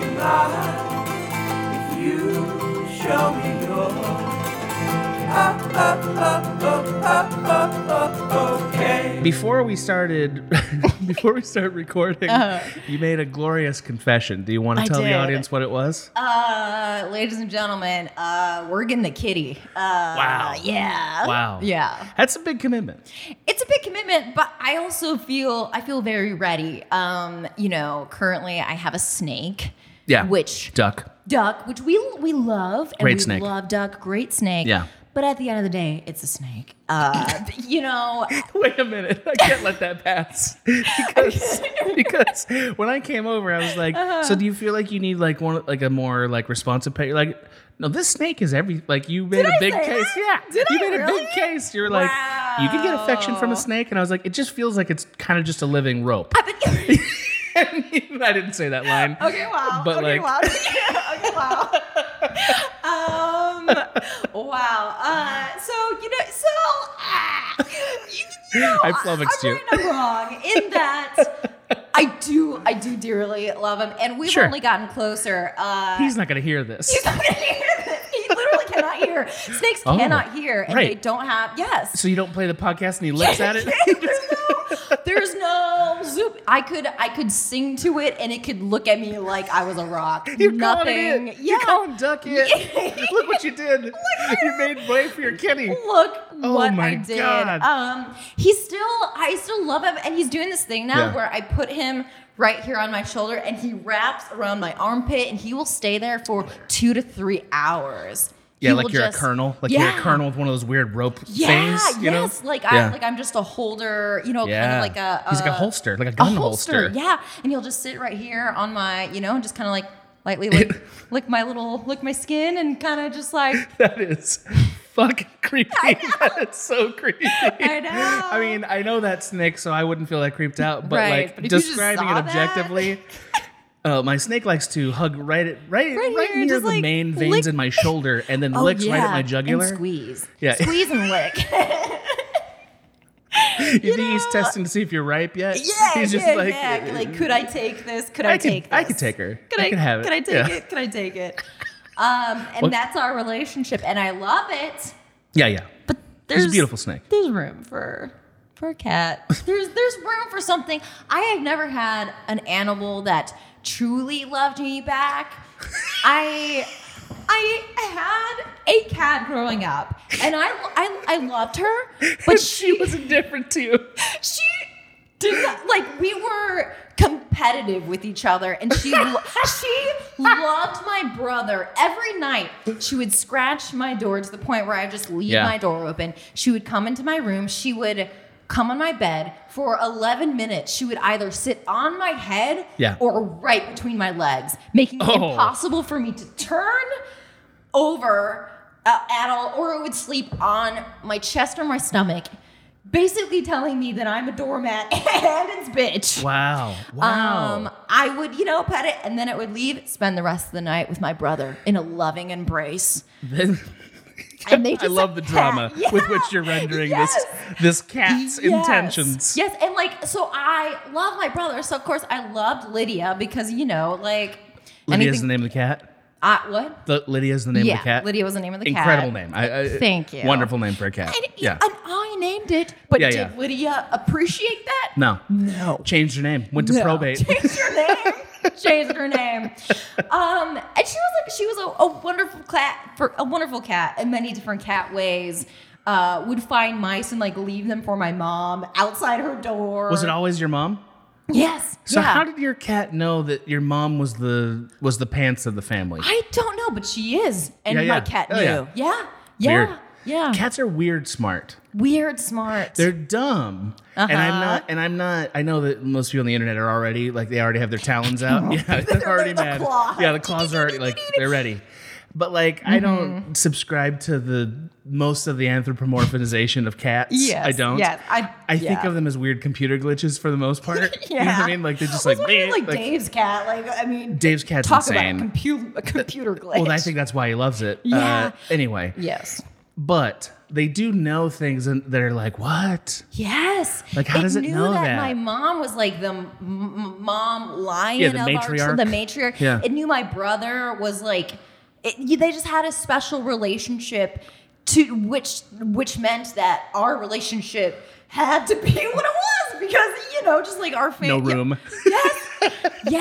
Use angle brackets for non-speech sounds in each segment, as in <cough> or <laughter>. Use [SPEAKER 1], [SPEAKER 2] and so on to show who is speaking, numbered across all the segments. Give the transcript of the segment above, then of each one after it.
[SPEAKER 1] lie if you show me your okay.
[SPEAKER 2] Before we started, <laughs> before we start recording, you made a glorious confession. Do you want to
[SPEAKER 3] Uh-huh. I
[SPEAKER 2] tell the
[SPEAKER 3] did.
[SPEAKER 2] audience what it was?
[SPEAKER 3] Uh, ladies and gentlemen, uh, we're getting the kitty. Uh,
[SPEAKER 2] wow.
[SPEAKER 3] yeah.
[SPEAKER 2] Wow.
[SPEAKER 3] Yeah.
[SPEAKER 2] That's a big commitment.
[SPEAKER 3] It's a big commitment, but I also feel I feel very ready. Um, you know, currently I have a snake.
[SPEAKER 2] Yeah.
[SPEAKER 3] Which
[SPEAKER 2] Duck. <laughs>
[SPEAKER 3] duck, which we we love and
[SPEAKER 2] Great
[SPEAKER 3] we
[SPEAKER 2] snake.
[SPEAKER 3] love duck, great snake.
[SPEAKER 2] Yeah.
[SPEAKER 3] But at the end of the day, it's a snake. Uh, <laughs> you know,
[SPEAKER 2] Wait a minute. I can't let that
[SPEAKER 3] <laughs>
[SPEAKER 2] pass. <laughs> Because, because when I came over, I was like,
[SPEAKER 3] Uh-huh.
[SPEAKER 2] so do you feel like you need like one like a more like responsive pet? You're like, no, this snake is every like you made a
[SPEAKER 3] I
[SPEAKER 2] big
[SPEAKER 3] say
[SPEAKER 2] case.
[SPEAKER 3] that?
[SPEAKER 2] Yeah.
[SPEAKER 3] Did
[SPEAKER 2] you
[SPEAKER 3] I
[SPEAKER 2] made a
[SPEAKER 3] really?
[SPEAKER 2] big case. You're like, you could get affection from a
[SPEAKER 3] Wow.
[SPEAKER 2] snake. And I was like, it just feels like it's kind of just a living rope. <laughs>
[SPEAKER 3] I've <laughs> been-
[SPEAKER 2] I didn't say that line.
[SPEAKER 3] Okay, wow.
[SPEAKER 2] But
[SPEAKER 3] okay,
[SPEAKER 2] like
[SPEAKER 3] wow. <laughs> okay, wow. um, wow. Uh, so you know, so uh, you, you know,
[SPEAKER 2] <laughs> I flummoxed
[SPEAKER 3] I'm
[SPEAKER 2] you.
[SPEAKER 3] right, I'm wrong in that. I do, I do dearly love him, and we've
[SPEAKER 2] Sure.
[SPEAKER 3] only gotten closer. Uh, <laughs>
[SPEAKER 2] he's not gonna hear this.
[SPEAKER 3] he's not gonna hear this. He literally cannot hear. Snakes
[SPEAKER 2] Oh,
[SPEAKER 3] cannot hear, and they
[SPEAKER 2] right.
[SPEAKER 3] don't have.
[SPEAKER 2] <laughs>
[SPEAKER 3] Yes.
[SPEAKER 2] So you don't play the podcast and he looks at
[SPEAKER 3] <laughs>
[SPEAKER 2] it? <laughs>
[SPEAKER 3] There's no zoop. I could I could sing to it and it could look at me like I was a rock.
[SPEAKER 2] <laughs> You're calling
[SPEAKER 3] Nothing.
[SPEAKER 2] it.
[SPEAKER 3] Yeah.
[SPEAKER 2] You're calling duck it. <laughs> Look what you
[SPEAKER 3] <laughs>
[SPEAKER 2] did. you made way for your kitty.
[SPEAKER 3] Look
[SPEAKER 2] Oh
[SPEAKER 3] what
[SPEAKER 2] my
[SPEAKER 3] I did.
[SPEAKER 2] God.
[SPEAKER 3] Um, he's still I still love him and he's doing this thing now
[SPEAKER 2] Yeah.
[SPEAKER 3] where I put him right here on my shoulder and he wraps around my armpit and he will stay there for two to three hours.
[SPEAKER 2] Yeah,
[SPEAKER 3] He
[SPEAKER 2] like
[SPEAKER 3] will
[SPEAKER 2] you're
[SPEAKER 3] just-
[SPEAKER 2] a colonel. Like you're
[SPEAKER 3] Yeah.
[SPEAKER 2] a colonel with one of those weird rope
[SPEAKER 3] Yeah,
[SPEAKER 2] things. You know?
[SPEAKER 3] yes. Like
[SPEAKER 2] Yeah.
[SPEAKER 3] I like I'm just a holder, you know,
[SPEAKER 2] yeah.
[SPEAKER 3] kind of like a,
[SPEAKER 2] He's like a
[SPEAKER 3] uh,
[SPEAKER 2] holster, like a gun
[SPEAKER 3] a holster,
[SPEAKER 2] holster.
[SPEAKER 3] Yeah, and he'll just sit right here on my, you know, and just kind of like lightly lick,
[SPEAKER 2] <laughs>
[SPEAKER 3] lick my little, lick my skin, and kind of just like,
[SPEAKER 2] That is fucking <laughs> creepy. That is so creepy.
[SPEAKER 3] I know.
[SPEAKER 2] I mean, I know that's Nick, so I wouldn't feel that creeped out, but
[SPEAKER 3] Right,
[SPEAKER 2] like
[SPEAKER 3] but if you just
[SPEAKER 2] describing it
[SPEAKER 3] saw that- <laughs>
[SPEAKER 2] objectively. Uh, my snake likes to hug right at, right right,
[SPEAKER 3] Right here,
[SPEAKER 2] near
[SPEAKER 3] just
[SPEAKER 2] the
[SPEAKER 3] like
[SPEAKER 2] main
[SPEAKER 3] lick-
[SPEAKER 2] veins in my shoulder, and then <laughs>
[SPEAKER 3] oh,
[SPEAKER 2] licks right
[SPEAKER 3] yeah,
[SPEAKER 2] at my
[SPEAKER 3] and
[SPEAKER 2] jugular.
[SPEAKER 3] squeeze,
[SPEAKER 2] Yeah. <laughs>
[SPEAKER 3] squeeze and lick. <laughs>
[SPEAKER 2] You think he's testing to see if you're ripe yet? <laughs>
[SPEAKER 3] yeah,
[SPEAKER 2] he's just
[SPEAKER 3] yeah,
[SPEAKER 2] like, uh,
[SPEAKER 3] yeah. Like, could I take this? Could I,
[SPEAKER 2] I could-
[SPEAKER 3] take this?
[SPEAKER 2] I could take her.
[SPEAKER 3] Could
[SPEAKER 2] I
[SPEAKER 3] I,
[SPEAKER 2] could have it.
[SPEAKER 3] Could I take
[SPEAKER 2] Yeah.
[SPEAKER 3] it? Could I
[SPEAKER 2] <laughs>
[SPEAKER 3] take it? Um, and
[SPEAKER 2] What-
[SPEAKER 3] that's our relationship, and I love it.
[SPEAKER 2] yeah, yeah.
[SPEAKER 3] But
[SPEAKER 2] He's
[SPEAKER 3] there's
[SPEAKER 2] a beautiful snake.
[SPEAKER 3] there's room for for a cat. There's <laughs> there's room for something. I have never had an animal that truly loved me back. I I had a cat growing up, and I I, I loved her,
[SPEAKER 2] <laughs>
[SPEAKER 3] but she
[SPEAKER 2] was indifferent to
[SPEAKER 3] <laughs>
[SPEAKER 2] you.
[SPEAKER 3] she did not, like we were competitive with each other and she lo- <laughs> she loved my brother every night she would scratch my door to the point where i just leave
[SPEAKER 2] Yeah.
[SPEAKER 3] my door open she would come into my room she would come on my bed for 11 minutes she would either sit on my head
[SPEAKER 2] Yeah.
[SPEAKER 3] or right between my legs making it
[SPEAKER 2] Oh.
[SPEAKER 3] impossible for me to turn over uh, at all, or it would sleep on my chest or my stomach, basically telling me that I'm a doormat <laughs> and it's bitch.
[SPEAKER 2] Wow. Wow.
[SPEAKER 3] Um, I would, you know, pet it, and then it would leave, spend the rest of the night with my brother in a loving embrace.
[SPEAKER 2] <laughs> Then-
[SPEAKER 3] And they
[SPEAKER 2] I
[SPEAKER 3] just
[SPEAKER 2] love the drama
[SPEAKER 3] Yeah.
[SPEAKER 2] with which you're rendering this this cat's
[SPEAKER 3] Yes.
[SPEAKER 2] intentions.
[SPEAKER 3] Yes, and like so I love my brother, so of course I loved Lydia because you know, like
[SPEAKER 2] Lydia's the
[SPEAKER 3] anything-
[SPEAKER 2] name of the cat.
[SPEAKER 3] I, what?
[SPEAKER 2] The, Lydia's the name
[SPEAKER 3] yeah,
[SPEAKER 2] of the cat.
[SPEAKER 3] Lydia was the name of the cat.
[SPEAKER 2] Incredible name. I, I,
[SPEAKER 3] Thank you.
[SPEAKER 2] Wonderful name for a cat.
[SPEAKER 3] And,
[SPEAKER 2] yeah.
[SPEAKER 3] and I named it, but
[SPEAKER 2] Yeah,
[SPEAKER 3] did
[SPEAKER 2] yeah.
[SPEAKER 3] Lydia appreciate that?
[SPEAKER 2] no.
[SPEAKER 3] No.
[SPEAKER 2] Changed her name. Went to
[SPEAKER 3] No. <laughs>
[SPEAKER 2] probate.
[SPEAKER 3] Changed her name. Changed her name. Um, and she was like, she was a, a wonderful cat, for a wonderful cat in many different cat ways. Uh, would find mice and like leave them for my mom outside her door.
[SPEAKER 2] was it always your mom?
[SPEAKER 3] Yes.
[SPEAKER 2] So
[SPEAKER 3] yeah.
[SPEAKER 2] how did your cat know that your mom was the was the pants of the family?
[SPEAKER 3] I don't know, but she is, and
[SPEAKER 2] Yeah,
[SPEAKER 3] my
[SPEAKER 2] yeah.
[SPEAKER 3] cat
[SPEAKER 2] Oh,
[SPEAKER 3] knew.
[SPEAKER 2] yeah.
[SPEAKER 3] Yeah. Yeah. Yeah.
[SPEAKER 2] Weird. Cats are weird smart.
[SPEAKER 3] Weird smart.
[SPEAKER 2] They're dumb, and I'm
[SPEAKER 3] Uh-huh.
[SPEAKER 2] not. And I'm not. I know that most people on the internet are already like they already have their talons
[SPEAKER 3] <laughs>
[SPEAKER 2] out. yeah, they're already
[SPEAKER 3] the
[SPEAKER 2] mad.
[SPEAKER 3] claws.
[SPEAKER 2] Yeah, the claws are
[SPEAKER 3] <laughs>
[SPEAKER 2] already like they're ready. But like, I
[SPEAKER 3] Mm-hmm.
[SPEAKER 2] don't subscribe to the most of the anthropomorphization of cats.
[SPEAKER 3] Yes,
[SPEAKER 2] I don't.
[SPEAKER 3] yes, I-
[SPEAKER 2] think
[SPEAKER 3] yeah.
[SPEAKER 2] of them as weird computer glitches for the most
[SPEAKER 3] <laughs>
[SPEAKER 2] part.
[SPEAKER 3] yeah.
[SPEAKER 2] You know what I mean? Like they're just
[SPEAKER 3] I was
[SPEAKER 2] like,
[SPEAKER 3] wondering,
[SPEAKER 2] "Meh,"
[SPEAKER 3] like, Dave's cat. Like I mean,
[SPEAKER 2] Dave's cat's
[SPEAKER 3] talk
[SPEAKER 2] insane.
[SPEAKER 3] about a computer a computer glitch.
[SPEAKER 2] well, I think that's why he loves it.
[SPEAKER 3] Yeah.
[SPEAKER 2] anyway,
[SPEAKER 3] yes.
[SPEAKER 2] Uh, but they do know things and they're like, what?
[SPEAKER 3] Yes.
[SPEAKER 2] Like, how does it
[SPEAKER 3] knew
[SPEAKER 2] know
[SPEAKER 3] that,
[SPEAKER 2] that?
[SPEAKER 3] my mom was like the m- m- mom lion
[SPEAKER 2] Yeah, the
[SPEAKER 3] of our
[SPEAKER 2] matriarch.
[SPEAKER 3] the matriarch.
[SPEAKER 2] Yeah.
[SPEAKER 3] It knew my brother was like it, you- they just had a special relationship to which which meant that our relationship had to be <laughs> what it was because you know just like our
[SPEAKER 2] No
[SPEAKER 3] family
[SPEAKER 2] room.
[SPEAKER 3] Yes.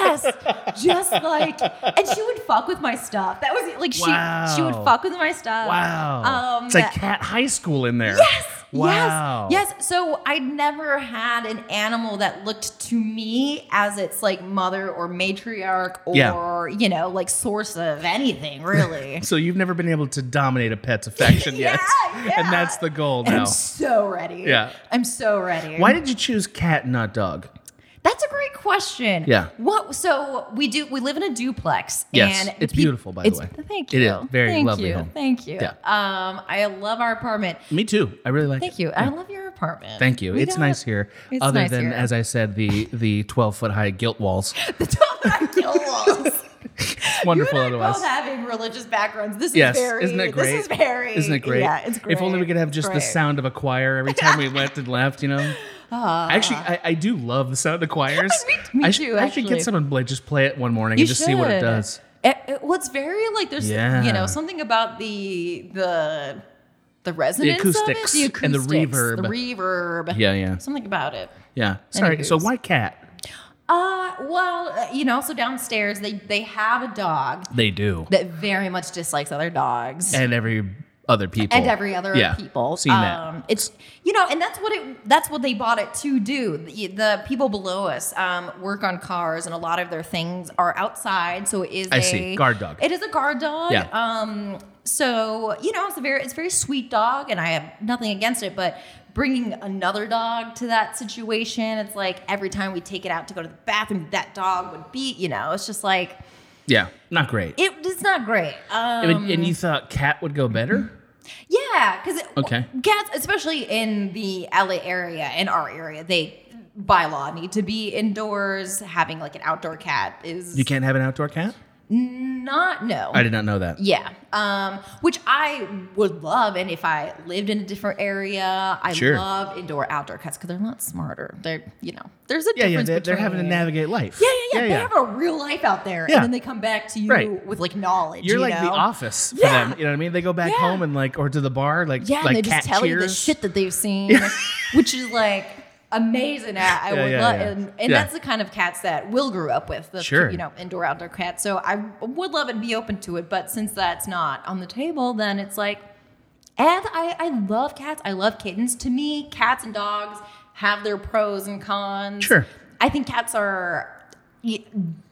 [SPEAKER 3] yes. Just like and she would fuck with my stuff. That was like she she would
[SPEAKER 2] Wow.
[SPEAKER 3] fuck with my stuff.
[SPEAKER 2] Wow.
[SPEAKER 3] Um
[SPEAKER 2] it's like cat high school in there.
[SPEAKER 3] Yes.
[SPEAKER 2] Wow.
[SPEAKER 3] Yes. Yes. So I never had an animal that looked to me as its like mother or matriarch or
[SPEAKER 2] Yeah.
[SPEAKER 3] you know like source of
[SPEAKER 2] <laughs>
[SPEAKER 3] anything really.
[SPEAKER 2] So you've never been able to dominate a pet's
[SPEAKER 3] <laughs>
[SPEAKER 2] affection
[SPEAKER 3] Yeah,
[SPEAKER 2] yet. <laughs>
[SPEAKER 3] yeah.
[SPEAKER 2] And that's the goal
[SPEAKER 3] And
[SPEAKER 2] now.
[SPEAKER 3] <laughs> I'm so ready.
[SPEAKER 2] Yeah.
[SPEAKER 3] I'm so ready.
[SPEAKER 2] Why did you choose cat, not dog?
[SPEAKER 3] That's a great question.
[SPEAKER 2] Yeah.
[SPEAKER 3] What? So we do. We live in a duplex.
[SPEAKER 2] Yes,
[SPEAKER 3] and
[SPEAKER 2] it's
[SPEAKER 3] peop-
[SPEAKER 2] beautiful, by the
[SPEAKER 3] it's-
[SPEAKER 2] way.
[SPEAKER 3] Thank you.
[SPEAKER 2] It is. Very
[SPEAKER 3] Thank
[SPEAKER 2] lovely
[SPEAKER 3] you.
[SPEAKER 2] home.
[SPEAKER 3] Thank you.
[SPEAKER 2] Yeah.
[SPEAKER 3] Um, I love our apartment.
[SPEAKER 2] Me too. I really like it.
[SPEAKER 3] Thank you. I love your apartment.
[SPEAKER 2] Thank you.
[SPEAKER 3] We
[SPEAKER 2] it's
[SPEAKER 3] don't-
[SPEAKER 2] nice here.
[SPEAKER 3] It's
[SPEAKER 2] other
[SPEAKER 3] nice
[SPEAKER 2] than,
[SPEAKER 3] here.
[SPEAKER 2] as I said, the the twelve foot high gilt
[SPEAKER 3] <laughs>
[SPEAKER 2] walls.
[SPEAKER 3] <laughs> The top
[SPEAKER 2] <laughs>
[SPEAKER 3] of the walls.
[SPEAKER 2] It's wonderful
[SPEAKER 3] you and I
[SPEAKER 2] otherwise.
[SPEAKER 3] both having religious backgrounds. This
[SPEAKER 2] yes,
[SPEAKER 3] is very.
[SPEAKER 2] isn't that great?
[SPEAKER 3] This is very.
[SPEAKER 2] Isn't it great?
[SPEAKER 3] Yeah, it's great.
[SPEAKER 2] If only we could have just the
[SPEAKER 3] Great.
[SPEAKER 2] sound of a choir
[SPEAKER 3] <laughs>
[SPEAKER 2] every time we left and left. You know. actually, I, I do love the sound of the choirs.
[SPEAKER 3] Ah. <laughs> Me- me
[SPEAKER 2] I should,
[SPEAKER 3] too,
[SPEAKER 2] I should
[SPEAKER 3] actually.
[SPEAKER 2] get someone to play, just play it one morning
[SPEAKER 3] You
[SPEAKER 2] and just see what it
[SPEAKER 3] should.
[SPEAKER 2] does.
[SPEAKER 3] It, it- well, it's very like there's you know
[SPEAKER 2] Yeah.
[SPEAKER 3] something about the the the resonance
[SPEAKER 2] acoustics
[SPEAKER 3] of it,
[SPEAKER 2] and the
[SPEAKER 3] the
[SPEAKER 2] reverb.
[SPEAKER 3] reverb.
[SPEAKER 2] Yeah, yeah.
[SPEAKER 3] Something about it.
[SPEAKER 2] Yeah. Sorry. So
[SPEAKER 3] Anywho's.
[SPEAKER 2] why cat?
[SPEAKER 3] Uh, well, uh, you know, so downstairs they they have a dog
[SPEAKER 2] They do,
[SPEAKER 3] that very much dislikes other dogs.
[SPEAKER 2] and every other people
[SPEAKER 3] and every other
[SPEAKER 2] yeah.
[SPEAKER 3] people.
[SPEAKER 2] Seen that.
[SPEAKER 3] Um, it's you know, and that's what it that's what they bought it to do. The, the people below us um, work on cars, and a lot of their things are outside. So it is
[SPEAKER 2] I
[SPEAKER 3] a
[SPEAKER 2] see. Guard dog.
[SPEAKER 3] It is a guard dog.
[SPEAKER 2] Yeah.
[SPEAKER 3] Um. So you know, it's a very it's a very sweet dog, and I have nothing against it, but. Bringing another dog to that situation, it's like every time we take it out to go to the bathroom, that dog would be, you know, it's just like
[SPEAKER 2] Yeah. Not great.
[SPEAKER 3] it, it's not great. Um,
[SPEAKER 2] and, and you thought cat would go better?
[SPEAKER 3] Yeah, because
[SPEAKER 2] Okay.
[SPEAKER 3] cats, especially in the LA area, in our area, they by law need to be indoors. Having like an outdoor cat is
[SPEAKER 2] You can't have an outdoor cat.
[SPEAKER 3] not no.
[SPEAKER 2] I did not know that.
[SPEAKER 3] yeah, um, which I would love, and if I lived in a different area, I
[SPEAKER 2] Sure.
[SPEAKER 3] love indoor outdoor cats because they're not smarter. They're you know there's a
[SPEAKER 2] Yeah, yeah,
[SPEAKER 3] difference
[SPEAKER 2] they're,
[SPEAKER 3] between
[SPEAKER 2] they're having to navigate life.
[SPEAKER 3] Yeah, yeah, yeah. They have a real life out there,
[SPEAKER 2] Yeah.
[SPEAKER 3] and then they come back to you
[SPEAKER 2] Right.
[SPEAKER 3] with like knowledge.
[SPEAKER 2] You're
[SPEAKER 3] you
[SPEAKER 2] like
[SPEAKER 3] know?
[SPEAKER 2] the office for
[SPEAKER 3] Yeah.
[SPEAKER 2] them. You know what I mean? They go back
[SPEAKER 3] Yeah.
[SPEAKER 2] home and like, or to the bar, like,
[SPEAKER 3] Yeah,
[SPEAKER 2] like
[SPEAKER 3] and they just
[SPEAKER 2] cat
[SPEAKER 3] tell
[SPEAKER 2] cheers.
[SPEAKER 3] you the shit that they've seen, <laughs> which is like amazing. I,
[SPEAKER 2] Yeah,
[SPEAKER 3] I would
[SPEAKER 2] yeah,
[SPEAKER 3] love,
[SPEAKER 2] yeah.
[SPEAKER 3] and, and
[SPEAKER 2] Yeah.
[SPEAKER 3] that's the kind of cats that Will grew up with. The,
[SPEAKER 2] Sure.
[SPEAKER 3] you know, indoor outdoor cats. So I would love and be open to it, but since that's not on the table, then it's like, and I, I love cats. I love kittens. To me, cats and dogs have their pros and cons.
[SPEAKER 2] Sure.
[SPEAKER 3] I think cats are. y-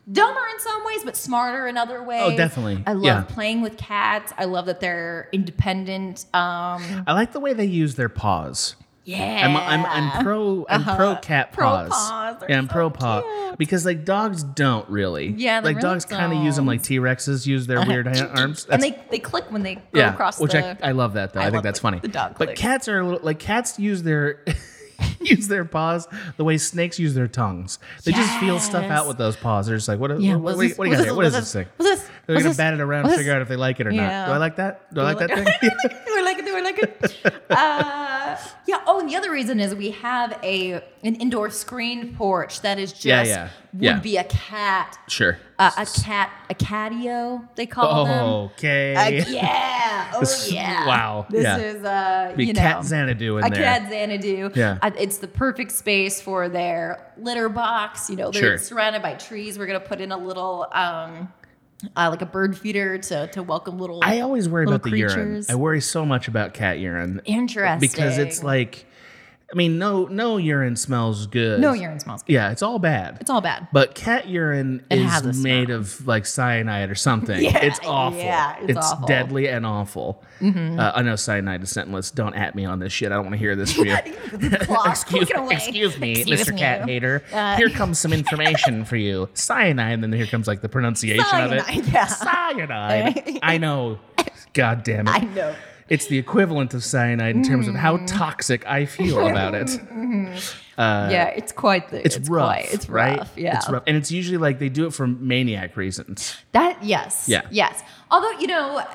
[SPEAKER 3] Dumber in some ways, but smarter in other ways.
[SPEAKER 2] Oh, definitely.
[SPEAKER 3] I love
[SPEAKER 2] Yeah.
[SPEAKER 3] playing with cats. I love that they're independent. Um,
[SPEAKER 2] I like the way they use their paws.
[SPEAKER 3] yeah.
[SPEAKER 2] <gasps>
[SPEAKER 3] Uh-huh.
[SPEAKER 2] I'm, I'm, I'm pro, I'm pro cat
[SPEAKER 3] Pro
[SPEAKER 2] paws.
[SPEAKER 3] paws, they're
[SPEAKER 2] Yeah, I'm
[SPEAKER 3] so
[SPEAKER 2] pro paw
[SPEAKER 3] cute.
[SPEAKER 2] because like dogs don't really.
[SPEAKER 3] Yeah, they
[SPEAKER 2] like
[SPEAKER 3] really Uh-huh.
[SPEAKER 2] dogs kind of use them like T Rexes use their weird hand arms. That's-
[SPEAKER 3] and they, they click when they go
[SPEAKER 2] yeah,
[SPEAKER 3] across
[SPEAKER 2] which
[SPEAKER 3] the.
[SPEAKER 2] I, I love that though.
[SPEAKER 3] I
[SPEAKER 2] I,
[SPEAKER 3] love
[SPEAKER 2] think that's
[SPEAKER 3] the-
[SPEAKER 2] funny.
[SPEAKER 3] the dog
[SPEAKER 2] but
[SPEAKER 3] click.
[SPEAKER 2] cats are a little like cats use their <laughs> use their paws the way snakes use their tongues. They just feel stuff
[SPEAKER 3] Yes.
[SPEAKER 2] out with those paws. They're just like, what?
[SPEAKER 3] yeah,
[SPEAKER 2] what,
[SPEAKER 3] what's
[SPEAKER 2] what,
[SPEAKER 3] this-
[SPEAKER 2] what do you
[SPEAKER 3] what's
[SPEAKER 2] got here? What is this
[SPEAKER 3] what's
[SPEAKER 2] thing?
[SPEAKER 3] What's this?
[SPEAKER 2] They're
[SPEAKER 3] What's
[SPEAKER 2] gonna
[SPEAKER 3] this?
[SPEAKER 2] bat it around,
[SPEAKER 3] What's
[SPEAKER 2] and
[SPEAKER 3] this?
[SPEAKER 2] figure out if they like it or
[SPEAKER 3] Yeah.
[SPEAKER 2] not. Do I like that? Do I like that thing?
[SPEAKER 3] <laughs> Do I like it? Do I like it?
[SPEAKER 2] <laughs>
[SPEAKER 3] Uh, yeah. Oh, and the other reason is we have a an indoor screened porch that is just
[SPEAKER 2] Yeah, yeah,
[SPEAKER 3] would
[SPEAKER 2] yeah.
[SPEAKER 3] be a cat,
[SPEAKER 2] <laughs> sure.
[SPEAKER 3] uh, a cat, a catio. They call them.
[SPEAKER 2] Okay.
[SPEAKER 3] Uh,
[SPEAKER 2] <laughs>
[SPEAKER 3] yeah. Oh
[SPEAKER 2] Oh, This-
[SPEAKER 3] yeah.
[SPEAKER 2] wow,
[SPEAKER 3] This
[SPEAKER 2] yeah.
[SPEAKER 3] is uh,
[SPEAKER 2] Be
[SPEAKER 3] you know,
[SPEAKER 2] cat Xanadu in
[SPEAKER 3] a
[SPEAKER 2] there.
[SPEAKER 3] cat Xanadu.
[SPEAKER 2] Yeah.
[SPEAKER 3] Uh, it's the perfect space for their litter box. You know, they're
[SPEAKER 2] Sure.
[SPEAKER 3] surrounded by trees. We're gonna put in a little, um, uh, like a bird feeder to to welcome little.
[SPEAKER 2] I always worry
[SPEAKER 3] little
[SPEAKER 2] about the urine.
[SPEAKER 3] creatures.
[SPEAKER 2] I worry so much about cat urine
[SPEAKER 3] Interesting.
[SPEAKER 2] because it's like, I mean, no, no urine smells good.
[SPEAKER 3] no urine smells good.
[SPEAKER 2] Yeah, it's all bad.
[SPEAKER 3] It's all bad.
[SPEAKER 2] But cat urine
[SPEAKER 3] It
[SPEAKER 2] is
[SPEAKER 3] has a smell.
[SPEAKER 2] made of like cyanide or something.
[SPEAKER 3] <laughs> Yeah,
[SPEAKER 2] it's awful.
[SPEAKER 3] yeah, it's
[SPEAKER 2] it's
[SPEAKER 3] awful. Mm-hmm.
[SPEAKER 2] deadly and awful. Uh, I know cyanide is sentenceless. Don't at me on this shit. I don't want to hear this
[SPEAKER 3] <laughs>
[SPEAKER 2] from you. <laughs>
[SPEAKER 3] Clock
[SPEAKER 2] excuse,
[SPEAKER 3] clicking away.
[SPEAKER 2] excuse me,
[SPEAKER 3] Excuse
[SPEAKER 2] Mr.
[SPEAKER 3] me.
[SPEAKER 2] Cat Hater.
[SPEAKER 3] Uh,
[SPEAKER 2] here comes some information for you. Cyanide, and then here comes like the pronunciation of it.
[SPEAKER 3] Cyanide, yeah.
[SPEAKER 2] Cyanide. I know. God damn it.
[SPEAKER 3] <laughs> I
[SPEAKER 2] <laughs>
[SPEAKER 3] Mm. know.
[SPEAKER 2] It's the equivalent of cyanide in terms of how toxic I feel about it.
[SPEAKER 3] yeah, it's quite the.
[SPEAKER 2] It's, rough.
[SPEAKER 3] Quite, it's
[SPEAKER 2] right?
[SPEAKER 3] rough. Yeah.
[SPEAKER 2] It's rough. And it's <laughs> usually like they do it for maniac reasons.
[SPEAKER 3] That yes.
[SPEAKER 2] Yeah.
[SPEAKER 3] Yes. Although you know,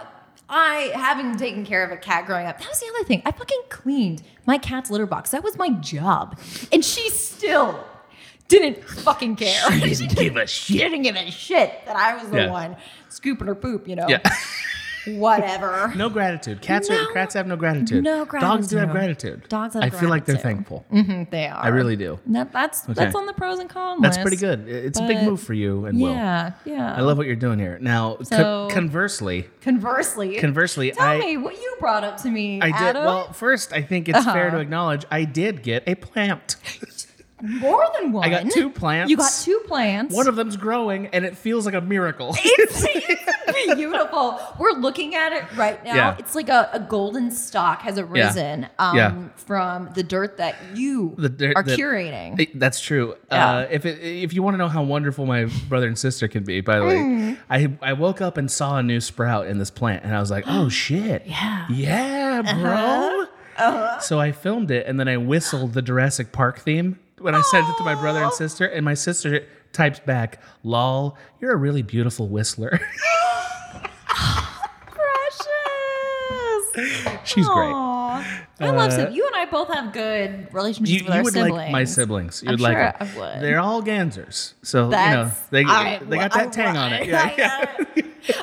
[SPEAKER 3] I having taken care of a cat growing up. That was the other thing. I fucking cleaned my cat's litter box. That was my job, and she still didn't fucking care. <laughs>
[SPEAKER 2] She didn't give a
[SPEAKER 3] She
[SPEAKER 2] shit.
[SPEAKER 3] didn't give a shit that I was the
[SPEAKER 2] Yeah.
[SPEAKER 3] one scooping her poop. You know,
[SPEAKER 2] Yeah.
[SPEAKER 3] whatever.
[SPEAKER 2] <laughs> No gratitude. Cats are
[SPEAKER 3] No.
[SPEAKER 2] cats have no gratitude.
[SPEAKER 3] No
[SPEAKER 2] Dogs do have
[SPEAKER 3] gratitude.
[SPEAKER 2] gratitude.
[SPEAKER 3] Dogs have
[SPEAKER 2] I feel like they're
[SPEAKER 3] gratitude.
[SPEAKER 2] thankful.
[SPEAKER 3] Mhm, they are.
[SPEAKER 2] I really do.
[SPEAKER 3] That, that's that's on the pros and cons.
[SPEAKER 2] That's
[SPEAKER 3] list.
[SPEAKER 2] pretty good. It- It's a big
[SPEAKER 3] But-
[SPEAKER 2] move for you and Will.
[SPEAKER 3] Yeah, yeah.
[SPEAKER 2] I love what you're doing here. Now, co-
[SPEAKER 3] So-
[SPEAKER 2] conversely,
[SPEAKER 3] Conversely,
[SPEAKER 2] conversely,
[SPEAKER 3] tell
[SPEAKER 2] I
[SPEAKER 3] me what you brought up to me,
[SPEAKER 2] I did.
[SPEAKER 3] Adam.
[SPEAKER 2] Well, first, I think it's fair
[SPEAKER 3] Uh-huh.
[SPEAKER 2] to acknowledge I did get a plant.
[SPEAKER 3] More than one.
[SPEAKER 2] I got two plants.
[SPEAKER 3] You got two plants.
[SPEAKER 2] One of them's growing, and it feels like a
[SPEAKER 3] <laughs>
[SPEAKER 2] miracle.
[SPEAKER 3] it's, it's beautiful. We're looking at it right now.
[SPEAKER 2] Yeah.
[SPEAKER 3] It's like a, a golden stalk has arisen Um,
[SPEAKER 2] Yeah.
[SPEAKER 3] from the dirt that you
[SPEAKER 2] The dirt
[SPEAKER 3] are
[SPEAKER 2] that-
[SPEAKER 3] curating.
[SPEAKER 2] It- That's true. Uh,
[SPEAKER 3] Yeah.
[SPEAKER 2] if it, if you want to know how wonderful my brother and sister can be, by the way,
[SPEAKER 3] Mm.
[SPEAKER 2] I I woke up and saw a new sprout in this plant, and I was
[SPEAKER 3] <gasps>
[SPEAKER 2] like, oh shit,
[SPEAKER 3] Yeah. Uh-huh.
[SPEAKER 2] yeah, bro. So I filmed it, and then I whistled the Jurassic Park theme when I sent it to my brother and sister, and my sister types back, "Lol, you're a really beautiful whistler." <laughs>
[SPEAKER 3] Precious.
[SPEAKER 2] She's great.
[SPEAKER 3] Aw. I
[SPEAKER 2] Uh,
[SPEAKER 3] love Sim. You and I both have good relationships
[SPEAKER 2] You,
[SPEAKER 3] with
[SPEAKER 2] you
[SPEAKER 3] our
[SPEAKER 2] would
[SPEAKER 3] siblings.
[SPEAKER 2] like my siblings. You
[SPEAKER 3] I'm
[SPEAKER 2] would like
[SPEAKER 3] sure
[SPEAKER 2] them.
[SPEAKER 3] I would.
[SPEAKER 2] They're all Gansers, so
[SPEAKER 3] That's,
[SPEAKER 2] you know they
[SPEAKER 3] I-
[SPEAKER 2] they got
[SPEAKER 3] I-
[SPEAKER 2] that tang on it.
[SPEAKER 3] I,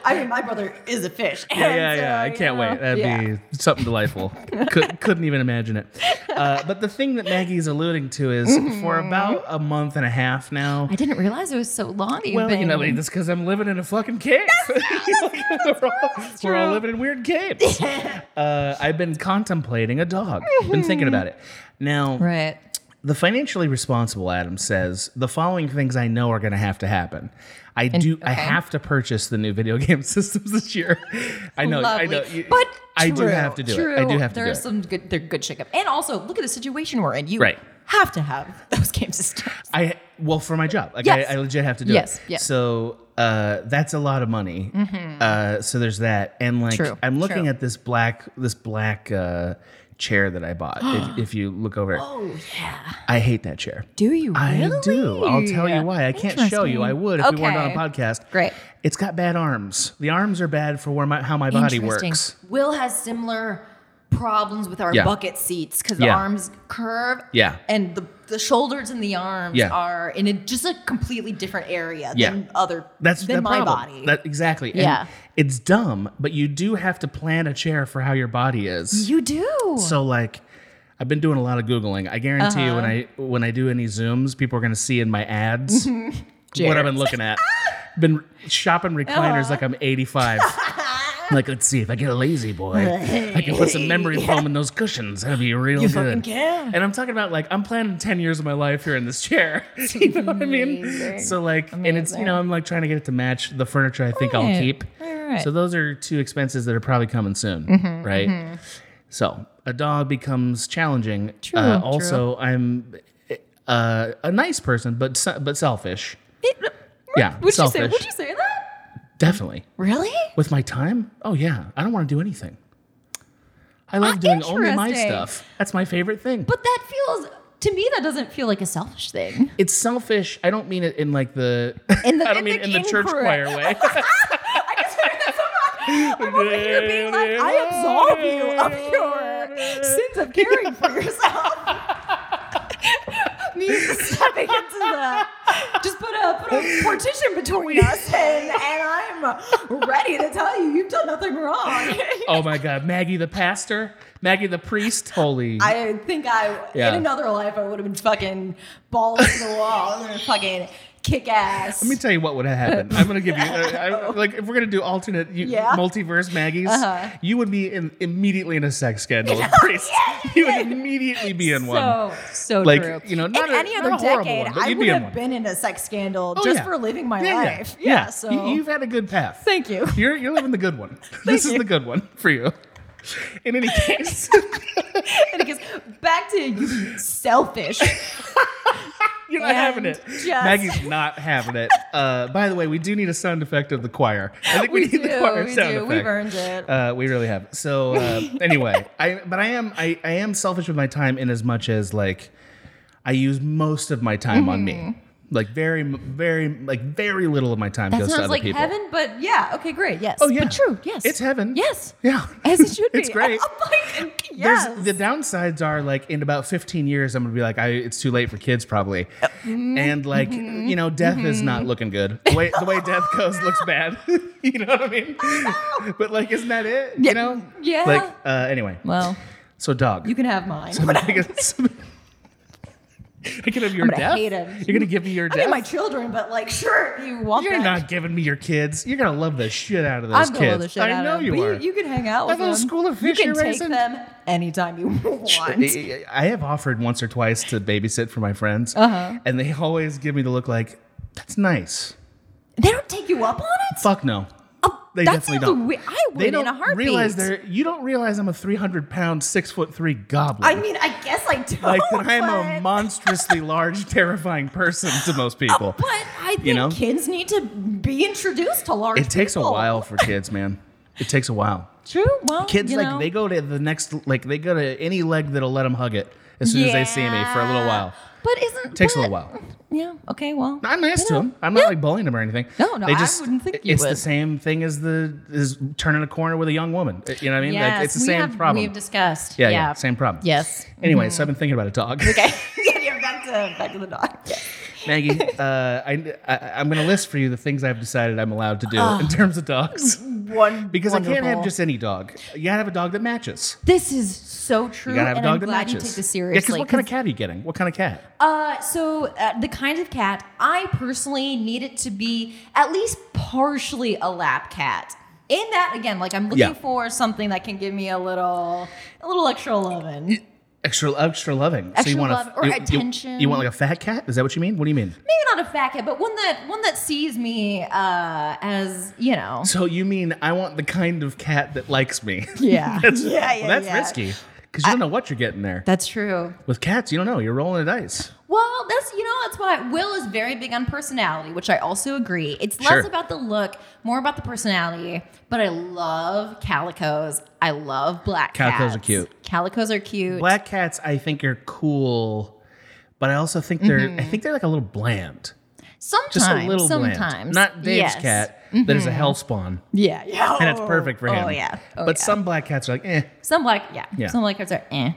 [SPEAKER 3] I mean, my brother is a fish. <laughs>
[SPEAKER 2] Yeah, yeah, yeah. I can't wait. That'd be something delightful. Could, couldn't even imagine it. Uh, but the thing that Maggie's alluding to is for about a month and a half now.
[SPEAKER 3] Mm-hmm. I didn't realize it was so long. that you've
[SPEAKER 2] well, you
[SPEAKER 3] been-
[SPEAKER 2] know, like, that's because I'm living in a fucking cave. <laughs> we're, all, we're all
[SPEAKER 3] true.
[SPEAKER 2] living in weird
[SPEAKER 3] <laughs>
[SPEAKER 2] caves. uh, I've been contemplating a dog. Been thinking about it. Now,
[SPEAKER 3] right.
[SPEAKER 2] the financially responsible Adam says the following things I know are going to have to happen. I do. I have to purchase the new video <laughs> game systems this year. I know.
[SPEAKER 3] Lovely.
[SPEAKER 2] I know. you-
[SPEAKER 3] but
[SPEAKER 2] I do
[SPEAKER 3] true,
[SPEAKER 2] have to do
[SPEAKER 3] true.
[SPEAKER 2] it. I do have to do
[SPEAKER 3] There's
[SPEAKER 2] it.
[SPEAKER 3] some good. They're good shakeup. And also, look at the situation we're in. You
[SPEAKER 2] Right.
[SPEAKER 3] have to have <laughs> those game systems.
[SPEAKER 2] I well for my job. Like
[SPEAKER 3] Yes.
[SPEAKER 2] I, I legit have to do
[SPEAKER 3] Yes,
[SPEAKER 2] it.
[SPEAKER 3] yes. Mm-hmm.
[SPEAKER 2] So uh, that's a lot of money. Uh, so there's that, and like
[SPEAKER 3] True,
[SPEAKER 2] I'm looking
[SPEAKER 3] true.
[SPEAKER 2] at this black this black uh, chair that I bought.
[SPEAKER 3] <gasps>
[SPEAKER 2] if, if you look over, it.
[SPEAKER 3] Oh yeah.
[SPEAKER 2] I hate that chair.
[SPEAKER 3] Do you?
[SPEAKER 2] I do. I'll tell you
[SPEAKER 3] really?
[SPEAKER 2] why. I can't show you. I would if we weren't on a
[SPEAKER 3] Okay.
[SPEAKER 2] podcast.
[SPEAKER 3] Great.
[SPEAKER 2] It's got bad arms. The arms are bad for where my, how my body
[SPEAKER 3] Interesting.
[SPEAKER 2] works.
[SPEAKER 3] Will has similar problems with our
[SPEAKER 2] Yeah.
[SPEAKER 3] bucket seats because
[SPEAKER 2] Yeah.
[SPEAKER 3] the arms curve.
[SPEAKER 2] Yeah.
[SPEAKER 3] And the, the shoulders and the arms
[SPEAKER 2] Yeah.
[SPEAKER 3] are in a, just a completely different area
[SPEAKER 2] Yeah.
[SPEAKER 3] than other
[SPEAKER 2] That's
[SPEAKER 3] than
[SPEAKER 2] the
[SPEAKER 3] my
[SPEAKER 2] problem.
[SPEAKER 3] body.
[SPEAKER 2] That, exactly. And
[SPEAKER 3] Yeah.
[SPEAKER 2] It's dumb, but you do have to plan a chair for how your body is.
[SPEAKER 3] you do.
[SPEAKER 2] So like I've been doing a lot of googling. I guarantee you when
[SPEAKER 3] Uh-huh.
[SPEAKER 2] I when I do any zooms, people are going to see in my
[SPEAKER 3] <laughs>
[SPEAKER 2] ads what I've been looking at. been shopping recliners like I'm 85.
[SPEAKER 3] <laughs>
[SPEAKER 2] like let's see if I get a lazy boy. I can put some
[SPEAKER 3] <laughs>
[SPEAKER 2] memory foam in those cushions. That'd be real
[SPEAKER 3] fucking
[SPEAKER 2] good.
[SPEAKER 3] can.
[SPEAKER 2] And I'm talking about like I'm planning 10 years of my life here in this chair. <laughs> you know what I mean?
[SPEAKER 3] Amazing.
[SPEAKER 2] So like and it's you know I'm like trying to get it to match the furniture I think I'll
[SPEAKER 3] Right.
[SPEAKER 2] keep.
[SPEAKER 3] Right, right, Mm-hmm, right.
[SPEAKER 2] So those are two expenses that are probably coming soon, right? So a dog becomes challenging.
[SPEAKER 3] True,
[SPEAKER 2] Uh,
[SPEAKER 3] true.
[SPEAKER 2] also, I'm uh, a nice person, but se- but selfish. yeah,
[SPEAKER 3] would you say?
[SPEAKER 2] selfish.
[SPEAKER 3] Would you say that?
[SPEAKER 2] Definitely
[SPEAKER 3] Really?
[SPEAKER 2] with my time. Oh yeah, I don't want to do anything. I love
[SPEAKER 3] Ah,
[SPEAKER 2] doing only my
[SPEAKER 3] interesting.
[SPEAKER 2] stuff. That's my favorite thing.
[SPEAKER 3] But that feels to me that doesn't feel like a selfish thing.
[SPEAKER 2] it's selfish. I don't mean it in like the.
[SPEAKER 3] In the-
[SPEAKER 2] <laughs> I don't
[SPEAKER 3] in
[SPEAKER 2] mean
[SPEAKER 3] the
[SPEAKER 2] in the church
[SPEAKER 3] incorrect-
[SPEAKER 2] choir
[SPEAKER 3] <laughs>
[SPEAKER 2] way.
[SPEAKER 3] I just heard that
[SPEAKER 2] <laughs>
[SPEAKER 3] from I'm over here being like, I absolve you of your sins of caring for <laughs> yourself. Me stepping into the just put a put <laughs> a partition between us and, and I'm ready to tell you you've done nothing <laughs> wrong.
[SPEAKER 2] oh my God, Maggie the pastor, Maggie the priest. Holy.
[SPEAKER 3] I think I
[SPEAKER 2] Yeah.
[SPEAKER 3] in another life I would have been fucking balls to the wall and fucking kick ass.
[SPEAKER 2] Let me tell you what would have happened. I'm gonna give you uh,
[SPEAKER 3] <laughs>
[SPEAKER 2] I, I- like if we're gonna do alternate you,
[SPEAKER 3] Yeah.
[SPEAKER 2] multiverse Maggie's,
[SPEAKER 3] Uh-huh.
[SPEAKER 2] you would be in, immediately in a sex
[SPEAKER 3] <laughs>
[SPEAKER 2] scandal. with priests. you would immediately be in one.
[SPEAKER 3] So so
[SPEAKER 2] Like,
[SPEAKER 3] true.
[SPEAKER 2] you know,
[SPEAKER 3] in
[SPEAKER 2] not a-
[SPEAKER 3] any
[SPEAKER 2] not
[SPEAKER 3] other
[SPEAKER 2] a horrible
[SPEAKER 3] decade,
[SPEAKER 2] one, but
[SPEAKER 3] I
[SPEAKER 2] you'd
[SPEAKER 3] would
[SPEAKER 2] be in
[SPEAKER 3] have
[SPEAKER 2] one.
[SPEAKER 3] been in a sex scandal
[SPEAKER 2] Oh,
[SPEAKER 3] just
[SPEAKER 2] yeah.
[SPEAKER 3] for living my
[SPEAKER 2] Yeah, yeah.
[SPEAKER 3] life. Yeah. so
[SPEAKER 2] You, have had a good
[SPEAKER 3] <laughs>
[SPEAKER 2] path.
[SPEAKER 3] Thank you.
[SPEAKER 2] You're you're living the good one. this is
[SPEAKER 3] you.
[SPEAKER 2] the good one for you. In
[SPEAKER 3] <laughs>
[SPEAKER 2] any case,
[SPEAKER 3] and it goes back to you being selfish.
[SPEAKER 2] you're not
[SPEAKER 3] And
[SPEAKER 2] having it.
[SPEAKER 3] just-
[SPEAKER 2] Maggie's not having it. Uh, by the way, we do need a sound effect of the choir. I think we,
[SPEAKER 3] we, do.
[SPEAKER 2] need the choir
[SPEAKER 3] we
[SPEAKER 2] sound
[SPEAKER 3] do.
[SPEAKER 2] effect.
[SPEAKER 3] We've earned it.
[SPEAKER 2] Uh, we really have. So uh, anyway, I but I am I, I
[SPEAKER 3] Mm-hmm.
[SPEAKER 2] am selfish with my time in as much as like I use most of my time on me. Like very, very, like very little of my time
[SPEAKER 3] That
[SPEAKER 2] goes to
[SPEAKER 3] sounds
[SPEAKER 2] other
[SPEAKER 3] like
[SPEAKER 2] people.
[SPEAKER 3] heaven, but yeah. Okay, great. Yes.
[SPEAKER 2] Oh yeah,
[SPEAKER 3] But true. Yes.
[SPEAKER 2] it's heaven.
[SPEAKER 3] Yes.
[SPEAKER 2] yeah,
[SPEAKER 3] As it should
[SPEAKER 2] <laughs>
[SPEAKER 3] be. <laughs>
[SPEAKER 2] It's great.
[SPEAKER 3] I'm like,
[SPEAKER 2] There's-
[SPEAKER 3] yes.
[SPEAKER 2] the downsides are like in about 15 years, I'm gonna be like, I, it's too late for kids probably, and like
[SPEAKER 3] Mm-hmm.
[SPEAKER 2] you know, death is not looking good. The way the way death goes looks bad. <laughs> you know what I mean? but like, isn't that it?
[SPEAKER 3] Yeah.
[SPEAKER 2] You know?
[SPEAKER 3] Yeah.
[SPEAKER 2] Like uh, anyway,
[SPEAKER 3] well,
[SPEAKER 2] so dog.
[SPEAKER 3] you can have mine.
[SPEAKER 2] <laughs> I can <laughs> I can have your
[SPEAKER 3] I'm gonna
[SPEAKER 2] death.
[SPEAKER 3] hate him.
[SPEAKER 2] You're gonna give me your
[SPEAKER 3] I mean,
[SPEAKER 2] death.
[SPEAKER 3] my <laughs> children, but like, sure, if you want
[SPEAKER 2] You're
[SPEAKER 3] that.
[SPEAKER 2] not giving me your kids. You're gonna love the shit out of those
[SPEAKER 3] I'm
[SPEAKER 2] kids.
[SPEAKER 3] gonna love the shit
[SPEAKER 2] I
[SPEAKER 3] out
[SPEAKER 2] know
[SPEAKER 3] of them,
[SPEAKER 2] you
[SPEAKER 3] but
[SPEAKER 2] are.
[SPEAKER 3] You, you can hang out
[SPEAKER 2] That
[SPEAKER 3] with
[SPEAKER 2] little
[SPEAKER 3] them.
[SPEAKER 2] school of fish
[SPEAKER 3] You can
[SPEAKER 2] you're
[SPEAKER 3] take
[SPEAKER 2] raising.
[SPEAKER 3] them anytime you want.
[SPEAKER 2] I I have offered once or twice to babysit for my friends,
[SPEAKER 3] Uh-huh.
[SPEAKER 2] and they always give me the look like, "That's nice."
[SPEAKER 3] They don't take you up on it.
[SPEAKER 2] Fuck no.
[SPEAKER 3] Oh,
[SPEAKER 2] They
[SPEAKER 3] that
[SPEAKER 2] definitely
[SPEAKER 3] sounds
[SPEAKER 2] don't.
[SPEAKER 3] we- I would
[SPEAKER 2] They don't
[SPEAKER 3] in a heartbeat.
[SPEAKER 2] realize they're. You don't realize I'm a 300 pound, six foot three goblin.
[SPEAKER 3] I mean, I guess I don't.
[SPEAKER 2] like that I am a
[SPEAKER 3] but-
[SPEAKER 2] monstrously
[SPEAKER 3] <laughs>
[SPEAKER 2] large, terrifying person to most people.
[SPEAKER 3] But I think
[SPEAKER 2] know?
[SPEAKER 3] kids need to be introduced to large.
[SPEAKER 2] It takes a
[SPEAKER 3] people.
[SPEAKER 2] while for kids, man. It takes a while.
[SPEAKER 3] True. Well,
[SPEAKER 2] Kids
[SPEAKER 3] you
[SPEAKER 2] like
[SPEAKER 3] know.
[SPEAKER 2] they go to the next like they go to any leg that'll let them hug it as soon as they see me for a little
[SPEAKER 3] Yeah.
[SPEAKER 2] while.
[SPEAKER 3] But isn't
[SPEAKER 2] Takes a little
[SPEAKER 3] but-
[SPEAKER 2] while.
[SPEAKER 3] Yeah. Okay. Well,
[SPEAKER 2] I'm nice to
[SPEAKER 3] know.
[SPEAKER 2] them. I'm not like bullying them or anything.
[SPEAKER 3] No, no,
[SPEAKER 2] They
[SPEAKER 3] I wouldn't think you
[SPEAKER 2] It's the
[SPEAKER 3] would.
[SPEAKER 2] same thing as the is turning a corner with a young woman. Uh, You know what I mean? like, it's the
[SPEAKER 3] we
[SPEAKER 2] same
[SPEAKER 3] have,
[SPEAKER 2] problem.
[SPEAKER 3] We've discussed.
[SPEAKER 2] yeah, yeah, same problem.
[SPEAKER 3] Yes. Mm-hmm.
[SPEAKER 2] Anyway, so I've been thinking about a dog.
[SPEAKER 3] Okay. yeah, <laughs> yeah, back to back to the dog. Yeah.
[SPEAKER 2] <laughs> Maggie,
[SPEAKER 3] <laughs>
[SPEAKER 2] uh, I, I, I'm going to list for you the things I've decided I'm allowed to do in terms of
[SPEAKER 3] <laughs>
[SPEAKER 2] dogs.
[SPEAKER 3] One
[SPEAKER 2] Because I can't have
[SPEAKER 3] Ah. wonderful-
[SPEAKER 2] just any dog. You got to have a dog that matches.
[SPEAKER 3] This is so true,
[SPEAKER 2] You got to have
[SPEAKER 3] and
[SPEAKER 2] a dog
[SPEAKER 3] I'm
[SPEAKER 2] that
[SPEAKER 3] glad
[SPEAKER 2] matches.
[SPEAKER 3] you take this
[SPEAKER 2] Yeah, 'cause
[SPEAKER 3] seriously.
[SPEAKER 2] what kind of cat are you getting? What kind of cat?
[SPEAKER 3] Uh, so uh, the kind of cat I personally need it to be at least partially a lap cat. In that again, like I'm looking
[SPEAKER 2] Yeah.
[SPEAKER 3] for something that can give me a little, a little extra loving. Maybe
[SPEAKER 2] Extra, extra loving. so
[SPEAKER 3] Extra
[SPEAKER 2] you want
[SPEAKER 3] love or attention.
[SPEAKER 2] You, want like a fat cat? Is that what you mean? What do you mean?
[SPEAKER 3] not a fat cat, but one that one that sees me uh, as you know.
[SPEAKER 2] So you mean I want the kind of cat that likes me?
[SPEAKER 3] <laughs> Yeah,
[SPEAKER 2] <laughs> that's,
[SPEAKER 3] yeah, yeah.
[SPEAKER 2] well, that's
[SPEAKER 3] yeah.
[SPEAKER 2] risky because you don't know what you're getting there.
[SPEAKER 3] That's true.
[SPEAKER 2] With cats, you don't know. You're rolling the dice.
[SPEAKER 3] Well, that's you know that's why Will is very big on personality, which I also agree. It's less
[SPEAKER 2] Sure.
[SPEAKER 3] about the look, more about the personality. But I love calicos. I love black
[SPEAKER 2] Calicos
[SPEAKER 3] cats.
[SPEAKER 2] are cute.
[SPEAKER 3] Calicos are cute.
[SPEAKER 2] Black cats, I think, are cool, but I also think they're. I
[SPEAKER 3] Mm-hmm.
[SPEAKER 2] think they're like a little bland.
[SPEAKER 3] sometimes,
[SPEAKER 2] Just a little bland.
[SPEAKER 3] sometimes,
[SPEAKER 2] Not Dave's
[SPEAKER 3] Yes.
[SPEAKER 2] cat that is a hell spawn,
[SPEAKER 3] Yeah, <laughs> yeah.
[SPEAKER 2] and it's perfect for him.
[SPEAKER 3] Oh yeah. Oh,
[SPEAKER 2] but
[SPEAKER 3] yeah.
[SPEAKER 2] some black cats are like, eh.
[SPEAKER 3] some black, yeah,
[SPEAKER 2] Yeah.
[SPEAKER 3] some black cats are eh.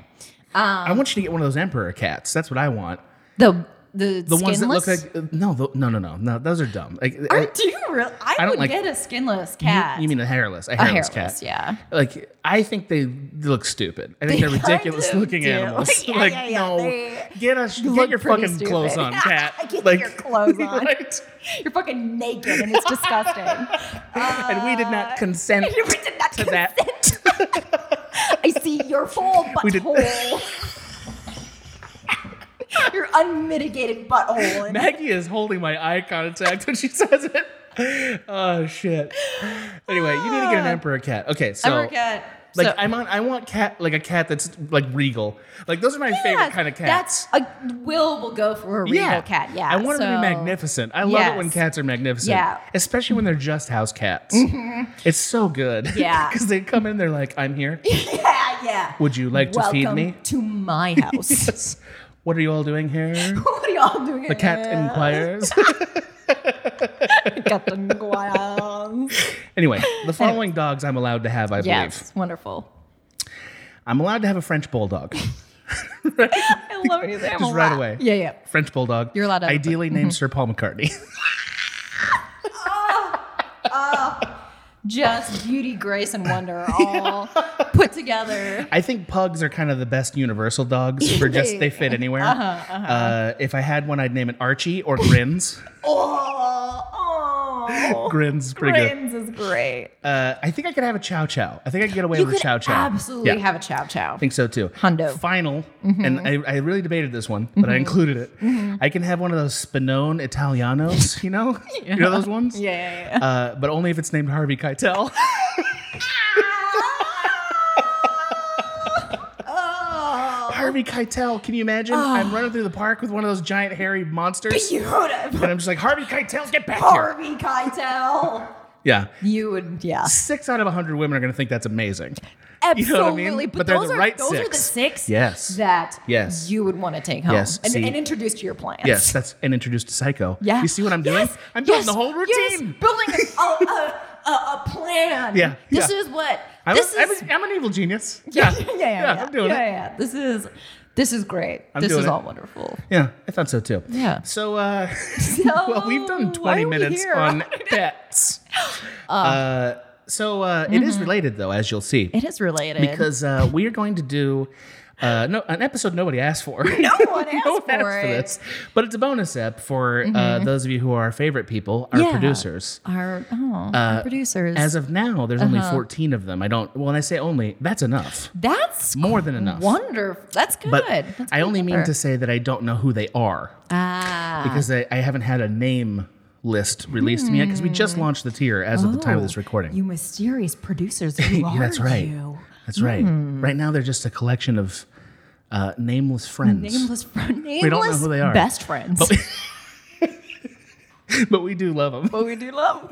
[SPEAKER 2] I want you to get one of those emperor cats. That's what I want.
[SPEAKER 3] The the
[SPEAKER 2] The ones that look like uh, no, the, no, no, no, no. Those are dumb. Like, I-
[SPEAKER 3] <laughs> Aren't you real? I,
[SPEAKER 2] I don't
[SPEAKER 3] would
[SPEAKER 2] like-
[SPEAKER 3] get a skinless
[SPEAKER 2] you-
[SPEAKER 3] cat.
[SPEAKER 2] You, mean a hairless? A
[SPEAKER 3] a
[SPEAKER 2] hairless,
[SPEAKER 3] hairless?
[SPEAKER 2] cat?
[SPEAKER 3] Yeah.
[SPEAKER 2] like I think they look stupid. I think
[SPEAKER 3] They
[SPEAKER 2] they are
[SPEAKER 3] kind
[SPEAKER 2] ridiculous
[SPEAKER 3] of
[SPEAKER 2] looking
[SPEAKER 3] do.
[SPEAKER 2] <laughs> animals.
[SPEAKER 3] Yeah,
[SPEAKER 2] like
[SPEAKER 3] yeah, yeah.
[SPEAKER 2] no,
[SPEAKER 3] They
[SPEAKER 2] get us
[SPEAKER 3] look
[SPEAKER 2] get your
[SPEAKER 3] pretty
[SPEAKER 2] fucking
[SPEAKER 3] stupid.
[SPEAKER 2] clothes
[SPEAKER 3] <laughs>
[SPEAKER 2] on, cat.
[SPEAKER 3] Get
[SPEAKER 2] like, <laughs>
[SPEAKER 3] your clothes on.
[SPEAKER 2] right?
[SPEAKER 3] You're fucking naked and
[SPEAKER 2] <laughs>
[SPEAKER 3] it's disgusting. <laughs>
[SPEAKER 2] and we did not consent
[SPEAKER 3] we did Uh, not
[SPEAKER 2] to that.
[SPEAKER 3] I see your full
[SPEAKER 2] <laughs> We did-
[SPEAKER 3] butthole. <laughs> your unmitigated butthole.
[SPEAKER 2] <laughs>
[SPEAKER 3] And
[SPEAKER 2] Maggie is holding my eye contact when she says it. Oh shit. Anyway, you need to get an
[SPEAKER 3] Ah.
[SPEAKER 2] emperor cat. Okay, so
[SPEAKER 3] Ever get-
[SPEAKER 2] like
[SPEAKER 3] so-
[SPEAKER 2] I'm on, I want cat like a cat that's like regal. Like those are my favorite
[SPEAKER 3] Yes,
[SPEAKER 2] kind of cats.
[SPEAKER 3] That's a Will will go for a regal cat. Yeah,
[SPEAKER 2] I want
[SPEAKER 3] so,
[SPEAKER 2] them to be
[SPEAKER 3] <laughs>
[SPEAKER 2] magnificent. I love it when
[SPEAKER 3] Yes.
[SPEAKER 2] cats are magnificent.
[SPEAKER 3] Yeah. Mm-hmm.
[SPEAKER 2] Especially when they're just house cats. It's so good. <laughs>
[SPEAKER 3] <laughs> Yeah.
[SPEAKER 2] Because they come in, they're like, I'm here.
[SPEAKER 3] Yeah, Uh, yeah.
[SPEAKER 2] Would you like to
[SPEAKER 3] Welcome
[SPEAKER 2] feed me? <laughs>
[SPEAKER 3] to my house.
[SPEAKER 2] Yes. What are you all doing
[SPEAKER 3] <laughs>
[SPEAKER 2] here?
[SPEAKER 3] what are y'all doing?
[SPEAKER 2] The cat
[SPEAKER 3] <laughs>
[SPEAKER 2] inquires. <laughs>
[SPEAKER 3] Got the inquires.
[SPEAKER 2] anyway, the following dogs I'm allowed to have, I believe. <laughs>
[SPEAKER 3] Yes, wonderful.
[SPEAKER 2] I'm allowed to have a French
[SPEAKER 3] <laughs>
[SPEAKER 2] bulldog.
[SPEAKER 3] I love it. Just
[SPEAKER 2] Just right away.
[SPEAKER 3] Yeah, yeah.
[SPEAKER 2] French bulldog.
[SPEAKER 3] You're allowed to have- Mm-hmm.
[SPEAKER 2] Ideally named Sir Paul McCartney. <laughs>
[SPEAKER 3] just beauty, grace, and
[SPEAKER 2] <laughs>
[SPEAKER 3] wonder all put together.
[SPEAKER 2] I think pugs are kind of the best universal dogs for just
[SPEAKER 3] <laughs>
[SPEAKER 2] they fit anywhere. Uh-huh, uh-huh. if I had one, I'd name it Archie or Grins.
[SPEAKER 3] Oh, oh.
[SPEAKER 2] Grins, is pretty good.
[SPEAKER 3] Grins is great.
[SPEAKER 2] Uh, I think I could have a chow chow. I think I could get away
[SPEAKER 3] you
[SPEAKER 2] with
[SPEAKER 3] could
[SPEAKER 2] a chow chow.
[SPEAKER 3] absolutely
[SPEAKER 2] Yeah,
[SPEAKER 3] have Mm-hmm. a chow chow.
[SPEAKER 2] I think so too.
[SPEAKER 3] Hundo.
[SPEAKER 2] Final, and I, I really debated this one, but
[SPEAKER 3] Mm-hmm.
[SPEAKER 2] I included it. I can have one of those Spinone Italianos, you
[SPEAKER 3] <laughs>
[SPEAKER 2] know, you know those ones.
[SPEAKER 3] Yeah, yeah, yeah.
[SPEAKER 2] Uh, but only if it's named Harvey
[SPEAKER 3] <laughs>
[SPEAKER 2] Keitel. <laughs>
[SPEAKER 3] Oh,
[SPEAKER 2] Harvey Keitel, can you imagine? I'm running through the park with one of those giant hairy monsters,
[SPEAKER 3] beautiful.
[SPEAKER 2] and I'm just like, Harvey Keitel, get back here!
[SPEAKER 3] Harvey Keitel.
[SPEAKER 2] Yeah.
[SPEAKER 3] You would, yeah.
[SPEAKER 2] Six out of 100 women are going to think that's amazing.
[SPEAKER 3] Absolutely.
[SPEAKER 2] You know what I mean?
[SPEAKER 3] But,
[SPEAKER 2] But they're
[SPEAKER 3] those,
[SPEAKER 2] the
[SPEAKER 3] are,
[SPEAKER 2] right
[SPEAKER 3] those are the
[SPEAKER 2] six.
[SPEAKER 3] six
[SPEAKER 2] Yes.
[SPEAKER 3] that
[SPEAKER 2] Yes.
[SPEAKER 3] you would want to take home
[SPEAKER 2] Yes,
[SPEAKER 3] and,
[SPEAKER 2] see.
[SPEAKER 3] and introduce to your plans.
[SPEAKER 2] Yes, that's and introduced to Psycho.
[SPEAKER 3] Yeah.
[SPEAKER 2] You see what I'm doing?
[SPEAKER 3] Yes,
[SPEAKER 2] I'm doing <laughs>
[SPEAKER 3] yes,
[SPEAKER 2] the whole
[SPEAKER 3] yes,
[SPEAKER 2] routine.
[SPEAKER 3] building
[SPEAKER 2] <laughs>
[SPEAKER 3] a, a, a, Oh, uh, a plan.
[SPEAKER 2] Yeah,
[SPEAKER 3] This
[SPEAKER 2] yeah.
[SPEAKER 3] is what.
[SPEAKER 2] I'm,
[SPEAKER 3] this
[SPEAKER 2] a, I'm,
[SPEAKER 3] is.
[SPEAKER 2] a- I'm an evil genius.
[SPEAKER 3] <laughs> yeah, yeah, yeah,
[SPEAKER 2] I'm doing
[SPEAKER 3] yeah,
[SPEAKER 2] it.
[SPEAKER 3] yeah. This is. This is great.
[SPEAKER 2] I'm
[SPEAKER 3] this
[SPEAKER 2] doing
[SPEAKER 3] is
[SPEAKER 2] it.
[SPEAKER 3] all wonderful.
[SPEAKER 2] Yeah, I thought so too.
[SPEAKER 3] Yeah.
[SPEAKER 2] So, uh, <laughs> well, we've
[SPEAKER 3] So,
[SPEAKER 2] done 20
[SPEAKER 3] why are we
[SPEAKER 2] minutes
[SPEAKER 3] here? <laughs>
[SPEAKER 2] on
[SPEAKER 3] <gasps>
[SPEAKER 2] pets. Uh, so uh, it is related, though, as you'll see,
[SPEAKER 3] Mm-hmm. It is related.
[SPEAKER 2] because uh, we are going to do uh, no an episode nobody asked for. No <laughs>
[SPEAKER 3] <laughs> one asked
[SPEAKER 2] one
[SPEAKER 3] for it. Mm-hmm.
[SPEAKER 2] but it's a bonus ep for uh, those of you who are our favorite people, our
[SPEAKER 3] Yeah.
[SPEAKER 2] producers.
[SPEAKER 3] our, oh, our producers.
[SPEAKER 2] Uh, As of now, there's
[SPEAKER 3] Uh-huh.
[SPEAKER 2] only 14 of them. I don't. Well, when I say only, that's enough.
[SPEAKER 3] that's
[SPEAKER 2] More than enough.
[SPEAKER 3] wonderful. That's good.
[SPEAKER 2] But
[SPEAKER 3] That's a
[SPEAKER 2] I
[SPEAKER 3] good
[SPEAKER 2] only mean
[SPEAKER 3] number.
[SPEAKER 2] to say that I don't know who they are
[SPEAKER 3] ah
[SPEAKER 2] because I, I haven't had a name list released to me yet because we just launched the tier as of the time of this
[SPEAKER 3] Hmm. Oh,
[SPEAKER 2] recording.
[SPEAKER 3] You
[SPEAKER 2] <laughs>
[SPEAKER 3] mysterious producers, who
[SPEAKER 2] Yeah,
[SPEAKER 3] are
[SPEAKER 2] that's right.
[SPEAKER 3] you? Hmm.
[SPEAKER 2] That's right. Right now, they're just a collection of uh, nameless friends.
[SPEAKER 3] Nameless friend, nameless
[SPEAKER 2] don't know who they are.
[SPEAKER 3] best friends.
[SPEAKER 2] But- <laughs> But we do love them.
[SPEAKER 3] but we
[SPEAKER 2] <laughs>
[SPEAKER 3] do love.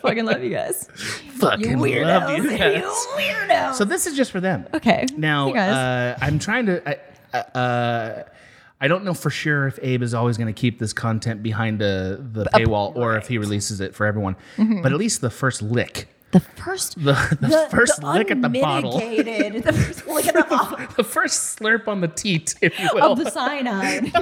[SPEAKER 3] Fucking love you guys. You
[SPEAKER 2] Fucking love
[SPEAKER 3] weirdos.
[SPEAKER 2] you
[SPEAKER 3] <laughs> You,
[SPEAKER 2] guys.
[SPEAKER 3] weirdos.
[SPEAKER 2] So this is just for them.
[SPEAKER 3] okay.
[SPEAKER 2] Now,
[SPEAKER 3] Hey guys.
[SPEAKER 2] uh, I'm trying to. I, I- uh, I don't know for sure if Abe is always going to keep this content behind uh, the paywall or if he releases it for everyone.
[SPEAKER 3] Mm-hmm.
[SPEAKER 2] But at least the first lick, <laughs>
[SPEAKER 3] the first,
[SPEAKER 2] the, the, first lick at the bottle, <laughs>
[SPEAKER 3] unmitigated- the first lick at the bottle
[SPEAKER 2] the first slurp on the teat, if you will.
[SPEAKER 3] of the cyanide,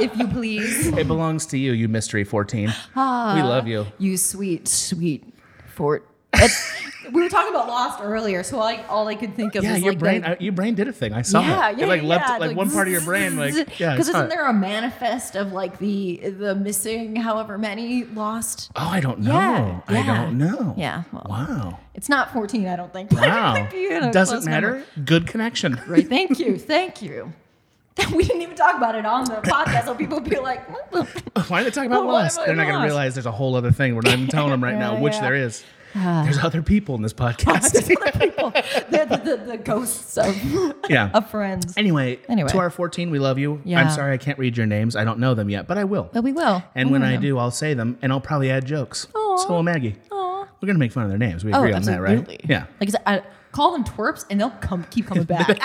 [SPEAKER 3] if
[SPEAKER 2] <laughs>
[SPEAKER 3] you please.
[SPEAKER 2] it belongs to you, you mystery 14.
[SPEAKER 3] Ah.
[SPEAKER 2] we love you.
[SPEAKER 3] You sweet, sweet fort. That's- we were talking about Lost earlier, so I, all I could think of
[SPEAKER 2] Yeah,
[SPEAKER 3] is
[SPEAKER 2] your
[SPEAKER 3] like
[SPEAKER 2] brain,
[SPEAKER 3] the-
[SPEAKER 2] uh, your brain did a thing. I saw it. It like leapt, like, one part of your brain, like yeah. I
[SPEAKER 3] Because
[SPEAKER 2] saw
[SPEAKER 3] isn't
[SPEAKER 2] it.
[SPEAKER 3] there a manifest of like the the missing however many lost?
[SPEAKER 2] Oh, I don't know.
[SPEAKER 3] Yeah,
[SPEAKER 2] I
[SPEAKER 3] yeah.
[SPEAKER 2] don't know.
[SPEAKER 3] Yeah, well.
[SPEAKER 2] Wow.
[SPEAKER 3] It's not fourteen, <laughs> I
[SPEAKER 2] <laughs>
[SPEAKER 3] don't think. but I
[SPEAKER 2] Wow.
[SPEAKER 3] think <laughs> you had a
[SPEAKER 2] Doesn't
[SPEAKER 3] close
[SPEAKER 2] matter.
[SPEAKER 3] number.
[SPEAKER 2] Good connection.
[SPEAKER 3] <laughs> Right. Thank you. Thank you. <laughs> we didn't even talk about it
[SPEAKER 2] <laughs>
[SPEAKER 3] on the podcast, so people be like, what the-
[SPEAKER 2] Why are they talking about
[SPEAKER 3] Well, why
[SPEAKER 2] Lost?
[SPEAKER 3] am I
[SPEAKER 2] They're not going to
[SPEAKER 3] lost?
[SPEAKER 2] realize there's a whole other thing. We're not even telling them right now,
[SPEAKER 3] Yeah,
[SPEAKER 2] which
[SPEAKER 3] yeah.
[SPEAKER 2] there
[SPEAKER 3] <sighs>
[SPEAKER 2] is. there's other people in this
[SPEAKER 3] <laughs>
[SPEAKER 2] podcast.
[SPEAKER 3] people, <laughs> the, the, the, the ghosts of <laughs>
[SPEAKER 2] yeah.
[SPEAKER 3] of friends.
[SPEAKER 2] Anyway,
[SPEAKER 3] Anyway.
[SPEAKER 2] to our 14, we love you.
[SPEAKER 3] Yeah.
[SPEAKER 2] I'm sorry I can't read your names. I don't know them yet, but I will.
[SPEAKER 3] But we will.
[SPEAKER 2] And
[SPEAKER 3] We
[SPEAKER 2] when
[SPEAKER 3] will.
[SPEAKER 2] I do, I'll say them, and I'll probably add jokes.
[SPEAKER 3] Aw.
[SPEAKER 2] So will Maggie.
[SPEAKER 3] Aw.
[SPEAKER 2] We're going to make fun of their names. We
[SPEAKER 3] oh,
[SPEAKER 2] agree on
[SPEAKER 3] absolutely.
[SPEAKER 2] that, right? Yeah. <laughs>
[SPEAKER 3] Like I said, I call them twerps, and they'll come keep coming back.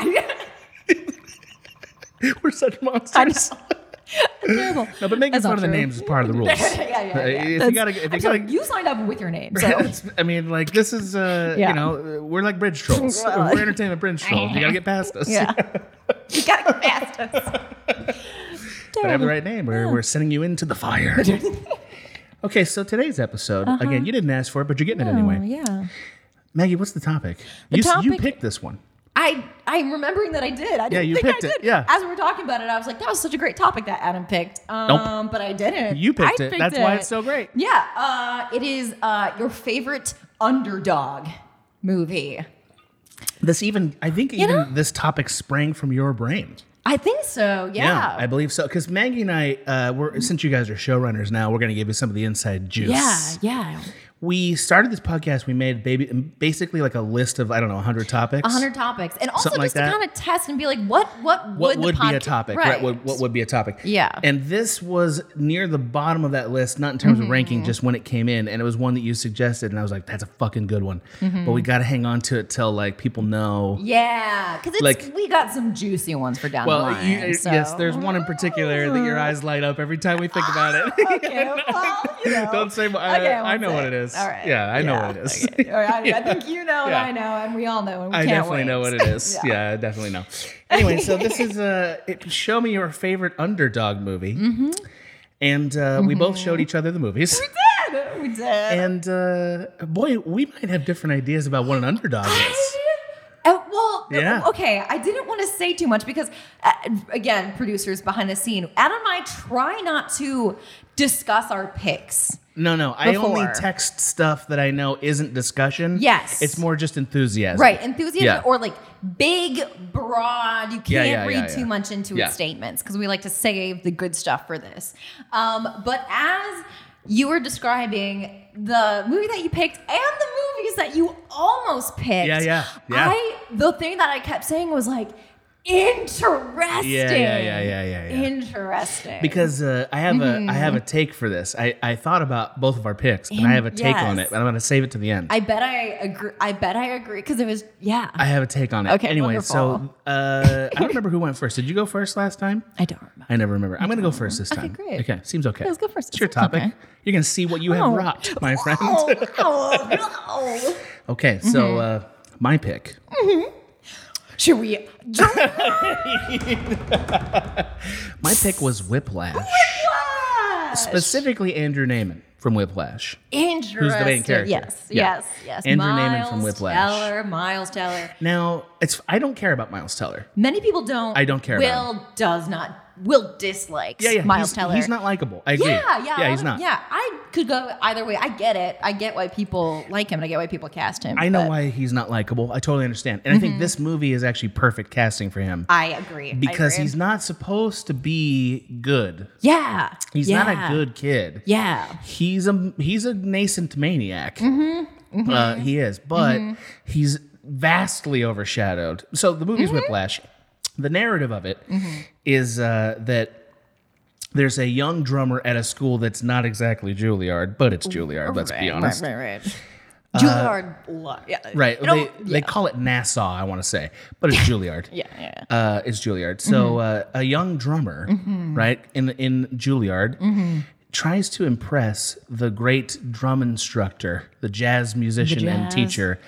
[SPEAKER 3] <laughs>
[SPEAKER 2] <laughs> We're such monsters.
[SPEAKER 3] I know. Terrible. <laughs>
[SPEAKER 2] No, but making
[SPEAKER 3] That's
[SPEAKER 2] fun
[SPEAKER 3] not
[SPEAKER 2] of the
[SPEAKER 3] true.
[SPEAKER 2] names is part of
[SPEAKER 3] <laughs>
[SPEAKER 2] the rules.
[SPEAKER 3] yeah, yeah, yeah.
[SPEAKER 2] Uh, If
[SPEAKER 3] That's-
[SPEAKER 2] you gotta, if
[SPEAKER 3] I'm
[SPEAKER 2] you
[SPEAKER 3] sorry,
[SPEAKER 2] gotta,
[SPEAKER 3] you signed up with your name,
[SPEAKER 2] <laughs>
[SPEAKER 3] so
[SPEAKER 2] It's- I mean, like this is, uh,
[SPEAKER 3] Yeah.
[SPEAKER 2] you know, we're like bridge <laughs> trolls.
[SPEAKER 3] Well-
[SPEAKER 2] we're entertainment bridge trolls. You gotta get past us. <laughs>
[SPEAKER 3] yeah, you gotta get past us.
[SPEAKER 2] Gotta have
[SPEAKER 3] Terrible.
[SPEAKER 2] the right name. We're, we're sending you into the <laughs> fire. okay, so today's episode again, you didn't ask for it, but you're getting it
[SPEAKER 3] Oh,
[SPEAKER 2] anyway.
[SPEAKER 3] yeah.
[SPEAKER 2] Maggie, what's the topic? you s- you
[SPEAKER 3] topic-
[SPEAKER 2] picked this one.
[SPEAKER 3] I I'm remembering that I did. I didn't
[SPEAKER 2] you
[SPEAKER 3] think
[SPEAKER 2] picked
[SPEAKER 3] I
[SPEAKER 2] it,
[SPEAKER 3] did.
[SPEAKER 2] yeah.
[SPEAKER 3] As we were talking about it, I was like, that was such a great topic that Adam picked. Um, but I didn't.
[SPEAKER 2] You Uh, picked
[SPEAKER 3] I
[SPEAKER 2] it. That's why it's so great.
[SPEAKER 3] Yeah. Uh, it is uh, your favorite underdog movie.
[SPEAKER 2] This even, I think, even
[SPEAKER 3] know?
[SPEAKER 2] this topic sprang from your brain.
[SPEAKER 3] I think so. Yeah.
[SPEAKER 2] I believe so. Because Maggie and I, uh, we're since you guys are showrunners now, we're gonna give you some of the inside juice.
[SPEAKER 3] yeah. Yeah.
[SPEAKER 2] we started this podcast. We made baby, basically like a list of I don't know hundred topics.
[SPEAKER 3] 100 topics and also
[SPEAKER 2] Something
[SPEAKER 3] just
[SPEAKER 2] like
[SPEAKER 3] to
[SPEAKER 2] that.
[SPEAKER 3] kind of test and be like what what
[SPEAKER 2] What
[SPEAKER 3] would,
[SPEAKER 2] would
[SPEAKER 3] the podca-
[SPEAKER 2] be a topic?
[SPEAKER 3] right,
[SPEAKER 2] Right. What, what would be a topic?
[SPEAKER 3] Yeah.
[SPEAKER 2] And this was near the bottom of that list, not in terms of ranking,
[SPEAKER 3] Mm-hmm.
[SPEAKER 2] just when it came in, and it was one that you suggested, and I was like, "That's a fucking good one."
[SPEAKER 3] Mm-hmm.
[SPEAKER 2] But we got to hang on to it till like people know.
[SPEAKER 3] yeah because
[SPEAKER 2] Like-
[SPEAKER 3] we got some juicy ones for down the
[SPEAKER 2] Well,
[SPEAKER 3] line
[SPEAKER 2] you,
[SPEAKER 3] so.
[SPEAKER 2] yes, there's one in particular that your eyes light up every time we think
[SPEAKER 3] <laughs>
[SPEAKER 2] about it. <laughs>
[SPEAKER 3] okay, well, you know.
[SPEAKER 2] Don't say. I,
[SPEAKER 3] Okay,
[SPEAKER 2] I
[SPEAKER 3] won't
[SPEAKER 2] know
[SPEAKER 3] say
[SPEAKER 2] what it is.
[SPEAKER 3] All right.
[SPEAKER 2] Yeah, I know what it is.
[SPEAKER 3] Okay. All right. I think you
[SPEAKER 2] Yeah.
[SPEAKER 3] know, and I know, and we all know, and we
[SPEAKER 2] I
[SPEAKER 3] can't
[SPEAKER 2] definitely
[SPEAKER 3] wait.
[SPEAKER 2] know <laughs> what it is. yeah. I definitely know. Anyway, so <laughs> this is uh, it, show me your favorite underdog movie, and uh, we both showed each other the <laughs> movies.
[SPEAKER 3] Yeah, we did.
[SPEAKER 2] And uh, boy, we might have different ideas about what an underdog is.
[SPEAKER 3] Uh, well, no,
[SPEAKER 2] Yeah.
[SPEAKER 3] okay. I didn't want to say too much because, uh, again, producers behind the scene, Adam and I try not to discuss our picks.
[SPEAKER 2] No, no, I only
[SPEAKER 3] Before.
[SPEAKER 2] text stuff that I know isn't discussion.
[SPEAKER 3] Yes.
[SPEAKER 2] it's more just enthusiasm.
[SPEAKER 3] Right, enthusiasm
[SPEAKER 2] Yeah.
[SPEAKER 3] or like big, broad. You can't
[SPEAKER 2] Yeah, yeah,
[SPEAKER 3] read
[SPEAKER 2] yeah,
[SPEAKER 3] too
[SPEAKER 2] yeah.
[SPEAKER 3] much into
[SPEAKER 2] Yeah.
[SPEAKER 3] its statements because we like to save the good stuff for this. Um, but as you were describing the movie that you picked and the movies that you almost picked,
[SPEAKER 2] Yeah, yeah, yeah.
[SPEAKER 3] I the thing that I kept saying was like. Interesting.
[SPEAKER 2] Yeah, yeah, yeah, yeah, yeah, yeah.
[SPEAKER 3] Interesting.
[SPEAKER 2] because uh, I have a I have a take for this. I, I thought about both of our picks and I have a take on
[SPEAKER 3] Yes.
[SPEAKER 2] it, but I'm going to save it to the end. I,
[SPEAKER 3] I bet I agree. I bet I agree because it was yeah. I,
[SPEAKER 2] have a take on it.
[SPEAKER 3] Okay,
[SPEAKER 2] Anyway,
[SPEAKER 3] wonderful.
[SPEAKER 2] so uh, I don't remember who went first. Did you go first last time? <laughs>
[SPEAKER 3] don't remember.
[SPEAKER 2] I never remember. I'm going to go first this time.
[SPEAKER 3] great.
[SPEAKER 2] Okay, seems okay.
[SPEAKER 3] let's go first.
[SPEAKER 2] It's your
[SPEAKER 3] Sounds
[SPEAKER 2] topic.
[SPEAKER 3] okay.
[SPEAKER 2] You're going to see what you have
[SPEAKER 3] Oh.
[SPEAKER 2] rocked, my friend. <laughs>
[SPEAKER 3] Oh, oh, no.
[SPEAKER 2] okay, so uh, my pick.
[SPEAKER 3] Should we?
[SPEAKER 2] My pick was Whiplash, specifically Andrew Naaman from Whiplash.
[SPEAKER 3] Interesting.
[SPEAKER 2] Who's the main character?
[SPEAKER 3] Yes,
[SPEAKER 2] Yeah.
[SPEAKER 3] yes, yes.
[SPEAKER 2] Andrew
[SPEAKER 3] Miles
[SPEAKER 2] Neiman from Whiplash.
[SPEAKER 3] Teller, Miles Teller.
[SPEAKER 2] Now, it's I don't care about Miles Teller.
[SPEAKER 3] Many people don't.
[SPEAKER 2] I don't care about
[SPEAKER 3] Will does not. Will dislikes
[SPEAKER 2] Yeah, yeah.
[SPEAKER 3] Miles
[SPEAKER 2] he's,
[SPEAKER 3] Teller.
[SPEAKER 2] He's not likable. I agree.
[SPEAKER 3] Yeah, yeah. a lot
[SPEAKER 2] he's
[SPEAKER 3] of-
[SPEAKER 2] not.
[SPEAKER 3] Yeah, I could go either way. I get it. I get why people like him, and I get why people cast him.
[SPEAKER 2] I know
[SPEAKER 3] but Mm-hmm.
[SPEAKER 2] why he's not likable. I totally understand. And I think this movie is actually perfect casting for him
[SPEAKER 3] I agree I
[SPEAKER 2] because
[SPEAKER 3] agree.
[SPEAKER 2] he's not supposed to be good.
[SPEAKER 3] yeah.
[SPEAKER 2] He's not
[SPEAKER 3] yeah,
[SPEAKER 2] a good kid.
[SPEAKER 3] Yeah.
[SPEAKER 2] He's a he's a nascent maniac.
[SPEAKER 3] Mm-hmm.
[SPEAKER 2] Uh, he is, but he's vastly overshadowed. So the movie's
[SPEAKER 3] Mm-hmm.
[SPEAKER 2] Whiplash. The narrative of it is uh, that there's a young drummer at a school that's not exactly Juilliard, but it's Juilliard. Let's be honest. Uh,
[SPEAKER 3] Right, right, right. Juilliard, lo- yeah,
[SPEAKER 2] Right.
[SPEAKER 3] You
[SPEAKER 2] They,
[SPEAKER 3] know,
[SPEAKER 2] they call it Nassau, I want to say, but it's Juilliard.
[SPEAKER 3] <laughs> yeah, yeah. Mm-hmm.
[SPEAKER 2] Uh, it's Juilliard. So uh, a young drummer, right, in in Juilliard,
[SPEAKER 3] Mm-hmm.
[SPEAKER 2] tries to impress the great drum instructor, the jazz musician and
[SPEAKER 3] jazz- Ah.
[SPEAKER 2] teacher,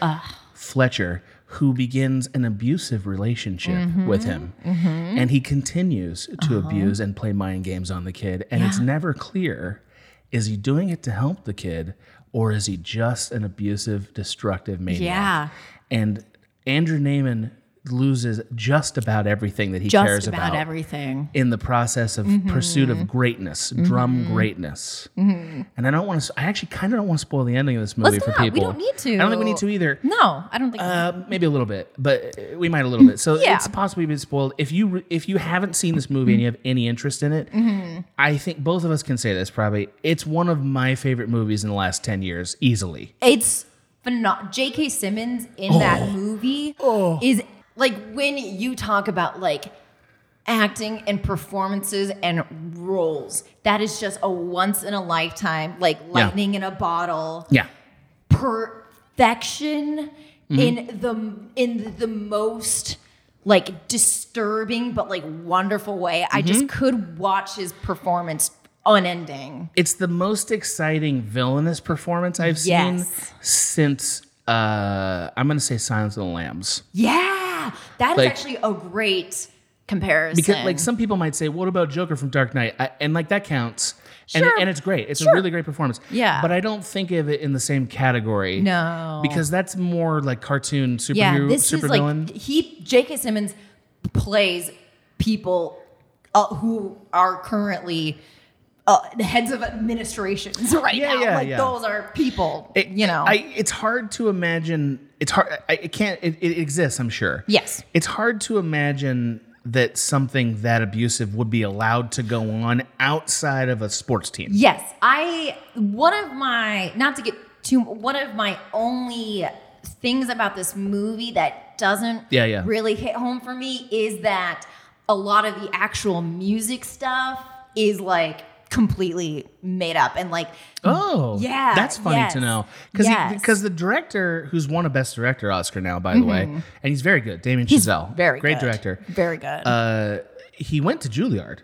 [SPEAKER 2] Fletcher, who begins an abusive relationship
[SPEAKER 3] Mm-hmm.
[SPEAKER 2] with him, and he continues to
[SPEAKER 3] Uh-huh.
[SPEAKER 2] abuse and play mind games on the kid, and it's never clear: is he doing it to help the kid, or is he just an abusive, destructive maniac?
[SPEAKER 3] Yeah.
[SPEAKER 2] And Andrew Naiman loses just about everything that he cares
[SPEAKER 3] Just
[SPEAKER 2] about,
[SPEAKER 3] about, everything. Mm-hmm.
[SPEAKER 2] in the process of pursuit of greatness, drum greatness. And I don't want to. I actually kind of don't want to spoil the ending of this movie
[SPEAKER 3] Mm-hmm. Let's
[SPEAKER 2] for
[SPEAKER 3] not. We
[SPEAKER 2] people.
[SPEAKER 3] don't need to.
[SPEAKER 2] I don't think we need to either.
[SPEAKER 3] No, I don't think.
[SPEAKER 2] Uh, maybe a little bit, but uh, we might a little bit. So
[SPEAKER 3] Yeah.
[SPEAKER 2] it's possibly been spoiled. If you re- if you haven't seen this movie and you have any interest in it,
[SPEAKER 3] Mm-hmm.
[SPEAKER 2] I think both of us can say this probably. It's one of my favorite movies in the last ten years, easily.
[SPEAKER 3] It's phenomenal. J.K. Simmons in
[SPEAKER 2] Oh.
[SPEAKER 3] that movie is like when you talk about like acting and performances and roles. That is just a once in a lifetime, like lightning in a bottle,
[SPEAKER 2] Yeah.
[SPEAKER 3] perfection
[SPEAKER 2] Mm-hmm.
[SPEAKER 3] in the in the most like disturbing but like wonderful way. I
[SPEAKER 2] Mm-hmm.
[SPEAKER 3] just could watch his performance unending.
[SPEAKER 2] It's the most exciting villainous performance I've
[SPEAKER 3] Yes.
[SPEAKER 2] seen since uh I'm gonna say Silence of the Lambs.
[SPEAKER 3] Yeah, that is
[SPEAKER 2] Like-
[SPEAKER 3] actually a great comparison.
[SPEAKER 2] Because like some people might say, What about Joker from Dark Knight? I, and like that counts. And,
[SPEAKER 3] Sure.
[SPEAKER 2] and it's great. It's
[SPEAKER 3] Sure.
[SPEAKER 2] a really great performance.
[SPEAKER 3] Yeah.
[SPEAKER 2] But I don't think of it in the same category.
[SPEAKER 3] No.
[SPEAKER 2] Because that's more like cartoon superhero
[SPEAKER 3] yeah, this is like
[SPEAKER 2] supervillain.
[SPEAKER 3] he J.K. Simmons plays people uh, who are currently uh, the heads of administrations <laughs> right
[SPEAKER 2] Yeah,
[SPEAKER 3] now.
[SPEAKER 2] yeah,
[SPEAKER 3] like
[SPEAKER 2] yeah.
[SPEAKER 3] those are people,
[SPEAKER 2] It-
[SPEAKER 3] you know.
[SPEAKER 2] I, it's hard to imagine. It's hard. I, it can't. It, it exists. I'm sure.
[SPEAKER 3] Yes.
[SPEAKER 2] It's hard to imagine that something that abusive would be allowed to go on outside of a sports team.
[SPEAKER 3] Yes, I one of my not to get too one of my only things about this movie that doesn't
[SPEAKER 2] Yeah, yeah.
[SPEAKER 3] really hit home for me is that a lot of the actual music stuff is like completely made up and like
[SPEAKER 2] Oh,
[SPEAKER 3] Yeah,
[SPEAKER 2] That's funny
[SPEAKER 3] yes,
[SPEAKER 2] to know because
[SPEAKER 3] yes.
[SPEAKER 2] because the director who's won a best director Oscar now, by the way, and he's very good. Damien Chazelle,
[SPEAKER 3] Mm-hmm. very
[SPEAKER 2] great
[SPEAKER 3] good.
[SPEAKER 2] director.
[SPEAKER 3] very good.
[SPEAKER 2] Uh, he went to Juilliard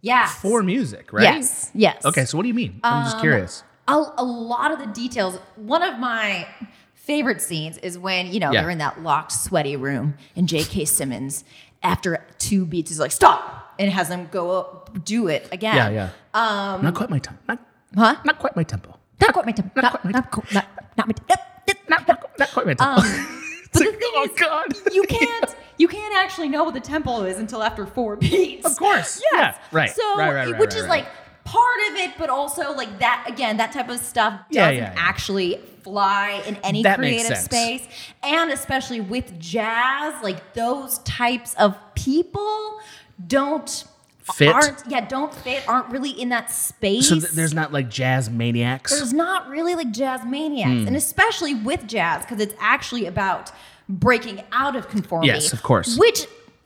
[SPEAKER 3] yeah.
[SPEAKER 2] for music, right?
[SPEAKER 3] Yes. Um, Yes.
[SPEAKER 2] Okay, so what do you mean? I'm just curious.
[SPEAKER 3] a, a lot of the details. One of my favorite scenes is when you know
[SPEAKER 2] Yeah.
[SPEAKER 3] they're in that locked, sweaty room, and J.K. Simmons, after two beats, is like, "Stop!" and has them go up, do it again.
[SPEAKER 2] Yeah, yeah. Um, not quite my time. Not,
[SPEAKER 3] Huh?
[SPEAKER 2] not quite my tempo.
[SPEAKER 3] Not quite my temp. Not,
[SPEAKER 2] quite my
[SPEAKER 3] not, co- not, not my temp.
[SPEAKER 2] not, not, not quite my tempo.
[SPEAKER 3] But the
[SPEAKER 2] <laughs> It's like,
[SPEAKER 3] thing
[SPEAKER 2] oh
[SPEAKER 3] is,
[SPEAKER 2] god.
[SPEAKER 3] you can't you can't actually know what the tempo is until after four beats.
[SPEAKER 2] Of course.
[SPEAKER 3] Yes.
[SPEAKER 2] Yeah. Right.
[SPEAKER 3] So,
[SPEAKER 2] Right, right, right,
[SPEAKER 3] which
[SPEAKER 2] right,
[SPEAKER 3] is
[SPEAKER 2] right.
[SPEAKER 3] like part of it, but also like that again, that type of stuff doesn't
[SPEAKER 2] Yeah, yeah, yeah.
[SPEAKER 3] actually fly in any
[SPEAKER 2] That makes
[SPEAKER 3] creative
[SPEAKER 2] sense.
[SPEAKER 3] space, and especially with jazz, like those types of people don't
[SPEAKER 2] Fit.
[SPEAKER 3] aren't yeah don't fit aren't really in that space.
[SPEAKER 2] So th- there's not like jazz maniacs.
[SPEAKER 3] There's not really like jazz maniacs,
[SPEAKER 2] Hmm.
[SPEAKER 3] and especially with jazz, because it's actually about breaking out of conformity.
[SPEAKER 2] Yes, of course.
[SPEAKER 3] Which,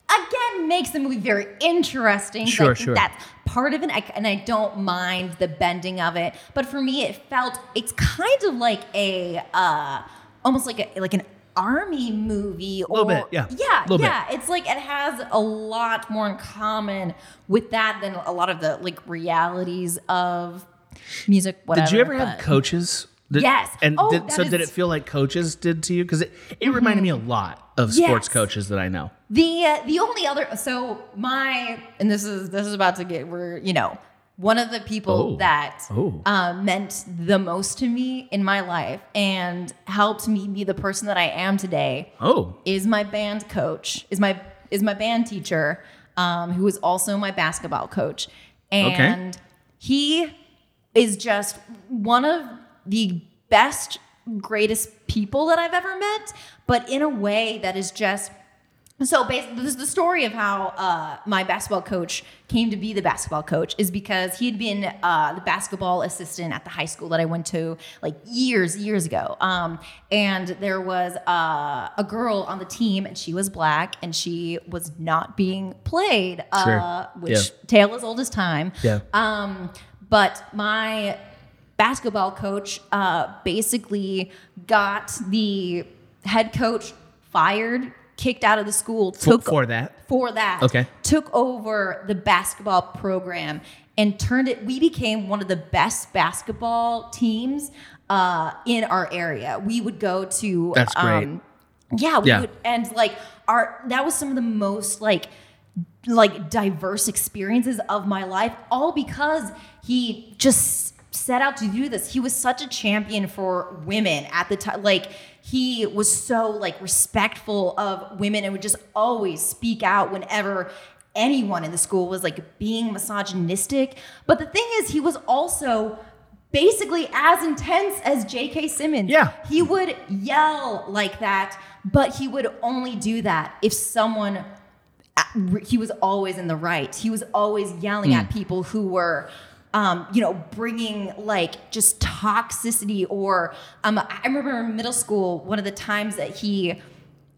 [SPEAKER 3] again, makes the movie very interesting. so I
[SPEAKER 2] Sure,
[SPEAKER 3] think
[SPEAKER 2] sure.
[SPEAKER 3] That's part of it, I, and I don't mind the bending of it. But for me, it felt it's kind of like a uh, almost like a like an army movie. A
[SPEAKER 2] Little bit, yeah.
[SPEAKER 3] yeah,
[SPEAKER 2] Little bit.
[SPEAKER 3] yeah. It's like it has a lot more in common with that than a lot of the like realities of music. Whatever.
[SPEAKER 2] Did you ever have
[SPEAKER 3] but-
[SPEAKER 2] coaches? Did-
[SPEAKER 3] Yes.
[SPEAKER 2] And
[SPEAKER 3] Oh,
[SPEAKER 2] did,
[SPEAKER 3] that
[SPEAKER 2] so did it
[SPEAKER 3] is- Mm-hmm.
[SPEAKER 2] feel like coaches did to you? Because it, it reminded me a lot of sports
[SPEAKER 3] Yes.
[SPEAKER 2] coaches that I know.
[SPEAKER 3] The uh, the only other so my and this is this is about to get we're you know one of the people
[SPEAKER 2] Oh.
[SPEAKER 3] that
[SPEAKER 2] Oh.
[SPEAKER 3] uh, meant the most to me in my life and helped me be the person that I am today
[SPEAKER 2] Oh,
[SPEAKER 3] is my band coach is my is my band teacher um, who is also my basketball coach and he is just one of the best greatest people that i've ever met but in a way that is just so basically this is the story of how uh, my basketball coach came to be the basketball coach is because he had been uh, the basketball assistant at the high school that i went to like years years ago um, and there was uh, a girl on the team and she was black and she was not being played
[SPEAKER 2] Sure.
[SPEAKER 3] uh, which
[SPEAKER 2] Yeah.
[SPEAKER 3] tale as old as time
[SPEAKER 2] yeah.
[SPEAKER 3] um, but my basketball coach uh, basically got the head coach fired, kicked out of the school,
[SPEAKER 2] for,
[SPEAKER 3] took
[SPEAKER 2] for that.
[SPEAKER 3] for that.
[SPEAKER 2] Okay.
[SPEAKER 3] Took over the basketball program and turned it. We became one of the best basketball teams uh, in our area. We would go to.
[SPEAKER 2] That's great.
[SPEAKER 3] Um, yeah. We
[SPEAKER 2] Yeah.
[SPEAKER 3] Would, and like our that was some of the most like like diverse experiences of my life, all because he just set out to do this. He was such a champion for women at the time. Like he was so like respectful of women and would just always speak out whenever anyone in the school was like being misogynistic. But the thing is, he was also basically as intense as J.K. Simmons.
[SPEAKER 2] Yeah.
[SPEAKER 3] He would yell like that, but he would only do that if someone he was always in the right. He was always yelling
[SPEAKER 2] Mm.
[SPEAKER 3] at people who were, um, you know, bringing like just toxicity. Or um, I remember in middle school, one of the times that he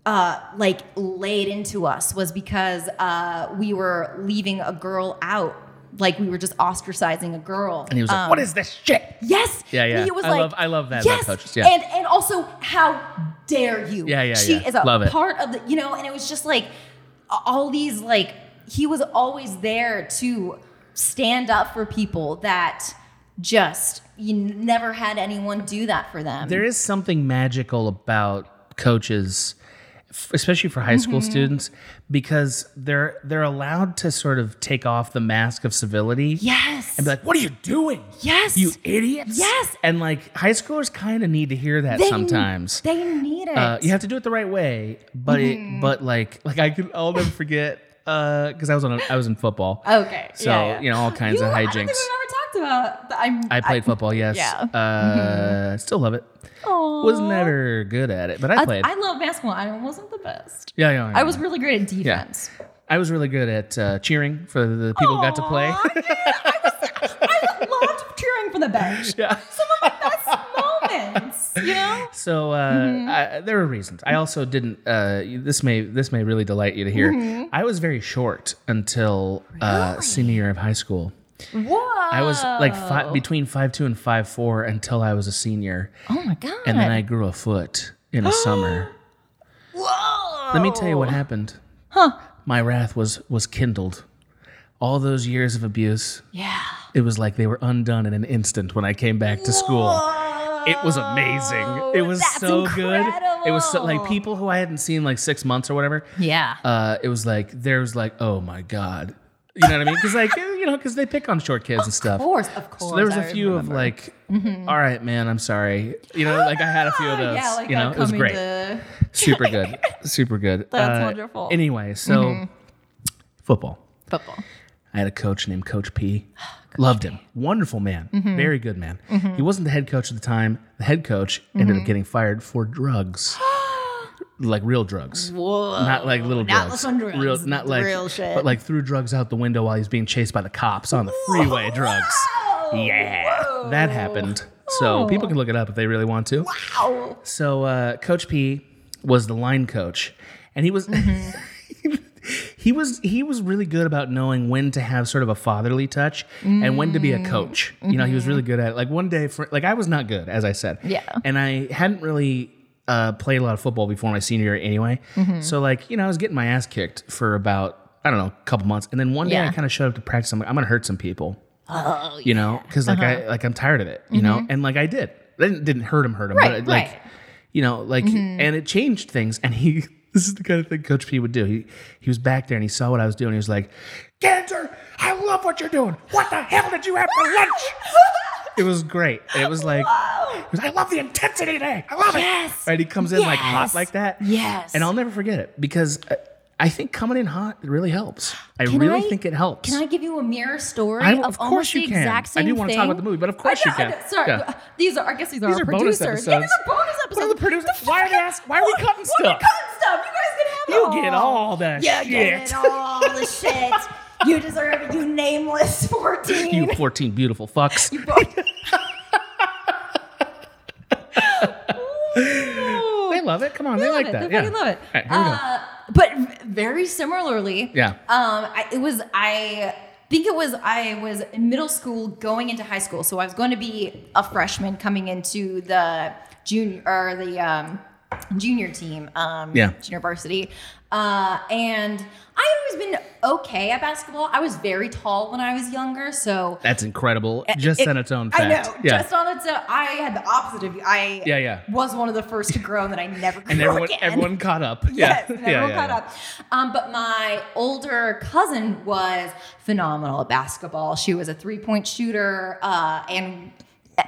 [SPEAKER 3] uh, like laid into us was because uh, we were leaving a girl out. Like we were just ostracizing a girl.
[SPEAKER 2] And he was like,
[SPEAKER 3] Um,
[SPEAKER 2] "What is this shit?"
[SPEAKER 3] Yes.
[SPEAKER 2] Yeah, yeah.
[SPEAKER 3] And he was
[SPEAKER 2] I
[SPEAKER 3] like,
[SPEAKER 2] love- I love that about
[SPEAKER 3] Yes.
[SPEAKER 2] coaches, yeah.
[SPEAKER 3] And and also, how dare you?
[SPEAKER 2] Yeah, yeah,
[SPEAKER 3] She
[SPEAKER 2] yeah.
[SPEAKER 3] is a
[SPEAKER 2] Love it.
[SPEAKER 3] part of the, you know. And it was just like all these like he was always there to stand up for people that just you never had anyone do that for them.
[SPEAKER 2] There is something magical about coaches, f- especially for high school
[SPEAKER 3] Mm-hmm.
[SPEAKER 2] students, because they're they're allowed to sort of take off the mask of civility.
[SPEAKER 3] yes.
[SPEAKER 2] And be like, what are you doing?
[SPEAKER 3] yes.
[SPEAKER 2] You idiots.
[SPEAKER 3] Yes.
[SPEAKER 2] And like high schoolers kind of need to hear that
[SPEAKER 3] They-
[SPEAKER 2] sometimes.
[SPEAKER 3] they need Mm-hmm. it.
[SPEAKER 2] Uh, you have to do it the right way, but it, but like like I could I'll never forget because I was on a, I was in football.
[SPEAKER 3] okay.
[SPEAKER 2] So
[SPEAKER 3] Oh, yeah, yeah.
[SPEAKER 2] you know all kinds of
[SPEAKER 3] You- I don't
[SPEAKER 2] hijinks.
[SPEAKER 3] think we've ever talked about. The, I'm.
[SPEAKER 2] I played football, yes.
[SPEAKER 3] Yeah. Mm-hmm.
[SPEAKER 2] Uh, Still love it.
[SPEAKER 3] Aw.
[SPEAKER 2] Was never good at it, but I,
[SPEAKER 3] I,
[SPEAKER 2] played.
[SPEAKER 3] I love basketball. I wasn't the best.
[SPEAKER 2] yeah, yeah, yeah.
[SPEAKER 3] I was really great at defense.
[SPEAKER 2] I was really good at uh, cheering for the people who got to play.
[SPEAKER 3] Aw, yeah, I, was, I loved cheering for
[SPEAKER 2] <laughs>
[SPEAKER 3] the <laughs> bench.
[SPEAKER 2] yeah.
[SPEAKER 3] Some of my best moments, you know? Mm-hmm.
[SPEAKER 2] So uh, I, there were reasons. I also didn't. Uh, you- this may this may really delight you to hear.
[SPEAKER 3] Mm-hmm.
[SPEAKER 2] I was very short until uh, senior year of high school.
[SPEAKER 3] Whoa.
[SPEAKER 2] I was like fi- between five two and five four until I was a senior,
[SPEAKER 3] Oh my God.
[SPEAKER 2] and then I grew a foot in a
[SPEAKER 3] <gasps>
[SPEAKER 2] summer.
[SPEAKER 3] Whoa.
[SPEAKER 2] Let me tell you what happened.
[SPEAKER 3] Oh. Huh.
[SPEAKER 2] My wrath was was kindled. All those years of abuse,
[SPEAKER 3] Yeah.
[SPEAKER 2] it was like they were undone in an instant when I came back to school. It was amazing. It was
[SPEAKER 3] Oh, That's
[SPEAKER 2] so good. It was so like
[SPEAKER 3] incredible.
[SPEAKER 2] people who I hadn't seen like six months or whatever.
[SPEAKER 3] Yeah.
[SPEAKER 2] Uh, it was like there was like oh my god, you know what I mean? Because like <laughs> you know because they pick on short kids and stuff.
[SPEAKER 3] of course, of course.
[SPEAKER 2] So there was
[SPEAKER 3] a
[SPEAKER 2] a few of like, "All right, man, I'm sorry. You know, like I had a few of those.
[SPEAKER 3] Mm-hmm. <laughs> Yeah, like
[SPEAKER 2] you know,
[SPEAKER 3] that
[SPEAKER 2] it was
[SPEAKER 3] coming
[SPEAKER 2] great,
[SPEAKER 3] to- <laughs>
[SPEAKER 2] super good, super good. Uh,
[SPEAKER 3] That's wonderful. Mm-hmm.
[SPEAKER 2] Anyway, so football.
[SPEAKER 3] football.
[SPEAKER 2] I had a coach named Coach
[SPEAKER 3] <gasps>
[SPEAKER 2] P. Loved him. Wonderful man.
[SPEAKER 3] Mm-hmm.
[SPEAKER 2] Very good man. He wasn't the head coach at the time. The head coach ended
[SPEAKER 3] Mm-hmm.
[SPEAKER 2] up getting fired for
[SPEAKER 3] <gasps>
[SPEAKER 2] drugs. like real drugs.
[SPEAKER 3] Whoa.
[SPEAKER 2] Not like little
[SPEAKER 3] Not
[SPEAKER 2] drugs.
[SPEAKER 3] some drugs.
[SPEAKER 2] Real, not like
[SPEAKER 3] Real shit.
[SPEAKER 2] But like threw drugs out the window while he's being chased by the cops on the freeway drugs. Yeah. That happened. So people can look it up if they really want to.
[SPEAKER 3] Ow.
[SPEAKER 4] Mm-hmm.
[SPEAKER 2] So uh, Coach P was the line coach, and he was <laughs> he was he was really good about knowing when to have sort of a fatherly touch and when to be
[SPEAKER 4] Mm.
[SPEAKER 2] a coach. You know, he was really good at it. like one day for like I was not good as I said.
[SPEAKER 4] Mm-hmm. Yeah.
[SPEAKER 2] And I hadn't really uh, played a lot of football before my senior year anyway.
[SPEAKER 4] Mm-hmm.
[SPEAKER 2] So like, you know, I was getting my ass kicked for about I don't know, a couple months. And then one day I
[SPEAKER 4] Yeah.
[SPEAKER 2] kind of showed up to practice. I'm like, I'm gonna hurt some people
[SPEAKER 4] Oh,
[SPEAKER 2] you know because like i
[SPEAKER 4] Uh-huh.
[SPEAKER 2] like i'm tired of it you know and like i did I didn't, didn't hurt him hurt him but
[SPEAKER 4] Mm-hmm. Right,
[SPEAKER 2] like
[SPEAKER 4] right. Mm-hmm.
[SPEAKER 2] you know like and it changed things and he <laughs> this is the kind of thing coach p would do he he was back there and he saw what i was doing he was like cancer i love what you're doing what the hell did you have for
[SPEAKER 4] <laughs>
[SPEAKER 2] lunch it was great And it was like
[SPEAKER 4] Wow.
[SPEAKER 2] he was, i love the intensity today i love
[SPEAKER 4] Yes.
[SPEAKER 2] it right he comes in like hot
[SPEAKER 4] Yes.
[SPEAKER 2] like that
[SPEAKER 4] Yes.
[SPEAKER 2] and i'll never forget it because I, I think coming in hot really helps i
[SPEAKER 4] Can
[SPEAKER 2] really
[SPEAKER 4] I-
[SPEAKER 2] think it helps
[SPEAKER 4] Can I give you a mirror story
[SPEAKER 2] I-
[SPEAKER 4] of,
[SPEAKER 2] of course
[SPEAKER 4] almost
[SPEAKER 2] you
[SPEAKER 4] the
[SPEAKER 2] can.
[SPEAKER 4] exact
[SPEAKER 2] I
[SPEAKER 4] same
[SPEAKER 2] do
[SPEAKER 4] thing?
[SPEAKER 2] wanna talk about the movie, but of course
[SPEAKER 4] I
[SPEAKER 2] you
[SPEAKER 4] know, I
[SPEAKER 2] can.
[SPEAKER 4] know. Sorry, uh,
[SPEAKER 2] Yeah.
[SPEAKER 4] these are I guess these are
[SPEAKER 2] These
[SPEAKER 4] our
[SPEAKER 2] are bonus
[SPEAKER 4] producers. Yeah, these
[SPEAKER 2] episodes.
[SPEAKER 4] are bonus
[SPEAKER 2] What
[SPEAKER 4] episodes.
[SPEAKER 2] are the producer-
[SPEAKER 4] The
[SPEAKER 2] why are they
[SPEAKER 4] fuck-
[SPEAKER 2] ask- why are we cutting
[SPEAKER 4] Why are
[SPEAKER 2] stuff?
[SPEAKER 4] we cutting stuff? You guys can
[SPEAKER 2] you
[SPEAKER 4] have it
[SPEAKER 2] get all that
[SPEAKER 4] Yeah,
[SPEAKER 2] shit
[SPEAKER 4] get it all the shit. You deserve it. You nameless <laughs> fourteen.
[SPEAKER 2] you 14 beautiful fucks <laughs> They love it. Come on, they
[SPEAKER 4] love
[SPEAKER 2] like
[SPEAKER 4] it.
[SPEAKER 2] that.
[SPEAKER 4] They
[SPEAKER 2] yeah.
[SPEAKER 4] fucking love it.
[SPEAKER 2] All right, here we go.
[SPEAKER 4] Uh, but v- very similarly,
[SPEAKER 2] Yeah.
[SPEAKER 4] Um, I, it was I think it was I was in middle school going into high school, so I was going to be a freshman coming into the junior or the um, junior team, um,
[SPEAKER 2] Yeah.
[SPEAKER 4] junior varsity. Uh, and I had always been okay at basketball. I was very tall when I was younger, so
[SPEAKER 2] That's incredible. Just
[SPEAKER 4] it-
[SPEAKER 2] on its own
[SPEAKER 4] I
[SPEAKER 2] fact.
[SPEAKER 4] know.
[SPEAKER 2] yeah.
[SPEAKER 4] Just on its own. I had the opposite of you. I
[SPEAKER 2] Yeah, yeah.
[SPEAKER 4] was one of the first to grow, and then I never grew
[SPEAKER 2] and everyone
[SPEAKER 4] again.
[SPEAKER 2] everyone caught up.
[SPEAKER 4] Yes,
[SPEAKER 2] yeah.
[SPEAKER 4] and everyone caught up. Um, but my older cousin was phenomenal at basketball. She was a three point shooter, uh, and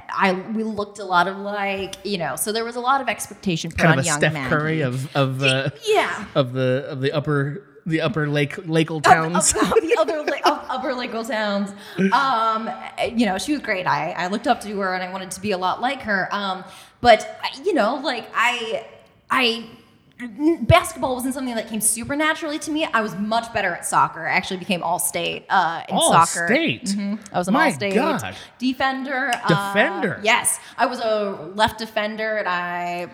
[SPEAKER 4] I we looked a lot of like you know, so there was a lot of expectation put
[SPEAKER 2] Kind
[SPEAKER 4] on
[SPEAKER 2] of a
[SPEAKER 4] young
[SPEAKER 2] Steph
[SPEAKER 4] Maggie.
[SPEAKER 2] Curry of of uh,
[SPEAKER 4] yeah.
[SPEAKER 2] of the of the upper the upper lake Lakeland
[SPEAKER 4] Of,
[SPEAKER 2] towns.
[SPEAKER 4] of,
[SPEAKER 2] <laughs>
[SPEAKER 4] of the other li- of upper Lakeville towns, um, you know, she was great. I, I looked up to her and I wanted to be a lot like her. Um, but you know, like I I basketball wasn't something that came super naturally to me. I was much better at soccer. I actually became all state uh, in
[SPEAKER 2] All
[SPEAKER 4] soccer.
[SPEAKER 2] state.
[SPEAKER 4] I was an
[SPEAKER 2] Oh My
[SPEAKER 4] all-state
[SPEAKER 2] God.
[SPEAKER 4] defender. uh,
[SPEAKER 2] Defender.
[SPEAKER 4] yes, I was a left defender, and I,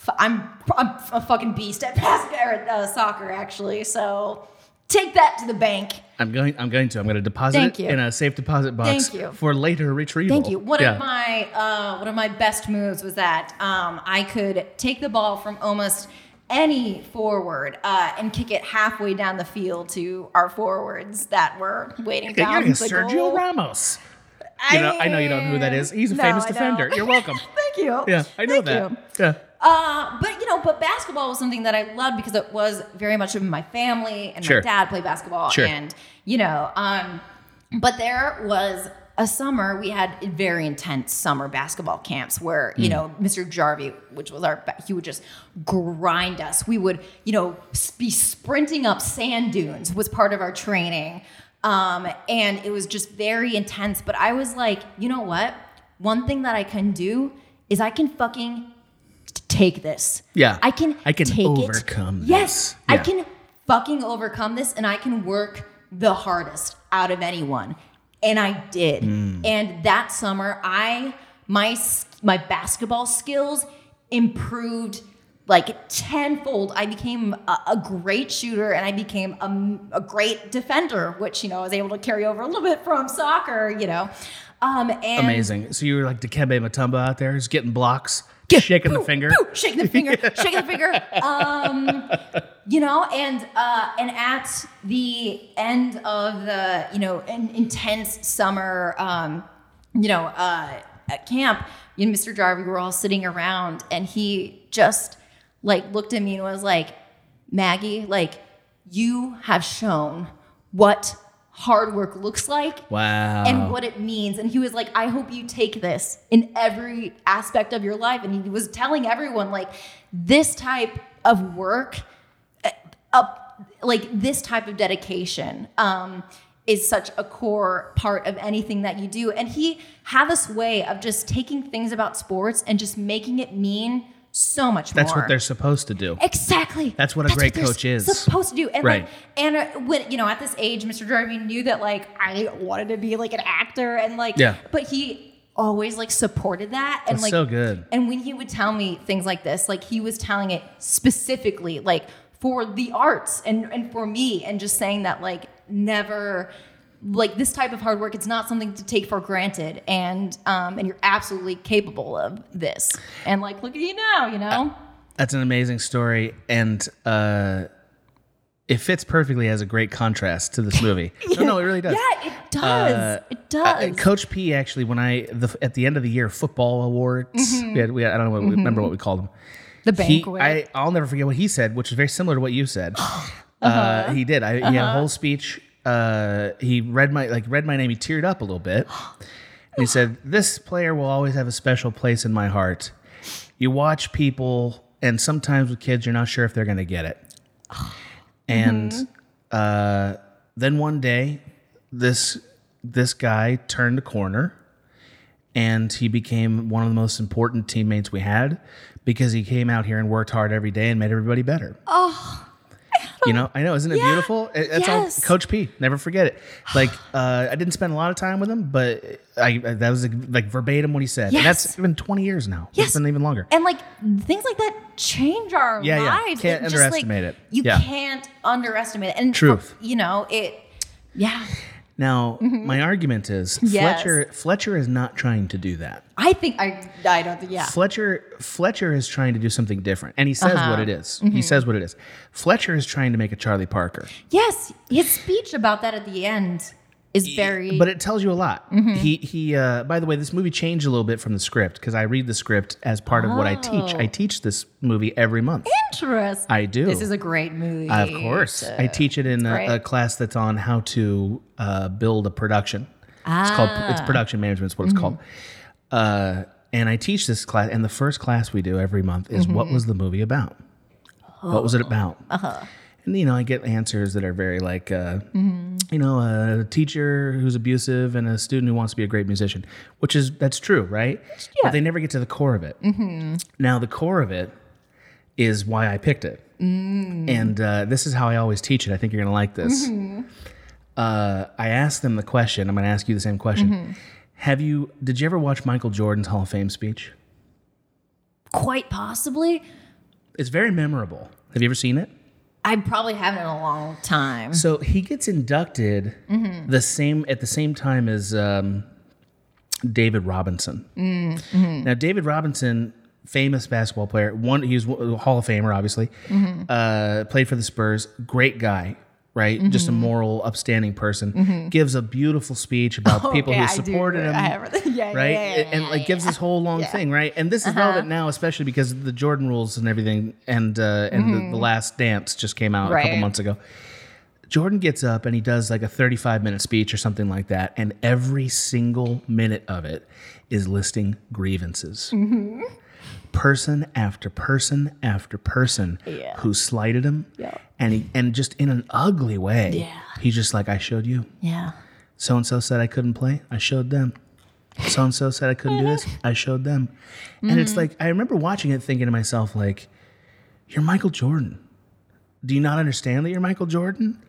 [SPEAKER 4] f- I'm, I'm a fucking beast at <laughs> basketball or at, uh, soccer, actually. So take that to the bank.
[SPEAKER 2] I'm going I'm going to. I'm gonna deposit
[SPEAKER 4] Thank
[SPEAKER 2] it
[SPEAKER 4] you.
[SPEAKER 2] in a safe deposit box
[SPEAKER 4] Thank you.
[SPEAKER 2] for later retrieval.
[SPEAKER 4] Thank you. One
[SPEAKER 2] yeah.
[SPEAKER 4] of my uh, one of my best moves was that um, I could take the ball from almost any forward uh, and kick it halfway down the field to our forwards that were waiting
[SPEAKER 2] Okay, you're
[SPEAKER 4] down
[SPEAKER 2] like a
[SPEAKER 4] the
[SPEAKER 2] Sergio
[SPEAKER 4] goal.
[SPEAKER 2] Ramos. You know, I know you don't know who that is. He's a
[SPEAKER 4] No,
[SPEAKER 2] famous
[SPEAKER 4] I don't.
[SPEAKER 2] defender. You're
[SPEAKER 4] <laughs>
[SPEAKER 2] welcome.
[SPEAKER 4] Thank you.
[SPEAKER 2] Yeah, I know
[SPEAKER 4] Thank
[SPEAKER 2] that.
[SPEAKER 4] you.
[SPEAKER 2] Yeah.
[SPEAKER 4] Uh, but you know, but basketball was something that I loved because it was very much in my family, and
[SPEAKER 2] Sure.
[SPEAKER 4] my dad played basketball,
[SPEAKER 2] Sure.
[SPEAKER 4] and you know, um, but there was a summer we had very intense summer basketball camps where you know Mr. Jarvie, which was our, ba- he would just grind us. We would you know s- be sprinting up sand dunes was part of our training, um, and it was just very intense. But I was like, you know what? One thing that I can do is I can fucking t- take this.
[SPEAKER 2] Yeah.
[SPEAKER 4] I can
[SPEAKER 2] I can
[SPEAKER 4] take it.
[SPEAKER 2] overcome
[SPEAKER 4] Yes.
[SPEAKER 2] this.
[SPEAKER 4] I
[SPEAKER 2] Yeah.
[SPEAKER 4] can fucking overcome this and I can work the hardest out of anyone. And I did. And that summer I my s- my basketball skills improved like tenfold. I became a, a great shooter and I became a, m- a great defender, which you know I was able to carry over a little bit from soccer, you know. Um, and
[SPEAKER 2] Amazing. So you were like Dikembe Mutombo out there, just getting blocks, shaking the
[SPEAKER 4] Pooh,
[SPEAKER 2] finger.
[SPEAKER 4] pooh, shake the finger, shake the finger. Um, you know, and uh, and at the end of the you know an intense summer, um, you know, uh, at camp, you and Mr. Jarvie were all sitting around, and he just like looked at me and was like, Maggie, like you have shown what hard work looks like
[SPEAKER 2] Wow.
[SPEAKER 4] and what it means. And he was like, I hope you take this in every aspect of your life. And he was telling everyone, like, this type of work, uh, up, like, this type of dedication um, is such a core part of anything that you do. And he had this way of just taking things about sports and just making it mean so much
[SPEAKER 2] That's
[SPEAKER 4] more.
[SPEAKER 2] what they're supposed to do.
[SPEAKER 4] Exactly.
[SPEAKER 2] That's what a great
[SPEAKER 4] they're
[SPEAKER 2] coach is.
[SPEAKER 4] supposed to do. And
[SPEAKER 2] Right.
[SPEAKER 4] like, and uh, when you know, at this age, Mr. Jarvie knew that like I wanted to be like an actor, and like,
[SPEAKER 2] Yeah.
[SPEAKER 4] But he always like supported that, and
[SPEAKER 2] That's
[SPEAKER 4] like
[SPEAKER 2] so good.
[SPEAKER 4] And when he would tell me things like this, like he was telling it specifically, like
[SPEAKER 3] for the arts and and for me and just saying that like never like this type of hard work it's not something to take for granted and um and you're absolutely capable of this and like look at you
[SPEAKER 2] Uh,
[SPEAKER 3] now you know
[SPEAKER 2] That's an amazing story, and uh, it fits perfectly as a great contrast to this
[SPEAKER 3] <laughs>
[SPEAKER 2] movie. No, no, it really does.
[SPEAKER 3] yeah it does
[SPEAKER 2] Uh,
[SPEAKER 3] it does
[SPEAKER 2] Uh, Coach P actually, when I the, at the end of the year football awards, we had, we had, I don't know what, we remember what we called them.
[SPEAKER 3] Mm-hmm. the
[SPEAKER 2] He,
[SPEAKER 3] banquet
[SPEAKER 2] I, I'll never forget what he said, which is very similar to what you
[SPEAKER 3] <gasps>
[SPEAKER 2] said. uh
[SPEAKER 3] Uh-huh.
[SPEAKER 2] he did. I, He had a whole speech. Uh, he read my like read my name. He teared up a little
[SPEAKER 3] <gasps>
[SPEAKER 2] bit. And he said, "This player will always have a special place in my heart." You watch people, and sometimes with kids, you're not sure if they're going to
[SPEAKER 3] <sighs>
[SPEAKER 2] get it.
[SPEAKER 3] Mm-hmm.
[SPEAKER 2] And uh, then one day, this this guy turned a corner and he became one of the most important teammates we had because he came out here and worked hard every day and made everybody better. Oh, <laughs> you know, I know, isn't it beautiful? It- That's
[SPEAKER 3] Yes.
[SPEAKER 2] all, Coach P. Never forget it.
[SPEAKER 3] <sighs>
[SPEAKER 2] Like, uh, I didn't spend a lot of time with him, but I, I that was like, like verbatim what he said. And
[SPEAKER 3] Yes.
[SPEAKER 2] that's been twenty years now.
[SPEAKER 3] Yes.
[SPEAKER 2] It's been even longer.
[SPEAKER 3] and like things like that change our
[SPEAKER 2] Yeah, yeah.
[SPEAKER 3] lives.
[SPEAKER 2] Can't
[SPEAKER 3] It just,
[SPEAKER 2] underestimate
[SPEAKER 3] like,
[SPEAKER 2] it.
[SPEAKER 3] You
[SPEAKER 2] Yeah.
[SPEAKER 3] can't underestimate it. And
[SPEAKER 2] Truth.
[SPEAKER 3] you know it. Yeah,
[SPEAKER 2] Now, my argument is
[SPEAKER 3] Mm-hmm. Yes.
[SPEAKER 2] Fletcher. Fletcher is not trying to do that.
[SPEAKER 3] I think I. I don't think. Yeah,
[SPEAKER 2] Fletcher Fletcher is trying to do something different, and he says
[SPEAKER 3] Uh-huh.
[SPEAKER 2] what it is.
[SPEAKER 3] Mm-hmm.
[SPEAKER 2] He says what it is. Fletcher is trying to make a Charlie Parker,
[SPEAKER 3] yes. His speech about that at the end is very. Mm-hmm.
[SPEAKER 2] but it tells you a lot. He he. Uh, by the way, this movie changed a little bit from the script because I read the script as part of what I teach.
[SPEAKER 3] Oh.
[SPEAKER 2] I teach this movie every month.
[SPEAKER 3] interesting.
[SPEAKER 2] I do.
[SPEAKER 3] This is a great movie.
[SPEAKER 2] of course, I teach it in
[SPEAKER 3] great.
[SPEAKER 2] a, a class that's on how to uh, build a production. It's called it's production management. Is what it's called. Uh, and I teach this class, and the first class we do every month is what was the movie about? What was it about? And you know, I get answers that are very like, uh, you know, a teacher who's abusive and a student who wants to be a great musician, which is that's true, right? But they never get to the core of it. Now, the core of it is why I picked it, and uh, this is how I always teach it. I think you're gonna like this. Uh, I asked them the question. I'm gonna ask you the same question. Have you? Did you ever watch Michael Jordan's Hall of Fame speech?
[SPEAKER 3] Quite possibly.
[SPEAKER 2] It's very memorable. Have you ever seen it?
[SPEAKER 3] I probably haven't in a long time. Mm-hmm.
[SPEAKER 2] So he gets inducted the same at the same time as um, David Robinson.
[SPEAKER 3] Mm-hmm.
[SPEAKER 2] Now David Robinson, famous basketball player, one he was a Hall of Famer, obviously.
[SPEAKER 3] Mm-hmm.
[SPEAKER 2] Uh, played for the Spurs. Great guy. Right, just
[SPEAKER 3] Mm-hmm.
[SPEAKER 2] a moral, upstanding person gives a beautiful speech
[SPEAKER 3] <laughs>
[SPEAKER 2] about
[SPEAKER 3] Oh,
[SPEAKER 2] people who supported him
[SPEAKER 3] yeah, Uh-huh.
[SPEAKER 2] right? and like gives this whole long thing, right? And this is relevant now, especially because of the Jordan rules and everything, and uh, and the, the Last Dance just came out a couple
[SPEAKER 3] Mm-hmm. Right.
[SPEAKER 2] months ago. Jordan gets up and he does like a 35 minute speech or something like that, and every single minute of it is listing grievances.
[SPEAKER 3] Mm-hmm.
[SPEAKER 2] Person after person after person
[SPEAKER 3] Yeah.
[SPEAKER 2] who slighted him,
[SPEAKER 3] Yeah.
[SPEAKER 2] and he, and just in an ugly way,
[SPEAKER 3] Yeah.
[SPEAKER 2] he's just like, "I showed you."
[SPEAKER 3] Yeah.
[SPEAKER 2] So and so said I couldn't play. I showed them. So and so said I couldn't do
[SPEAKER 3] <laughs>
[SPEAKER 2] this. I showed them. And it's like I remember watching it, thinking to myself, like, "You're Michael Jordan. Do you not understand that you're Michael Jordan?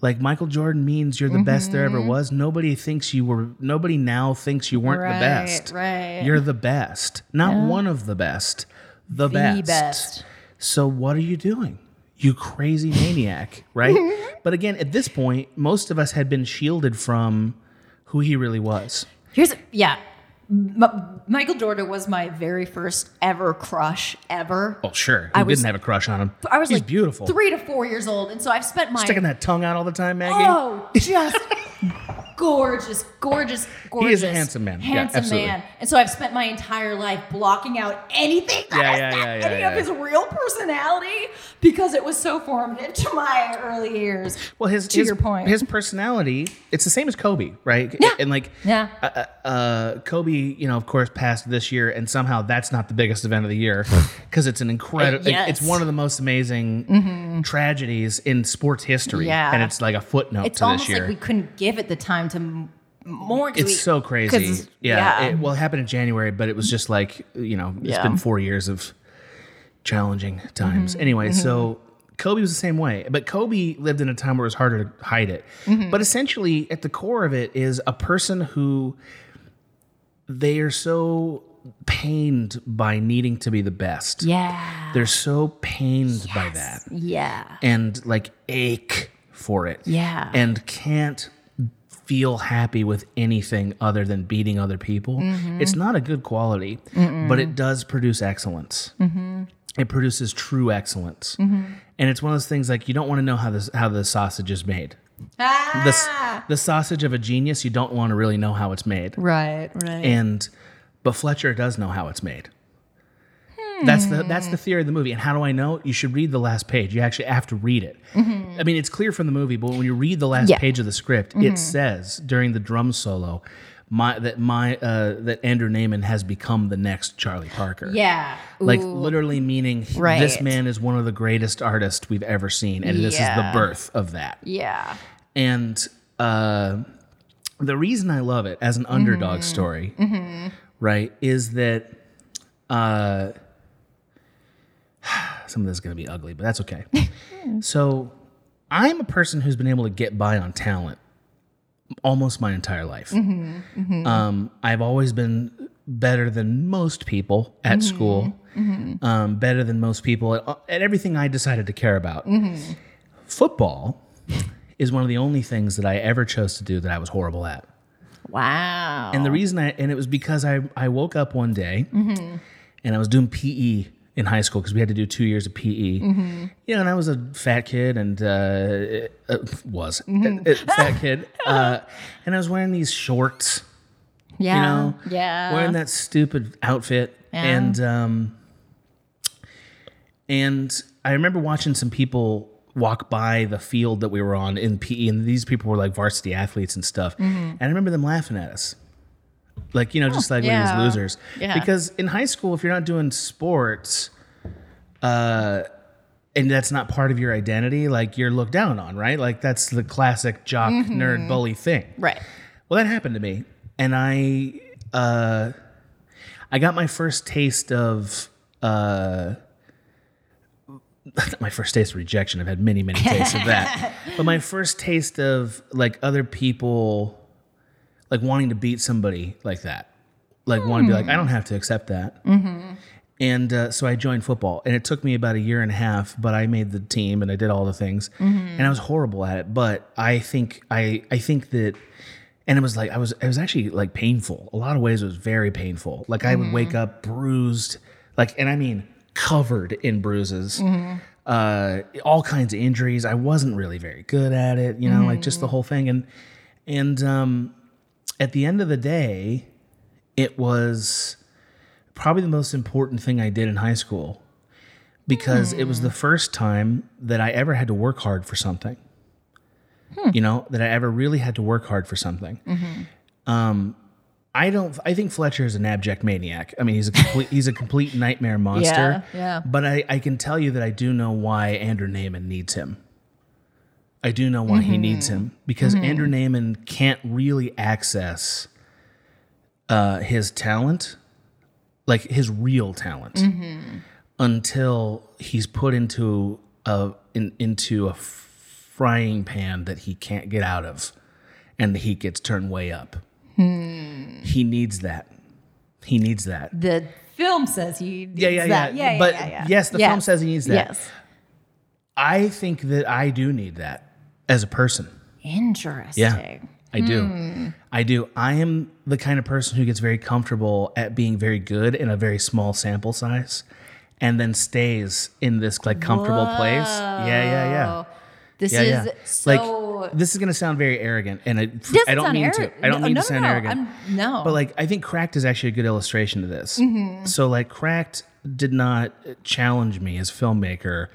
[SPEAKER 2] Like Michael Jordan means you're the best there
[SPEAKER 3] Mm-hmm.
[SPEAKER 2] ever was. Nobody thinks you were. Nobody now thinks you weren't
[SPEAKER 3] Right,
[SPEAKER 2] the best.
[SPEAKER 3] right.
[SPEAKER 2] You're the best. Not one of the best. The,
[SPEAKER 3] The
[SPEAKER 2] best.
[SPEAKER 3] best.
[SPEAKER 2] So what are you doing? You crazy maniac,
[SPEAKER 3] <laughs>
[SPEAKER 2] right? but again, at this point, most of us had been shielded from who he really was.
[SPEAKER 3] Here's yeah. M- Michael Jordan was my very first ever crush ever.
[SPEAKER 2] Well, sure. Who
[SPEAKER 3] I was-
[SPEAKER 2] didn't have a crush on him?
[SPEAKER 3] I was
[SPEAKER 2] He's
[SPEAKER 3] like
[SPEAKER 2] beautiful.
[SPEAKER 3] three to four years old, and so I've spent my
[SPEAKER 2] Sticking that tongue out all the time, Maggie. <laughs>
[SPEAKER 3] oh just gorgeous, gorgeous, gorgeous.
[SPEAKER 2] He is a handsome man. Yeah,
[SPEAKER 3] handsome
[SPEAKER 2] absolutely.
[SPEAKER 3] man. And so I've spent my entire life blocking out anything that
[SPEAKER 2] Yeah,
[SPEAKER 3] is
[SPEAKER 2] yeah,
[SPEAKER 3] not
[SPEAKER 2] yeah, yeah,
[SPEAKER 3] any
[SPEAKER 2] yeah.
[SPEAKER 3] of his real personality because it was so formative to my early years.
[SPEAKER 2] Well, his
[SPEAKER 3] To
[SPEAKER 2] his,
[SPEAKER 3] your point.
[SPEAKER 2] his personality. It's the same as Kobe, right?
[SPEAKER 3] Yeah.
[SPEAKER 2] And like,
[SPEAKER 3] Yeah.
[SPEAKER 2] uh, uh, Kobe, you know, of course, passed this year, and somehow that's not the biggest event of the
[SPEAKER 3] <laughs>
[SPEAKER 2] year because it's an incredible.
[SPEAKER 3] Yes. Mm-hmm.
[SPEAKER 2] It's one of the most amazing tragedies in sports history.
[SPEAKER 3] Yeah.
[SPEAKER 2] And it's like a footnote
[SPEAKER 3] It's
[SPEAKER 2] to
[SPEAKER 3] almost
[SPEAKER 2] this year.
[SPEAKER 3] like we couldn't give it the time to m- more. 'cause
[SPEAKER 2] it's
[SPEAKER 3] we-
[SPEAKER 2] so
[SPEAKER 3] 'cause-
[SPEAKER 2] crazy. Yeah.
[SPEAKER 3] yeah.
[SPEAKER 2] It, well, it happened in January, but it was just like, you know, it's
[SPEAKER 3] Yeah. Mm-hmm.
[SPEAKER 2] been four years of challenging times. Anyway, so Kobe was the same way, but Kobe lived in a time where it was harder to hide it.
[SPEAKER 3] Mm-hmm.
[SPEAKER 2] But essentially, at the core of it is a person who they are so pained by needing to be the best.
[SPEAKER 3] Yeah.
[SPEAKER 2] They're so pained by that
[SPEAKER 3] Yeah.
[SPEAKER 2] and like ache for it.
[SPEAKER 3] Yeah.
[SPEAKER 2] And can't feel happy with anything other than beating other people.
[SPEAKER 3] Mm-hmm.
[SPEAKER 2] It's not a good quality, but it does produce excellence.
[SPEAKER 3] Mm-hmm.
[SPEAKER 2] It produces true excellence. And it's one of those things like you don't want to know how this how the sausage is made.
[SPEAKER 3] Ah!
[SPEAKER 2] The, s- the sausage of a genius, you don't want to really know how it's made.
[SPEAKER 3] right. Right.
[SPEAKER 2] And but Fletcher does know how it's made. That's the that's the theory of the movie. And how do I know? You should read the last page. You actually have to read it. I mean, it's clear from the movie, but when you read the last
[SPEAKER 3] Mm-hmm. Yeah. Mm-hmm.
[SPEAKER 2] page of the script, it says during the drum solo, my that my uh, that Andrew Naaman has become the next Charlie Parker.
[SPEAKER 3] yeah.
[SPEAKER 2] Like
[SPEAKER 3] Ooh.
[SPEAKER 2] literally meaning he- this
[SPEAKER 3] Right.
[SPEAKER 2] man is one of the greatest artists we've ever seen, and this is the
[SPEAKER 3] Yeah.
[SPEAKER 2] birth of that
[SPEAKER 3] Yeah.
[SPEAKER 2] and uh, the reason I love it as an underdog story, right, is that uh, <sighs> some of this is going to be ugly, but that's okay. so I'm a person who's been able to get by on talent almost my entire life. Um, I've always been better than most people at school, Um, better than most people at, at everything I decided to care about. Football is one of the only things that I ever chose to do that I was horrible at.
[SPEAKER 3] Wow.
[SPEAKER 2] And the reason I, and it was because I, I woke up one day and I was doing PE in high school because we had to do two years of PE. You know, and I was a fat kid and, uh, uh, was a- a <laughs> fat kid. Uh, and I was wearing these shorts,
[SPEAKER 3] yeah.
[SPEAKER 2] you know,
[SPEAKER 3] yeah.
[SPEAKER 2] wearing that stupid outfit.
[SPEAKER 3] Yeah.
[SPEAKER 2] And, um, and I remember watching some people walk by the field that we were on in PE, and these people were like varsity athletes and stuff.
[SPEAKER 3] Mm-hmm.
[SPEAKER 2] And I remember them laughing at us. Like, you know, just like we're
[SPEAKER 3] Oh, yeah.
[SPEAKER 2] these losers.
[SPEAKER 3] Yeah.
[SPEAKER 2] Because in high school, if you're not doing sports, uh, and that's not part of your identity, like you're looked down on, right? Like that's the classic jock,
[SPEAKER 3] Mm-hmm.
[SPEAKER 2] nerd, bully thing.
[SPEAKER 3] right.
[SPEAKER 2] Well, that happened to me, and I uh, I got my first taste of uh, <laughs> my first taste of rejection. I've had many, many tastes of that, but my first taste of like other people like wanting to beat somebody like that, like wanting to be like, I don't have to accept that. And uh, so I joined football, and it took me about a year and a half, but I made the team and I did all the things, and I was horrible at it. But I think I I think that, and it was like I was it was actually like painful. A lot of ways it was very painful. Like I would wake up bruised, like and I mean covered in bruises, uh, all kinds of injuries. I wasn't really very good at it, you know, like just the whole thing. And and um, at the end of the day, it was probably the most important thing I did in high school because it
[SPEAKER 3] Hmm.
[SPEAKER 2] was the first time that I ever had to work hard for something.
[SPEAKER 3] Hmm.
[SPEAKER 2] You know, that I ever really had to work hard for something. Um,
[SPEAKER 3] Mm-hmm.
[SPEAKER 2] I don't. I think Fletcher is an abject maniac. I mean, he's a complete. he's a
[SPEAKER 3] <laughs>
[SPEAKER 2] complete nightmare monster.
[SPEAKER 3] Yeah, yeah.
[SPEAKER 2] But I, I can tell you that I do know why Andrew Naaman needs him. I do know why he
[SPEAKER 3] Mm-hmm.
[SPEAKER 2] needs him because Andrew Naaman can't really access uh, his talent, like his real talent,
[SPEAKER 3] Mm-hmm.
[SPEAKER 2] until he's put into a in, into a frying pan that he can't get out of, and the heat gets turned way up.
[SPEAKER 3] Hmm.
[SPEAKER 2] He needs that. He needs that.
[SPEAKER 3] The film says he needs
[SPEAKER 2] Yeah, yeah,
[SPEAKER 3] that.
[SPEAKER 2] yeah.
[SPEAKER 3] yeah.
[SPEAKER 2] But
[SPEAKER 3] yeah, yeah.
[SPEAKER 2] yes, the
[SPEAKER 3] Yeah.
[SPEAKER 2] film says he needs that.
[SPEAKER 3] Yes.
[SPEAKER 2] I think that I do need that as a person.
[SPEAKER 3] Interesting. Hmm.
[SPEAKER 2] Yeah, I do. I do. I am the kind of person who gets very comfortable at being very good in a very small sample size and then stays in this like comfortable place. Yeah, yeah, yeah.
[SPEAKER 3] Oh, This
[SPEAKER 2] Yeah,
[SPEAKER 3] is
[SPEAKER 2] yeah.
[SPEAKER 3] so.
[SPEAKER 2] like this is going to sound very arrogant and I,
[SPEAKER 3] doesn't
[SPEAKER 2] I don't
[SPEAKER 3] sound
[SPEAKER 2] mean
[SPEAKER 3] arrogant.
[SPEAKER 2] to. I don't
[SPEAKER 3] No,
[SPEAKER 2] mean
[SPEAKER 3] no,
[SPEAKER 2] to sound
[SPEAKER 3] no, no.
[SPEAKER 2] arrogant.
[SPEAKER 3] I'm- no.
[SPEAKER 2] But like I think Cracked is actually a good illustration of this.
[SPEAKER 3] Mm-hmm.
[SPEAKER 2] So like Cracked did not challenge me as a filmmaker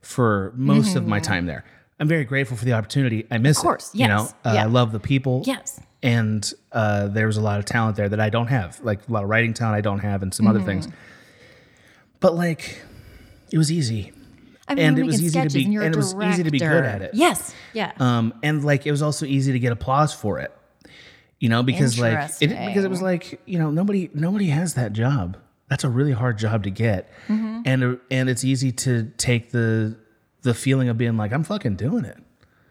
[SPEAKER 2] for most of my time there. I'm very grateful for the opportunity. I miss
[SPEAKER 3] Mm-hmm. course,
[SPEAKER 2] it. You know,
[SPEAKER 3] yes,
[SPEAKER 2] uh,
[SPEAKER 3] yeah.
[SPEAKER 2] I love the people.
[SPEAKER 3] Yes.
[SPEAKER 2] And uh, there was a lot of talent there that I don't have, like a lot of writing talent I don't have, and some other things.
[SPEAKER 3] Mm-hmm.
[SPEAKER 2] But like, it was easy,
[SPEAKER 3] I mean,
[SPEAKER 2] and
[SPEAKER 3] you're
[SPEAKER 2] it was
[SPEAKER 3] making
[SPEAKER 2] easy to
[SPEAKER 3] sketches
[SPEAKER 2] be-
[SPEAKER 3] and, you're a
[SPEAKER 2] and it was easy to be good
[SPEAKER 3] director.
[SPEAKER 2] at it.
[SPEAKER 3] Yes. Yeah.
[SPEAKER 2] um, and like it was also easy to get applause for it, you know, because like it, because it was like you know nobody nobody has that job. That's a really hard job to get,
[SPEAKER 3] Mm-hmm.
[SPEAKER 2] and and it's easy to take the the feeling of being like I'm fucking doing it.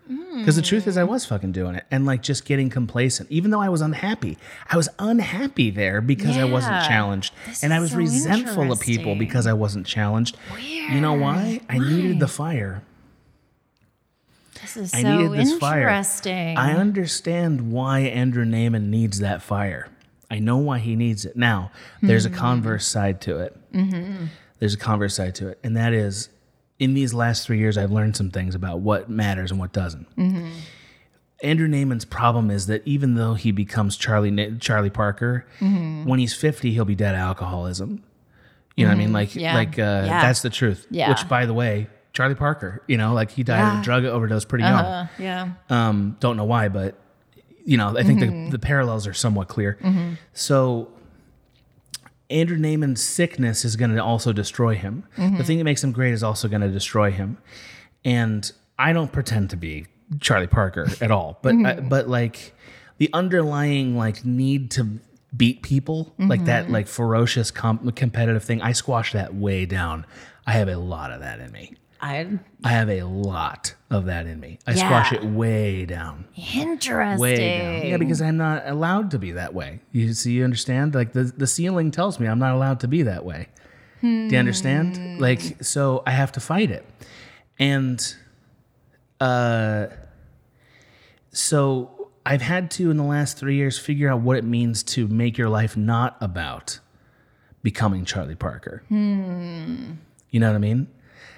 [SPEAKER 3] Mm.
[SPEAKER 2] Because the truth is, I was fucking doing it and like just getting complacent, even though I was unhappy. I was unhappy there because I wasn't
[SPEAKER 3] Yeah.
[SPEAKER 2] challenged.
[SPEAKER 3] This
[SPEAKER 2] and I
[SPEAKER 3] is
[SPEAKER 2] was
[SPEAKER 3] so
[SPEAKER 2] resentful of people
[SPEAKER 3] interesting.
[SPEAKER 2] because I wasn't challenged. You know why? I needed the fire.
[SPEAKER 3] This is
[SPEAKER 2] I
[SPEAKER 3] so
[SPEAKER 2] needed this fire.
[SPEAKER 3] interesting.
[SPEAKER 2] I understand why Andrew Naaman needs that fire. I know why he needs it. Now, there's
[SPEAKER 3] Hmm.
[SPEAKER 2] a converse side to it.
[SPEAKER 3] Mm-hmm.
[SPEAKER 2] There's a converse side to it. And that is in these last three years, I've learned some things about what matters and what doesn't.
[SPEAKER 3] Mm-hmm.
[SPEAKER 2] Andrew Naaman's problem is that even though he becomes Charlie Na- Charlie Parker,
[SPEAKER 3] Mm-hmm.
[SPEAKER 2] when he's 50, he'll be dead of alcoholism. You know what I mean? Like,
[SPEAKER 3] Mm-hmm. Yeah.
[SPEAKER 2] like uh,
[SPEAKER 3] Yeah.
[SPEAKER 2] that's the truth.
[SPEAKER 3] Yeah.
[SPEAKER 2] Which, by the way, Charlie Parker, you know, like he died of
[SPEAKER 3] Yeah.
[SPEAKER 2] a drug overdose pretty young.
[SPEAKER 3] Uh, yeah.
[SPEAKER 2] Um, don't know why, but you know, I think the, the parallels are somewhat clear. So Andrew Naaman's sickness is going to also destroy him. The thing that makes him great is also going to destroy him. And I don't pretend to be Charlie Parker at all, but I, but like the underlying like need to beat people, like that like ferocious com- competitive thing, I squash that way down. I have a lot of that in me.
[SPEAKER 3] I
[SPEAKER 2] I have a lot of that in me. I
[SPEAKER 3] Yeah.
[SPEAKER 2] squash it way down,
[SPEAKER 3] interesting.
[SPEAKER 2] way down. Yeah, because I'm not allowed to be that way. You see, you understand? Like the the ceiling tells me I'm not allowed to be that way. Do you understand? Like so, I have to fight it, and uh, so I've had to in the last three years figure out what it means to make your life not about becoming Charlie Parker. You know what I mean?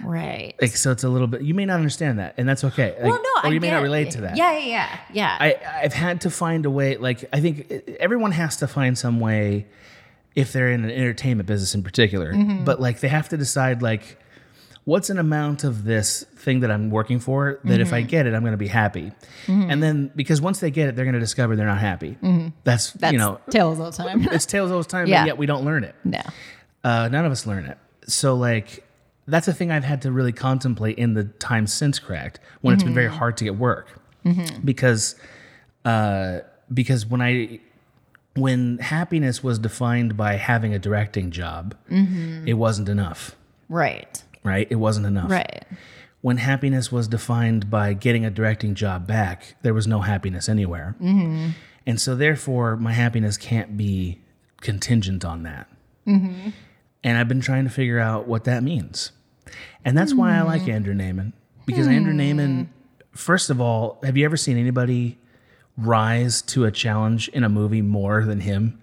[SPEAKER 3] right.
[SPEAKER 2] Like, so it's a little bit. You may not understand that, and that's okay. Like,
[SPEAKER 3] well, no,
[SPEAKER 2] or
[SPEAKER 3] I
[SPEAKER 2] you may
[SPEAKER 3] get
[SPEAKER 2] not
[SPEAKER 3] it.
[SPEAKER 2] relate to that.
[SPEAKER 3] Yeah, yeah, yeah. yeah.
[SPEAKER 2] I, I've had to find a way. Like, I think e, everyone has to find some way if they're in an entertainment business in particular.
[SPEAKER 3] Mm-hmm.
[SPEAKER 2] But like, they have to decide like, what's an amount of this thing that I'm working for that
[SPEAKER 3] Mm-hmm.
[SPEAKER 2] if I get it, I'm going to be happy. And then because once they get it, they're going to discover they're not happy. That's,
[SPEAKER 3] Mm-hmm. That's
[SPEAKER 2] you
[SPEAKER 3] <laughs>
[SPEAKER 2] know,
[SPEAKER 3] tales all the time.
[SPEAKER 2] it's tales all the
[SPEAKER 3] <laughs>
[SPEAKER 2] time,
[SPEAKER 3] Yeah.
[SPEAKER 2] and yet we don't learn it
[SPEAKER 3] no.
[SPEAKER 2] uh, none of us learn it. So like that's a thing I've had to really contemplate in the time since cracked when it's been very hard to get work because uh, because when I when happiness was defined by having a directing job, it wasn't enough.
[SPEAKER 3] Right.
[SPEAKER 2] Right? It wasn't enough.
[SPEAKER 3] Right.
[SPEAKER 2] When happiness was defined by getting a directing job back, there was no happiness anywhere. And so, therefore, my happiness can't be contingent on that. And I've been trying to figure out what that means. And that's why I like Andrew Naaman, because Andrew Naaman, first of all, have you ever seen anybody rise to a challenge in a movie more than him?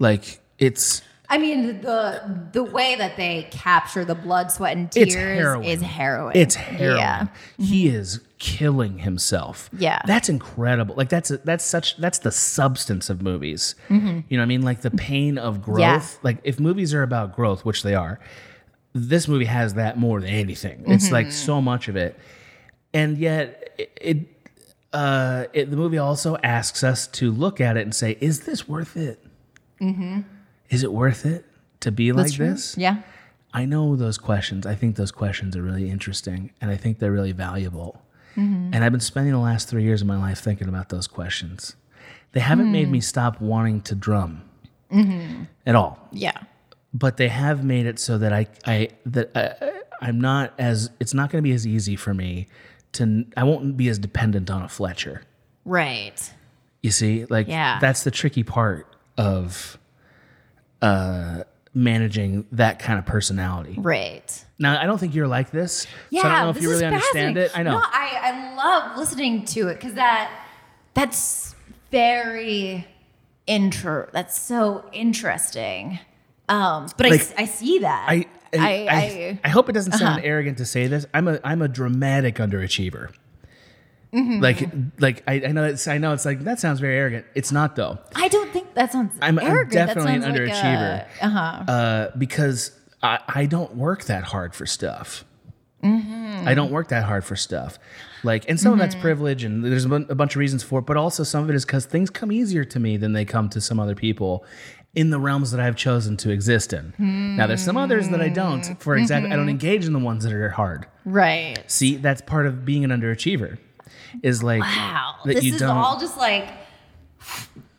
[SPEAKER 2] Like, it's
[SPEAKER 3] I mean, the the way that they capture the blood, sweat, and
[SPEAKER 2] It's
[SPEAKER 3] tears
[SPEAKER 2] harrowing.
[SPEAKER 3] is harrowing.
[SPEAKER 2] It's heroin.
[SPEAKER 3] Yeah. Mm-hmm.
[SPEAKER 2] He is killing himself.
[SPEAKER 3] Yeah.
[SPEAKER 2] That's incredible. Like that's that's such that's the substance of movies.
[SPEAKER 3] Mm-hmm.
[SPEAKER 2] You know what I mean? Like the pain of growth. Like if movies are about growth, which they are, this movie has that more than anything. It's like
[SPEAKER 3] Mm-hmm.
[SPEAKER 2] so much of it. And yet it, it uh it, the movie also asks us to look at it and say, is this worth it? Mm-hmm. Is it worth it to be like this?
[SPEAKER 3] Yeah.
[SPEAKER 2] I know those questions. I think those questions are really interesting and I think they're really valuable. And I've been spending the last three years of my life thinking about those questions. They haven't made me stop wanting to drum at all,
[SPEAKER 3] Yeah.
[SPEAKER 2] but they have made it so that I, I that I, I'm not as it's not going to be as easy for me to I won't be as dependent on a Fletcher.
[SPEAKER 3] Right.
[SPEAKER 2] You see, like
[SPEAKER 3] Yeah.
[SPEAKER 2] that's the tricky part of uh, managing that kind of personality.
[SPEAKER 3] Right.
[SPEAKER 2] Now, I don't think you're like this.
[SPEAKER 3] Yeah.
[SPEAKER 2] so I don't know if
[SPEAKER 3] this
[SPEAKER 2] you
[SPEAKER 3] is
[SPEAKER 2] really understand
[SPEAKER 3] fascinating.
[SPEAKER 2] it. I know.
[SPEAKER 3] No, I, I love listening to it because that that's very intro. That's so interesting. Um, but I
[SPEAKER 2] Like,
[SPEAKER 3] s- I, see that.
[SPEAKER 2] I, I, I,
[SPEAKER 3] I- Uh-huh.
[SPEAKER 2] I hope it doesn't sound arrogant to say this. I'm a I'm a dramatic underachiever.
[SPEAKER 3] Mm-hmm.
[SPEAKER 2] Like like I, I know it's I know it's like that sounds very arrogant. It's not though.
[SPEAKER 3] I don't think that sounds.
[SPEAKER 2] I'm, I'm
[SPEAKER 3] arrogant. That
[SPEAKER 2] definitely an
[SPEAKER 3] sounds like
[SPEAKER 2] underachiever.
[SPEAKER 3] a- uh-huh.
[SPEAKER 2] uh, because I, I don't work that hard for stuff.
[SPEAKER 3] Mm-hmm.
[SPEAKER 2] I don't work that hard for stuff. Like, and some of that's privilege, and there's a, bun- a bunch of reasons for it, but also some of it is because things come easier to me than they come to some other people in the realms that I've chosen to exist in. Now, there's some others that I
[SPEAKER 3] Mm-hmm.
[SPEAKER 2] don't. For example, I don't engage in the ones that are hard.
[SPEAKER 3] Right.
[SPEAKER 2] See, that's part of being an underachiever. Is like
[SPEAKER 3] Wow.
[SPEAKER 2] that
[SPEAKER 3] this
[SPEAKER 2] you
[SPEAKER 3] is
[SPEAKER 2] don't.
[SPEAKER 3] all just like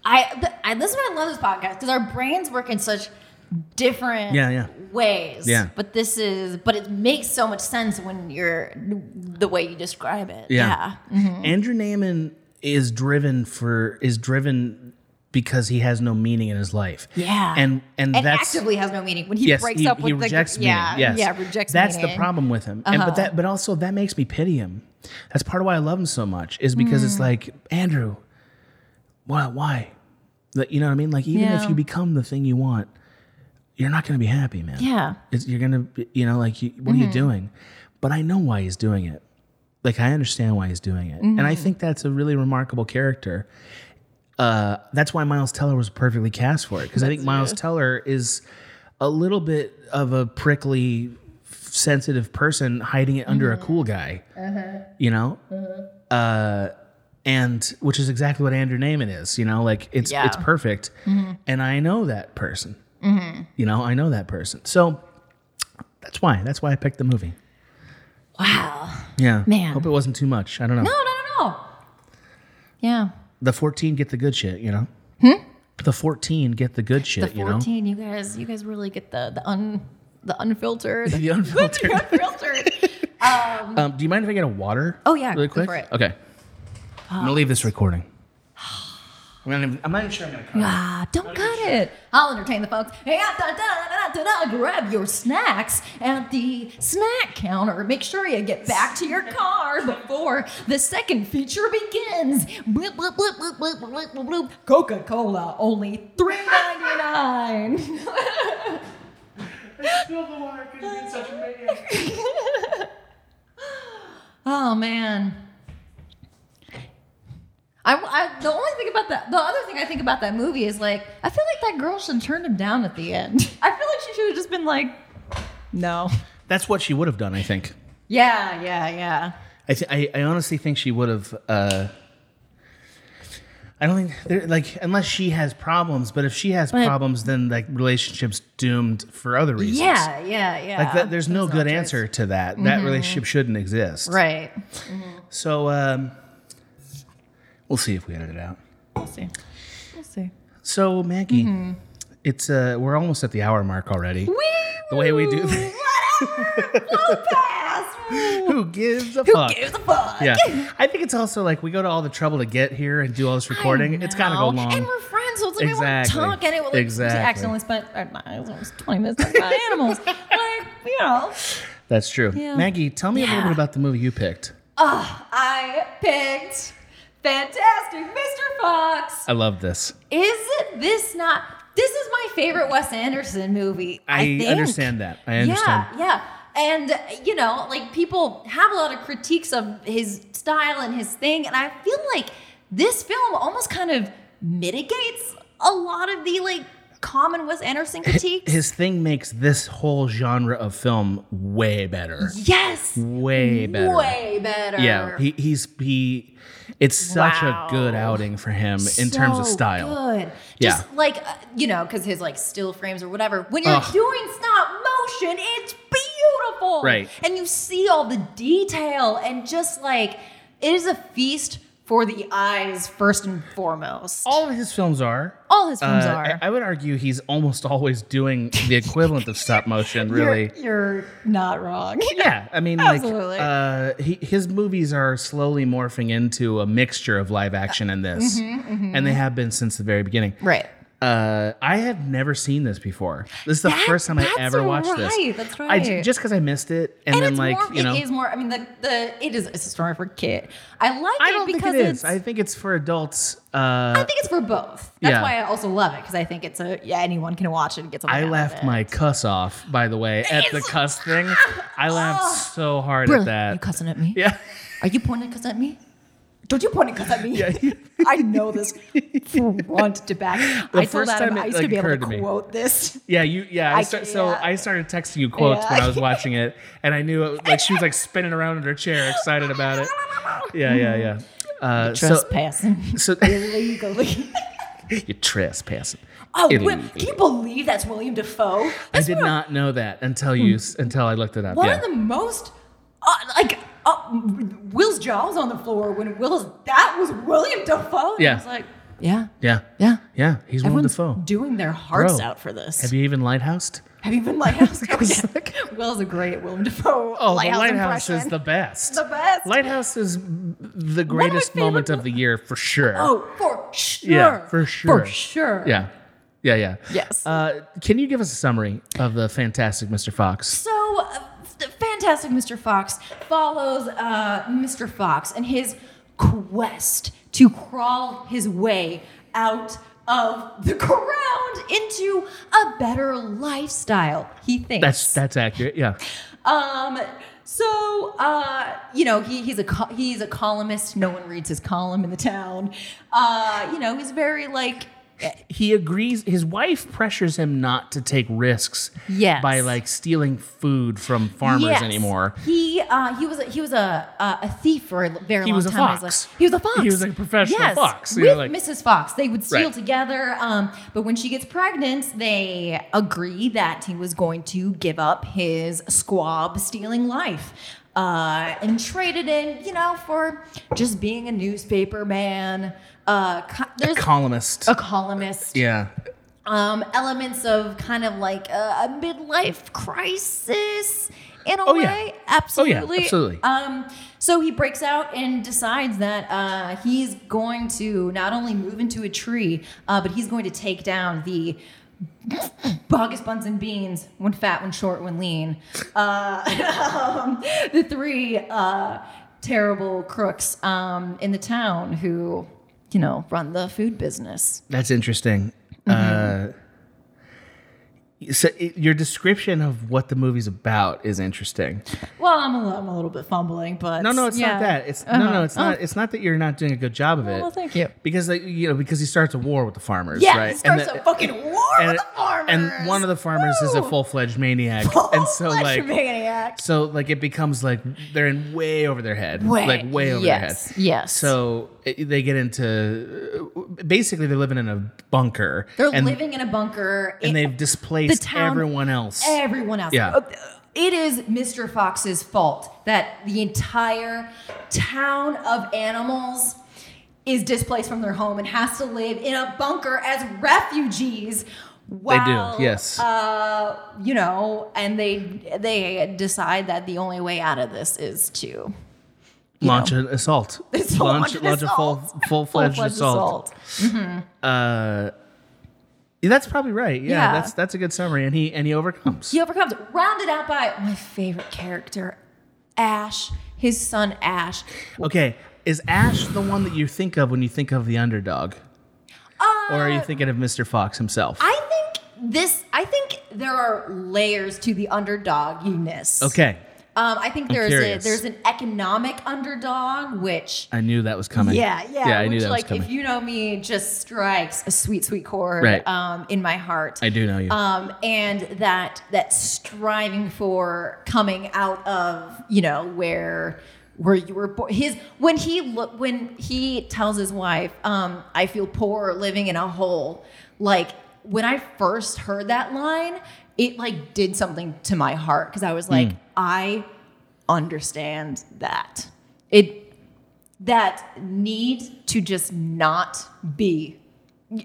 [SPEAKER 3] I, th- I this is why I love this podcast because our brains work in such different
[SPEAKER 2] Yeah, yeah.
[SPEAKER 3] ways.
[SPEAKER 2] Yeah.
[SPEAKER 3] But this is, but it makes so much sense when you're the way you describe it.
[SPEAKER 2] Yeah. Andrew Naaman is driven for is driven because he has no meaning in his life.
[SPEAKER 3] Yeah.
[SPEAKER 2] And and,
[SPEAKER 3] And
[SPEAKER 2] that's
[SPEAKER 3] actively has no meaning. When he
[SPEAKER 2] yes,
[SPEAKER 3] breaks
[SPEAKER 2] he,
[SPEAKER 3] up
[SPEAKER 2] he
[SPEAKER 3] with the
[SPEAKER 2] rejects meaning.
[SPEAKER 3] yeah,
[SPEAKER 2] yes.
[SPEAKER 3] yeah, rejects eh? Uh-huh.
[SPEAKER 2] That's
[SPEAKER 3] meaning.
[SPEAKER 2] the problem with him. And but that but also that makes me pity him. That's part of why I love him so much is because
[SPEAKER 3] Mm.
[SPEAKER 2] it's like Andrew, why why? Like, you know what I mean? Like even
[SPEAKER 3] Yeah.
[SPEAKER 2] if you become the thing you want, you're not going to be happy, man.
[SPEAKER 3] Yeah. Mm-hmm.
[SPEAKER 2] It's, you're gonna, be- you know, like, you, what are you doing? But I know why he's doing it. Like, I understand why he's doing it, and
[SPEAKER 3] Mm-hmm.
[SPEAKER 2] I think that's a really remarkable character. Uh, that's why Miles Teller was perfectly cast for it because I think Miles Teller is a little bit of a prickly, sensitive person hiding it under
[SPEAKER 3] Mm-hmm.
[SPEAKER 2] a cool guy.
[SPEAKER 3] Uh-huh.
[SPEAKER 2] You know, Uh, and which is exactly what Andrew Naaman is. You know, like it's
[SPEAKER 3] Yeah. Mm-hmm.
[SPEAKER 2] it's perfect, and I know that person. You know, I know that person. So that's why that's why I picked the movie.
[SPEAKER 3] Wow.
[SPEAKER 2] Yeah,
[SPEAKER 3] Man.
[SPEAKER 2] Hope it wasn't too much. I don't know.
[SPEAKER 3] No, no, no, no. Yeah.
[SPEAKER 2] The fourteen get the good shit. You know. The fourteen get the good shit.
[SPEAKER 3] Hmm? The fourteen, you, guys, you guys really get the the un the unfiltered, <laughs>
[SPEAKER 2] You know. The unfiltered. <laughs>
[SPEAKER 3] unfiltered.
[SPEAKER 2] um, do you mind if I get a water?
[SPEAKER 3] Oh, yeah,
[SPEAKER 2] Really
[SPEAKER 3] go
[SPEAKER 2] quick.
[SPEAKER 3] for it.
[SPEAKER 2] Okay. I'm gonna leave this recording. I'm not even, I'm not even sure I'm gonna. Cut.
[SPEAKER 3] Ah, don't cut it. I'll entertain the folks. Hey, ah, da, da, da, da, da, da. Grab your snacks at the snack counter. Make sure you get back to your car before the second feature begins. Bloop, bloop, bloop, bloop, bloop, bloop, bloop, bloop. Coca-Cola, only three ninety <laughs> nine. <laughs> Oh man. I, I- the only thing about that, the other thing I think about that movie is like, I feel like that girl should have turned him down at the end. <laughs> I feel like she should have just been like, no.
[SPEAKER 2] That's what she would have done. I think.
[SPEAKER 3] Yeah, yeah, yeah.
[SPEAKER 2] I, th- I, I honestly think she would have. Uh, I don't think there- like unless she has problems, but if she has
[SPEAKER 3] But-
[SPEAKER 2] problems, then like relationships doomed for other reasons.
[SPEAKER 3] Yeah, yeah, yeah.
[SPEAKER 2] like that, there's no
[SPEAKER 3] That's
[SPEAKER 2] good
[SPEAKER 3] not
[SPEAKER 2] answer to that. That relationship shouldn't exist.
[SPEAKER 3] good. Right.
[SPEAKER 2] So um, we'll see if we edit it out.
[SPEAKER 3] We'll see. We'll see.
[SPEAKER 2] So Maggie,
[SPEAKER 3] Mm-hmm.
[SPEAKER 2] it's uh, we're almost at the hour mark already.
[SPEAKER 3] Woo!
[SPEAKER 2] The way we do this.
[SPEAKER 3] Whatever! Blow past!
[SPEAKER 2] <laughs>
[SPEAKER 3] Who
[SPEAKER 2] Who gives a fuck?
[SPEAKER 3] gives a fuck?
[SPEAKER 2] yeah, I think it's also like we go to all the trouble to get here and do all this
[SPEAKER 3] I
[SPEAKER 2] recording. It's gotta go
[SPEAKER 3] know.
[SPEAKER 2] long.
[SPEAKER 3] And we're friends, so it's like
[SPEAKER 2] Exactly.
[SPEAKER 3] we want to talk and it. Like,
[SPEAKER 2] Exactly.
[SPEAKER 3] We accidentally spent uh, not- it was almost 20 minutes <laughs> talking about animals. like, you know.
[SPEAKER 2] That's true.
[SPEAKER 3] Yeah.
[SPEAKER 2] Maggie, tell me a little
[SPEAKER 3] Yeah.
[SPEAKER 2] bit about the movie you picked.
[SPEAKER 3] Oh, I picked Fantastic Mr. Fox.
[SPEAKER 2] I love this.
[SPEAKER 3] Is this not? This is my favorite Wes Anderson movie. I,
[SPEAKER 2] I,
[SPEAKER 3] think.
[SPEAKER 2] understand that. I understand.
[SPEAKER 3] Yeah, yeah. And, uh, you know, like people have a lot of critiques of his style and his thing. And I feel like this film almost kind of mitigates a lot of the, like, common
[SPEAKER 2] <laughs>
[SPEAKER 3] Wes Anderson critiques.
[SPEAKER 2] His thing makes this whole genre of film way better.
[SPEAKER 3] yes.
[SPEAKER 2] Way better.
[SPEAKER 3] Way better.
[SPEAKER 2] Yeah. He, he's he it's such
[SPEAKER 3] Wow.
[SPEAKER 2] a good outing for him in terms of
[SPEAKER 3] So
[SPEAKER 2] style.
[SPEAKER 3] Good. Just like, uh, you know, because his like still frames or whatever. When you're
[SPEAKER 2] Ugh.
[SPEAKER 3] doing stop motion, it's beautiful.
[SPEAKER 2] Right.
[SPEAKER 3] And you see all the detail and just like, it is a feast for the eyes first and foremost.
[SPEAKER 2] All of his films are.
[SPEAKER 3] All his films
[SPEAKER 2] Uh,
[SPEAKER 3] are.
[SPEAKER 2] I, I would argue he's almost <laughs> always doing the equivalent of stop motion,
[SPEAKER 3] <laughs> You're-
[SPEAKER 2] really.
[SPEAKER 3] You're, not wrong. <laughs>
[SPEAKER 2] Yeah, I mean,
[SPEAKER 3] Absolutely.
[SPEAKER 2] like, uh, he, his movies are slowly morphing into a mixture of live action and this, and they have been since the very beginning.
[SPEAKER 3] Mm-hmm, Right.
[SPEAKER 2] Uh, I have never seen this before. This is the
[SPEAKER 3] That-
[SPEAKER 2] first time I
[SPEAKER 3] that's
[SPEAKER 2] ever watched
[SPEAKER 3] right,
[SPEAKER 2] this.
[SPEAKER 3] that's
[SPEAKER 2] I j-
[SPEAKER 3] right.
[SPEAKER 2] just because I missed it, and,
[SPEAKER 3] And
[SPEAKER 2] then
[SPEAKER 3] it's
[SPEAKER 2] like
[SPEAKER 3] more,
[SPEAKER 2] you know,
[SPEAKER 3] it is more, I mean, the, the, it is, it's a story for kid. I like
[SPEAKER 2] I
[SPEAKER 3] it
[SPEAKER 2] don't think
[SPEAKER 3] because
[SPEAKER 2] it is.
[SPEAKER 3] it's,
[SPEAKER 2] I think it's for adults. Uh,
[SPEAKER 3] I
[SPEAKER 2] I,
[SPEAKER 3] think it's for both. That's
[SPEAKER 2] Yeah.
[SPEAKER 3] why I also love it because I think it's a yeah anyone can watch it and get something. out of
[SPEAKER 2] laughed
[SPEAKER 3] it.
[SPEAKER 2] my cuss off. By the way, at the
[SPEAKER 3] It's-
[SPEAKER 2] cuss thing,
[SPEAKER 3] <laughs>
[SPEAKER 2] I laughed
[SPEAKER 3] Oh.
[SPEAKER 2] so hard
[SPEAKER 3] Brilliant. You
[SPEAKER 2] at that.
[SPEAKER 3] cussing at me?
[SPEAKER 2] Yeah, <laughs>
[SPEAKER 3] Are you pointing a cuss at me? Don't you point a cuss at me?
[SPEAKER 2] yeah.
[SPEAKER 3] <laughs> I know this front to back.
[SPEAKER 2] The
[SPEAKER 3] I told
[SPEAKER 2] first
[SPEAKER 3] Adam
[SPEAKER 2] time it,
[SPEAKER 3] I used to
[SPEAKER 2] like,
[SPEAKER 3] be able to,
[SPEAKER 2] occurred to me.
[SPEAKER 3] quote this.
[SPEAKER 2] Yeah, you. Yeah, I,
[SPEAKER 3] I
[SPEAKER 2] start,
[SPEAKER 3] ca-
[SPEAKER 2] so
[SPEAKER 3] yeah.
[SPEAKER 2] I started texting you quotes when I was
[SPEAKER 3] Yeah. <laughs>
[SPEAKER 2] watching it, and I knew it, was- like she was like spinning around in her chair, excited about it. Yeah, yeah, yeah. Uh, so,
[SPEAKER 3] <laughs> Trespassing
[SPEAKER 2] so
[SPEAKER 3] illegally.
[SPEAKER 2] <laughs>
[SPEAKER 3] <laughs>
[SPEAKER 2] you're trespassing.
[SPEAKER 3] Oh, wait,
[SPEAKER 2] Illegally.
[SPEAKER 3] can you believe that's William Defoe?
[SPEAKER 2] I
[SPEAKER 3] That's
[SPEAKER 2] did
[SPEAKER 3] one of-
[SPEAKER 2] not know that until you s- until I looked it up.
[SPEAKER 3] Hmm. One
[SPEAKER 2] yeah.
[SPEAKER 3] of the most uh, like oh, uh, Will's jaws on the floor when Will's that was William Defoe. And
[SPEAKER 2] Yeah.
[SPEAKER 3] I was like, Yeah.
[SPEAKER 2] Yeah.
[SPEAKER 3] Yeah.
[SPEAKER 2] Yeah. He's Willem
[SPEAKER 3] Everyone's
[SPEAKER 2] Dafoe.
[SPEAKER 3] doing their hearts
[SPEAKER 2] Bro,
[SPEAKER 3] out for this.
[SPEAKER 2] Have you even
[SPEAKER 3] <laughs>
[SPEAKER 2] lighthoused?
[SPEAKER 3] Have you been Lighthouse?
[SPEAKER 2] It's like-
[SPEAKER 3] Will's a great Willem Dafoe.
[SPEAKER 2] <laughs> Oh,
[SPEAKER 3] lighthouse
[SPEAKER 2] the lighthouse
[SPEAKER 3] impression.
[SPEAKER 2] is the best.
[SPEAKER 3] The best.
[SPEAKER 2] Lighthouse is the
[SPEAKER 3] my
[SPEAKER 2] greatest moment
[SPEAKER 3] favorite-
[SPEAKER 2] of the year for sure.
[SPEAKER 3] Oh, for sure.
[SPEAKER 2] Yeah, for sure.
[SPEAKER 3] For sure.
[SPEAKER 2] Yeah. Yeah, yeah.
[SPEAKER 3] Yes.
[SPEAKER 2] Uh, can you give us a summary of the fantastic Mr. Fox?
[SPEAKER 3] So, uh, the fantastic Mr. Fox follows uh, Mr. Fox and his quest to crawl his way out of the ground into a better lifestyle. He thinks
[SPEAKER 2] That's that's accurate. Yeah.
[SPEAKER 3] Um, so uh, you know he, he's a co- he's a columnist. No one reads his column in the town. Uh, you know he's very like
[SPEAKER 2] He agrees his wife pressures him not to take risks
[SPEAKER 3] Yes.
[SPEAKER 2] by like stealing food from farmers
[SPEAKER 3] Yes.
[SPEAKER 2] anymore.
[SPEAKER 3] He uh, he was a, he was a a a thief for a l- very
[SPEAKER 2] He
[SPEAKER 3] long
[SPEAKER 2] was a
[SPEAKER 3] time. in his
[SPEAKER 2] fox.
[SPEAKER 3] life. He was a fox.
[SPEAKER 2] He was a professional
[SPEAKER 3] yes,
[SPEAKER 2] fox, you
[SPEAKER 3] with
[SPEAKER 2] know, like-
[SPEAKER 3] Mrs. Fox. They would steal
[SPEAKER 2] Right.
[SPEAKER 3] together. Um, but when she gets pregnant, they agree that he was going to give up his squab stealing life. Uh, and trade it in, you know, for just being a newspaper man. Uh, co- there's
[SPEAKER 2] Columnist.
[SPEAKER 3] a columnist
[SPEAKER 2] Yeah.
[SPEAKER 3] um, elements of kind of like a, a midlife crisis in a
[SPEAKER 2] Oh, yeah.
[SPEAKER 3] way. Absolutely.
[SPEAKER 2] absolutely.
[SPEAKER 3] Um, so he breaks out and decides that uh, he's going to not only move into a tree, uh, but he's going to take down the bogus buns and beans when fat, when short, when lean. Uh, <laughs> um, the three uh, terrible crooks um, in the town who, you know, run the food business.
[SPEAKER 2] That's interesting.
[SPEAKER 3] Mm-hmm.
[SPEAKER 2] Uh, so it, your description of what the movie's about is interesting.
[SPEAKER 3] Well, I'm a, li- I'm a little bit fumbling, but
[SPEAKER 2] No, no, it's
[SPEAKER 3] yeah.
[SPEAKER 2] not that. It's no,
[SPEAKER 3] Uh-huh. Oh,
[SPEAKER 2] no, it's not. It's not that you're not doing a good job of it.
[SPEAKER 3] well, thank you.
[SPEAKER 2] Because like you know, because he starts a war with the farmers,
[SPEAKER 3] Yeah,
[SPEAKER 2] right?
[SPEAKER 3] it starts
[SPEAKER 2] the-
[SPEAKER 3] a fucking war
[SPEAKER 2] and-
[SPEAKER 3] with the farmers.
[SPEAKER 2] and one of the farmers is a
[SPEAKER 3] Woo!
[SPEAKER 2] full fledged maniac, and so
[SPEAKER 3] Full-fledged
[SPEAKER 2] like,
[SPEAKER 3] maniac.
[SPEAKER 2] so like it becomes like they're in way over their head,
[SPEAKER 3] Way.
[SPEAKER 2] like way over
[SPEAKER 3] Yes,
[SPEAKER 2] their head.
[SPEAKER 3] yes.
[SPEAKER 2] So it, they get into basically they're living in a bunker.
[SPEAKER 3] They're
[SPEAKER 2] and,
[SPEAKER 3] living in a bunker.
[SPEAKER 2] and
[SPEAKER 3] It-
[SPEAKER 2] they've displaced
[SPEAKER 3] the town-
[SPEAKER 2] everyone else.
[SPEAKER 3] everyone else. Uh,
[SPEAKER 2] Yeah.
[SPEAKER 3] It is Mr. Fox's fault that the entire town of animals is displaced from their home and has to live in a bunker as refugees. While,
[SPEAKER 2] yes.
[SPEAKER 3] Uh, you know, and they they decide that the only way out of this is to you
[SPEAKER 2] launch
[SPEAKER 3] know,
[SPEAKER 2] an assault.
[SPEAKER 3] <laughs> It's a
[SPEAKER 2] launch,
[SPEAKER 3] launch an
[SPEAKER 2] launch a full
[SPEAKER 3] assault.
[SPEAKER 2] full fledged
[SPEAKER 3] full-fledged
[SPEAKER 2] assault. Mm-hmm. Uh, yeah, that's probably right. Yeah,
[SPEAKER 3] Yeah.
[SPEAKER 2] that's that's a good summary. And he and he overcomes.
[SPEAKER 3] He overcomes, it, rounded out by my favorite character, Ash, his son Ash.
[SPEAKER 2] Okay, is Ash the one that you think of when you think of the underdog,
[SPEAKER 3] Uh,
[SPEAKER 2] or are you thinking of Mr. Fox himself?
[SPEAKER 3] I think this. I think there are layers to the underdogness.
[SPEAKER 2] okay,
[SPEAKER 3] Um, I think there's a,
[SPEAKER 2] curious.
[SPEAKER 3] there's an economic underdog, which
[SPEAKER 2] I knew that was coming.
[SPEAKER 3] yeah, yeah,
[SPEAKER 2] yeah. I
[SPEAKER 3] which,
[SPEAKER 2] knew that
[SPEAKER 3] like,
[SPEAKER 2] was coming.
[SPEAKER 3] If you know me, just strikes a sweet, sweet chord
[SPEAKER 2] Right.
[SPEAKER 3] um, in my heart.
[SPEAKER 2] I do know you.
[SPEAKER 3] um, and that that striving for coming out of you know where where you were born. His when he look when he tells his wife, um, "I feel poor living in a hole." Like when I first heard that line, it like did something to my heart because I was like, I understand that it that need to just not be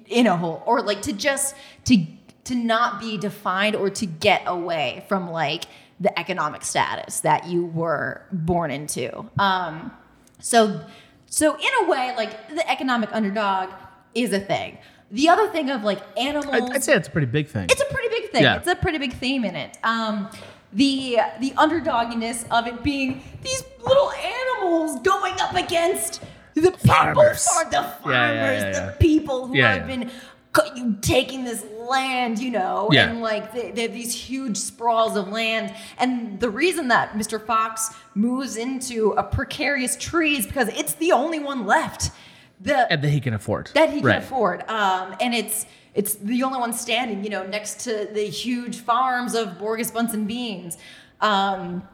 [SPEAKER 3] in a hole or like to just to to not be defined or to get away from like the economic status that you were born into um so so in a way like the economic underdog is a thing the other thing of like animals
[SPEAKER 2] I, would say that's a pretty big thing.
[SPEAKER 3] it's a pretty big thing.
[SPEAKER 2] Yeah.
[SPEAKER 3] It's a pretty big theme in it. Um, the the underdoginess of it being these little animals going up against the
[SPEAKER 2] Farmers.
[SPEAKER 3] people, for the
[SPEAKER 2] Yeah,
[SPEAKER 3] farmers,
[SPEAKER 2] yeah, yeah, yeah.
[SPEAKER 3] the people who
[SPEAKER 2] Yeah,
[SPEAKER 3] have
[SPEAKER 2] yeah.
[SPEAKER 3] been co- taking this land, you know,
[SPEAKER 2] Yeah.
[SPEAKER 3] and like they, they have these huge sprawls of land. And the reason that Mr. Fox moves into a precarious tree is because it's the only one left. The
[SPEAKER 2] and that he can afford.
[SPEAKER 3] that he can
[SPEAKER 2] Right.
[SPEAKER 3] afford. Um, and it's it's the only one standing, you know, next to the huge farms of Borges Bunsen Beans. Um,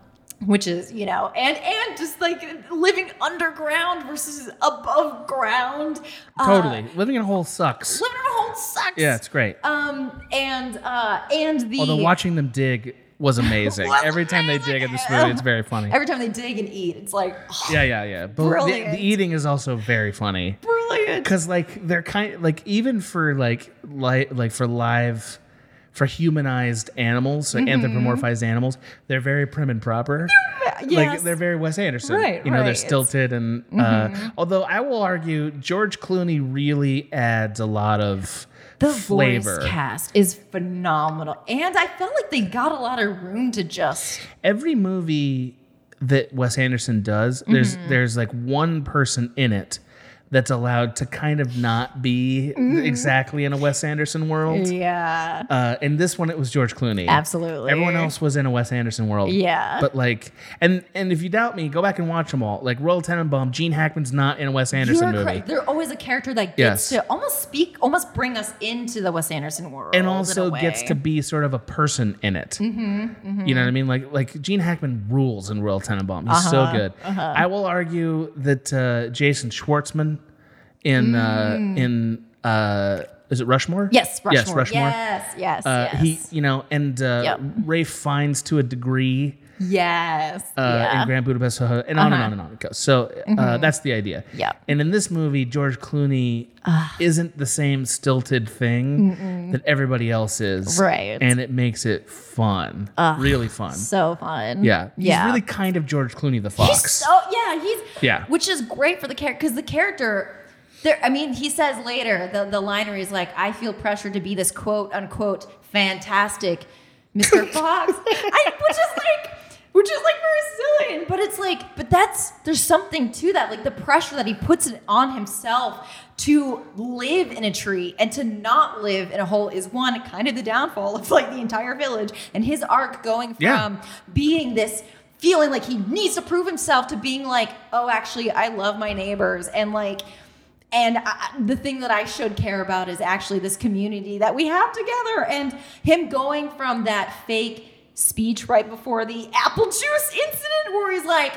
[SPEAKER 3] which is, you know, and and just like living underground versus above ground. Uh,
[SPEAKER 2] Totally. Living in a hole sucks.
[SPEAKER 3] living in a hole sucks.
[SPEAKER 2] yeah, it's great.
[SPEAKER 3] Um, and uh, and the
[SPEAKER 2] Although watching them dig
[SPEAKER 3] <laughs>
[SPEAKER 2] was amazing.
[SPEAKER 3] Was
[SPEAKER 2] Every time they dig in this
[SPEAKER 3] amazing.
[SPEAKER 2] movie, it's very funny.
[SPEAKER 3] every time they dig and eat, it's like oh,
[SPEAKER 2] Yeah, yeah, yeah. But the- the,
[SPEAKER 3] Brilliant.
[SPEAKER 2] eating is also very funny.
[SPEAKER 3] brilliant.
[SPEAKER 2] because like they're kind like even for like li- like for live for humanized animals like
[SPEAKER 3] Mm-hmm.
[SPEAKER 2] anthropomorphized animals they're very prim and proper like
[SPEAKER 3] Yes.
[SPEAKER 2] they're very Wes Anderson
[SPEAKER 3] Right,
[SPEAKER 2] you know they're
[SPEAKER 3] right. Mm-hmm.
[SPEAKER 2] stilted and uh, although I will argue George Clooney really adds a lot of
[SPEAKER 3] the
[SPEAKER 2] flavor
[SPEAKER 3] voice cast is phenomenal, and I felt like they got a lot of room to just
[SPEAKER 2] every movie that Wes Anderson does, there's
[SPEAKER 3] Mm-hmm.
[SPEAKER 2] there's like one person in it that's allowed to kind of not be exactly in a Wes Anderson world.
[SPEAKER 3] Mm-hmm. yeah,
[SPEAKER 2] Uh, in this one, it was George Clooney.
[SPEAKER 3] absolutely.
[SPEAKER 2] Everyone else was in a Wes Anderson world.
[SPEAKER 3] Yeah.
[SPEAKER 2] But like, and and if you doubt me, go back and watch them all. Like Royal Tenenbaum, Gene Hackman's not in a Wes Anderson
[SPEAKER 3] You're
[SPEAKER 2] movie.
[SPEAKER 3] correct. They're always a character that
[SPEAKER 2] Yes.
[SPEAKER 3] gets to almost speak, almost bring us into the Wes Anderson world, in
[SPEAKER 2] and
[SPEAKER 3] a
[SPEAKER 2] also gets
[SPEAKER 3] way.
[SPEAKER 2] to be sort of a person in it.
[SPEAKER 3] Mm-hmm,
[SPEAKER 2] You know what I mean? Like like Gene Hackman rules in Royal Tenenbaum. He's so
[SPEAKER 3] Uh-huh,
[SPEAKER 2] good. I will argue that uh, Jason Schwartzman in uh, in uh, is it Rushmore?
[SPEAKER 3] Mm. Yes, Rushmore.
[SPEAKER 2] Yes, Rushmore.
[SPEAKER 3] Yes, yes,
[SPEAKER 2] Uh,
[SPEAKER 3] yes.
[SPEAKER 2] He, you know, and uh,
[SPEAKER 3] Yep.
[SPEAKER 2] Ray finds to a degree
[SPEAKER 3] yes.
[SPEAKER 2] uh,
[SPEAKER 3] yeah.
[SPEAKER 2] in Grand Budapest Hotel, and on and
[SPEAKER 3] Uh-huh. Mm-hmm.
[SPEAKER 2] on and on it goes. So uh, that's the idea.
[SPEAKER 3] Yep.
[SPEAKER 2] And in this movie, George Clooney isn't the same stilted thing that everybody else is.
[SPEAKER 3] Right.
[SPEAKER 2] And it makes it fun, really fun.
[SPEAKER 3] so fun.
[SPEAKER 2] yeah.
[SPEAKER 3] yeah.
[SPEAKER 2] He's really kind of George Clooney the
[SPEAKER 3] He's
[SPEAKER 2] Fox.
[SPEAKER 3] so yeah, he's
[SPEAKER 2] Yeah.
[SPEAKER 3] which is great for the character because the character. There, I mean, he says later the the line where he's like, "I feel pressured to be this quote unquote fantastic Mr. Fox," I, which is like, which is like very silly, but it's like, but that's there's something to that, like the pressure that he puts it on himself to live in a tree and to not live in a hole is one kind of the downfall of like the entire village and his arc going from
[SPEAKER 2] Yeah.
[SPEAKER 3] being this feeling like he needs to prove himself to being like oh actually i love my neighbors and like and I, the thing that i should care about is actually this community that we have together and him going from that fake speech right before the apple juice incident where he's like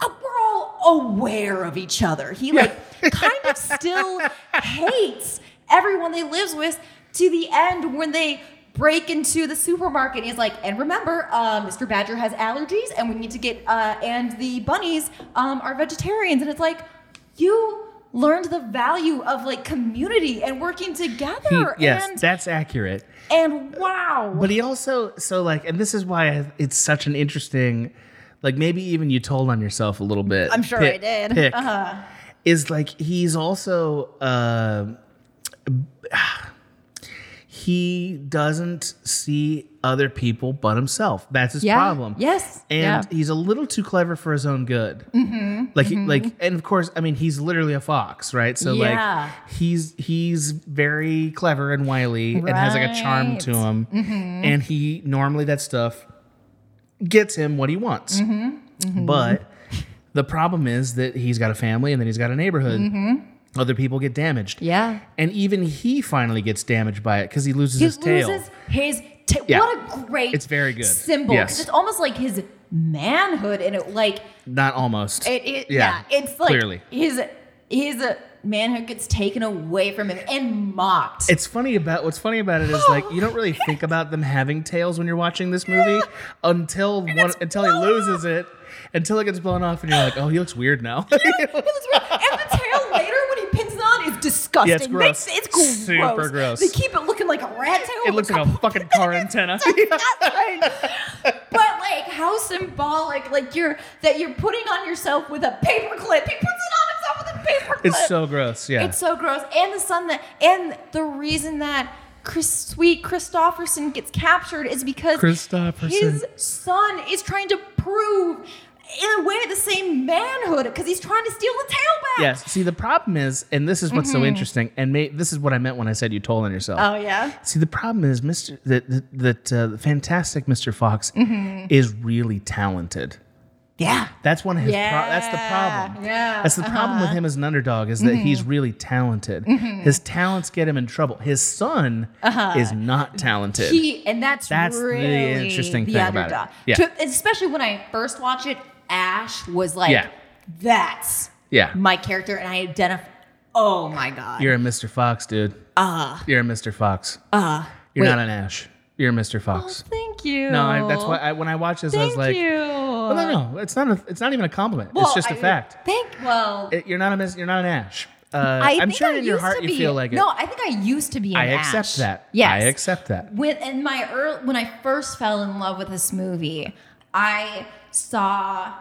[SPEAKER 3] "Oh, we're all aware of each other he like kind
[SPEAKER 2] <laughs>
[SPEAKER 3] of still hates everyone he lives with to the end when they break into the supermarket. He's like, and remember, uh, Mr. Badger has allergies, and we need to get, uh, and the bunnies um, are vegetarians. And it's like, you learned the value of like community and working
[SPEAKER 2] He-
[SPEAKER 3] together.
[SPEAKER 2] yes,
[SPEAKER 3] and,
[SPEAKER 2] that's accurate.
[SPEAKER 3] and wow.
[SPEAKER 2] But he also, so like, and this is why it's such an interesting, like maybe even you told on yourself a little bit.
[SPEAKER 3] I'm sure
[SPEAKER 2] pick-
[SPEAKER 3] I did.
[SPEAKER 2] Pick,
[SPEAKER 3] Uh-huh.
[SPEAKER 2] is like he's also uh, he doesn't see other people but himself. That's his
[SPEAKER 3] Yeah.
[SPEAKER 2] problem.
[SPEAKER 3] Yes.
[SPEAKER 2] and
[SPEAKER 3] Yeah. Mm-hmm.
[SPEAKER 2] he's a little too clever for his own good. Like he like, and of course, I mean, he's literally a fox, right? So
[SPEAKER 3] Yeah.
[SPEAKER 2] like, he's he's very clever and wily and has like a charm to
[SPEAKER 3] Right. Mm-hmm.
[SPEAKER 2] him, and he normally that stuff gets him what he wants,
[SPEAKER 3] Mm-hmm.
[SPEAKER 2] but. The problem is that he's got a family and then he's got a neighborhood. Other people get damaged.
[SPEAKER 3] Mm-hmm. Yeah.
[SPEAKER 2] And even he finally gets damaged by it because he loses
[SPEAKER 3] He
[SPEAKER 2] his tail.
[SPEAKER 3] loses his tail.
[SPEAKER 2] Yeah.
[SPEAKER 3] What a great
[SPEAKER 2] It's very good.
[SPEAKER 3] symbol.
[SPEAKER 2] Yes.
[SPEAKER 3] 'Cause It's almost like his manhood and it like
[SPEAKER 2] Not almost.
[SPEAKER 3] It, it yeah. it's like
[SPEAKER 2] clearly.
[SPEAKER 3] his his manhood gets taken away from him and mocked. <laughs>
[SPEAKER 2] It's funny about what's funny about it is like you don't really think about them having tails when you're watching this movie until one,
[SPEAKER 3] it's
[SPEAKER 2] until he
[SPEAKER 3] blown
[SPEAKER 2] loses it, until it gets blown off, and you're like, oh, he looks weird now.
[SPEAKER 3] It was real- and the tail later when he pins it on is disgusting.
[SPEAKER 2] Yeah, it's gross.
[SPEAKER 3] Makes- it's gross.
[SPEAKER 2] Super gross.
[SPEAKER 3] They keep it looking like a rat tail.
[SPEAKER 2] it looks
[SPEAKER 3] <laughs>
[SPEAKER 2] like a fucking car antenna. <laughs>
[SPEAKER 3] That's right. But like how symbolic, like you're that you're putting on yourself with a paperclip. He puts it on himself with a paperclip.
[SPEAKER 2] it's so gross. Yeah.
[SPEAKER 3] It's so gross. And the sun that and the reason that Chris sweet Christopherson gets captured is because
[SPEAKER 2] Christopherson.
[SPEAKER 3] his son is trying to prove in a way the same manhood because he's trying to steal the tail back.
[SPEAKER 2] yes. See, the problem is, and this is what's
[SPEAKER 3] Mm-hmm.
[SPEAKER 2] so interesting, and may, this is what I meant when I said you told on yourself.
[SPEAKER 3] Oh yeah.
[SPEAKER 2] See, the problem is, Mister that that, that uh, the fantastic Mister Fox is really talented.
[SPEAKER 3] Mm-hmm. Yeah.
[SPEAKER 2] That's one of his. Pro- that's the problem.
[SPEAKER 3] Yeah. Uh-huh. Mm-hmm.
[SPEAKER 2] That's the problem with him as an underdog is that he's really talented. His talents get him in trouble. His son is not talented.
[SPEAKER 3] Uh-huh. He and that's
[SPEAKER 2] That's the
[SPEAKER 3] really
[SPEAKER 2] interesting
[SPEAKER 3] the
[SPEAKER 2] thing about it.
[SPEAKER 3] underdog.
[SPEAKER 2] Yeah.
[SPEAKER 3] To- especially when I first watched it, Ash was like,
[SPEAKER 2] Yeah.
[SPEAKER 3] "That's
[SPEAKER 2] yeah,
[SPEAKER 3] my character," and I identify. Oh my god.
[SPEAKER 2] you're a Mr. Fox, dude. Ah, you're a Mr. Fox. Ah, you're
[SPEAKER 3] Uh. wait. Oh,
[SPEAKER 2] not an Ash. You're a Mr. Fox.
[SPEAKER 3] Thank you.
[SPEAKER 2] no, I, that's why I, when I watched this, I was like, Well, no, no, it's not. A, it's not even a compliment. it's just a
[SPEAKER 3] a
[SPEAKER 2] fact.
[SPEAKER 3] Thank well,
[SPEAKER 2] Uh, It- you're not a Miss. You're not an Ash. Uh,
[SPEAKER 3] I
[SPEAKER 2] I'm
[SPEAKER 3] think
[SPEAKER 2] sure
[SPEAKER 3] I
[SPEAKER 2] in your
[SPEAKER 3] used to
[SPEAKER 2] heart you
[SPEAKER 3] be-
[SPEAKER 2] feel like
[SPEAKER 3] No,
[SPEAKER 2] it.
[SPEAKER 3] I think I used to be. An
[SPEAKER 2] I accept
[SPEAKER 3] Ash.
[SPEAKER 2] that.
[SPEAKER 3] Yes,
[SPEAKER 2] I accept that.
[SPEAKER 3] When in my early, when I first fell in love with this movie, I saw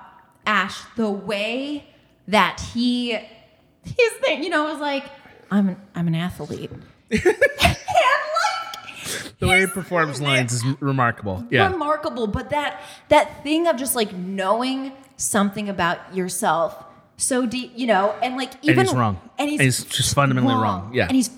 [SPEAKER 3] Ash the way that he his thing. You know, I was like, I'm an, I'm
[SPEAKER 2] <laughs>
[SPEAKER 3] an athlete. and like
[SPEAKER 2] The way it performs lines is remarkable. Yeah.
[SPEAKER 3] remarkable, but that that thing of just like knowing something about yourself so deep, you know, and like even
[SPEAKER 2] he's wrong.
[SPEAKER 3] and he's,
[SPEAKER 2] And he's just fundamentally wrong. Yeah.
[SPEAKER 3] and he's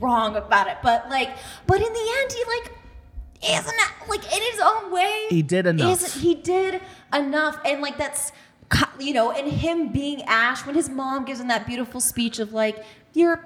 [SPEAKER 3] wrong about it. But like, but in the end, he like isn't like in his own way.
[SPEAKER 2] He did enough.
[SPEAKER 3] Isn't, he did enough, and like that's co- you know, and him being Ash when his mom gives him that beautiful speech of like you're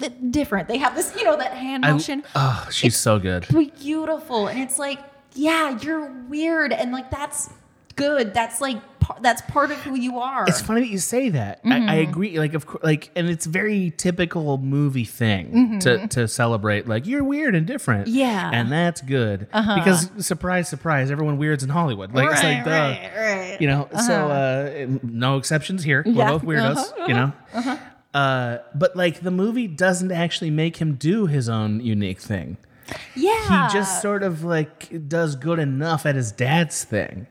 [SPEAKER 3] th- different. They have this, you know, that hand
[SPEAKER 2] I-
[SPEAKER 3] motion
[SPEAKER 2] oh, she's so good.
[SPEAKER 3] beautiful and it's like yeah you're weird and like that's good that's like par- that's part of who you are
[SPEAKER 2] It's funny that you say that. I, I
[SPEAKER 3] Mm-hmm.
[SPEAKER 2] agree. Like, of course, like, and it's very typical movie thing to to celebrate. Like, you're weird and different.
[SPEAKER 3] Mm-hmm. Yeah. Uh-huh.
[SPEAKER 2] and that's good because surprise, surprise, everyone weird's in Hollywood. Like, it's like, duh.
[SPEAKER 3] right Uh-huh.
[SPEAKER 2] You know, so uh, no exceptions here.
[SPEAKER 3] Yeah. Uh-huh.
[SPEAKER 2] We're both weirdos. You know, uh but like the movie doesn't actually make him do his own unique thing.
[SPEAKER 3] yeah
[SPEAKER 2] He just sort of like does good enough at his dad's thing.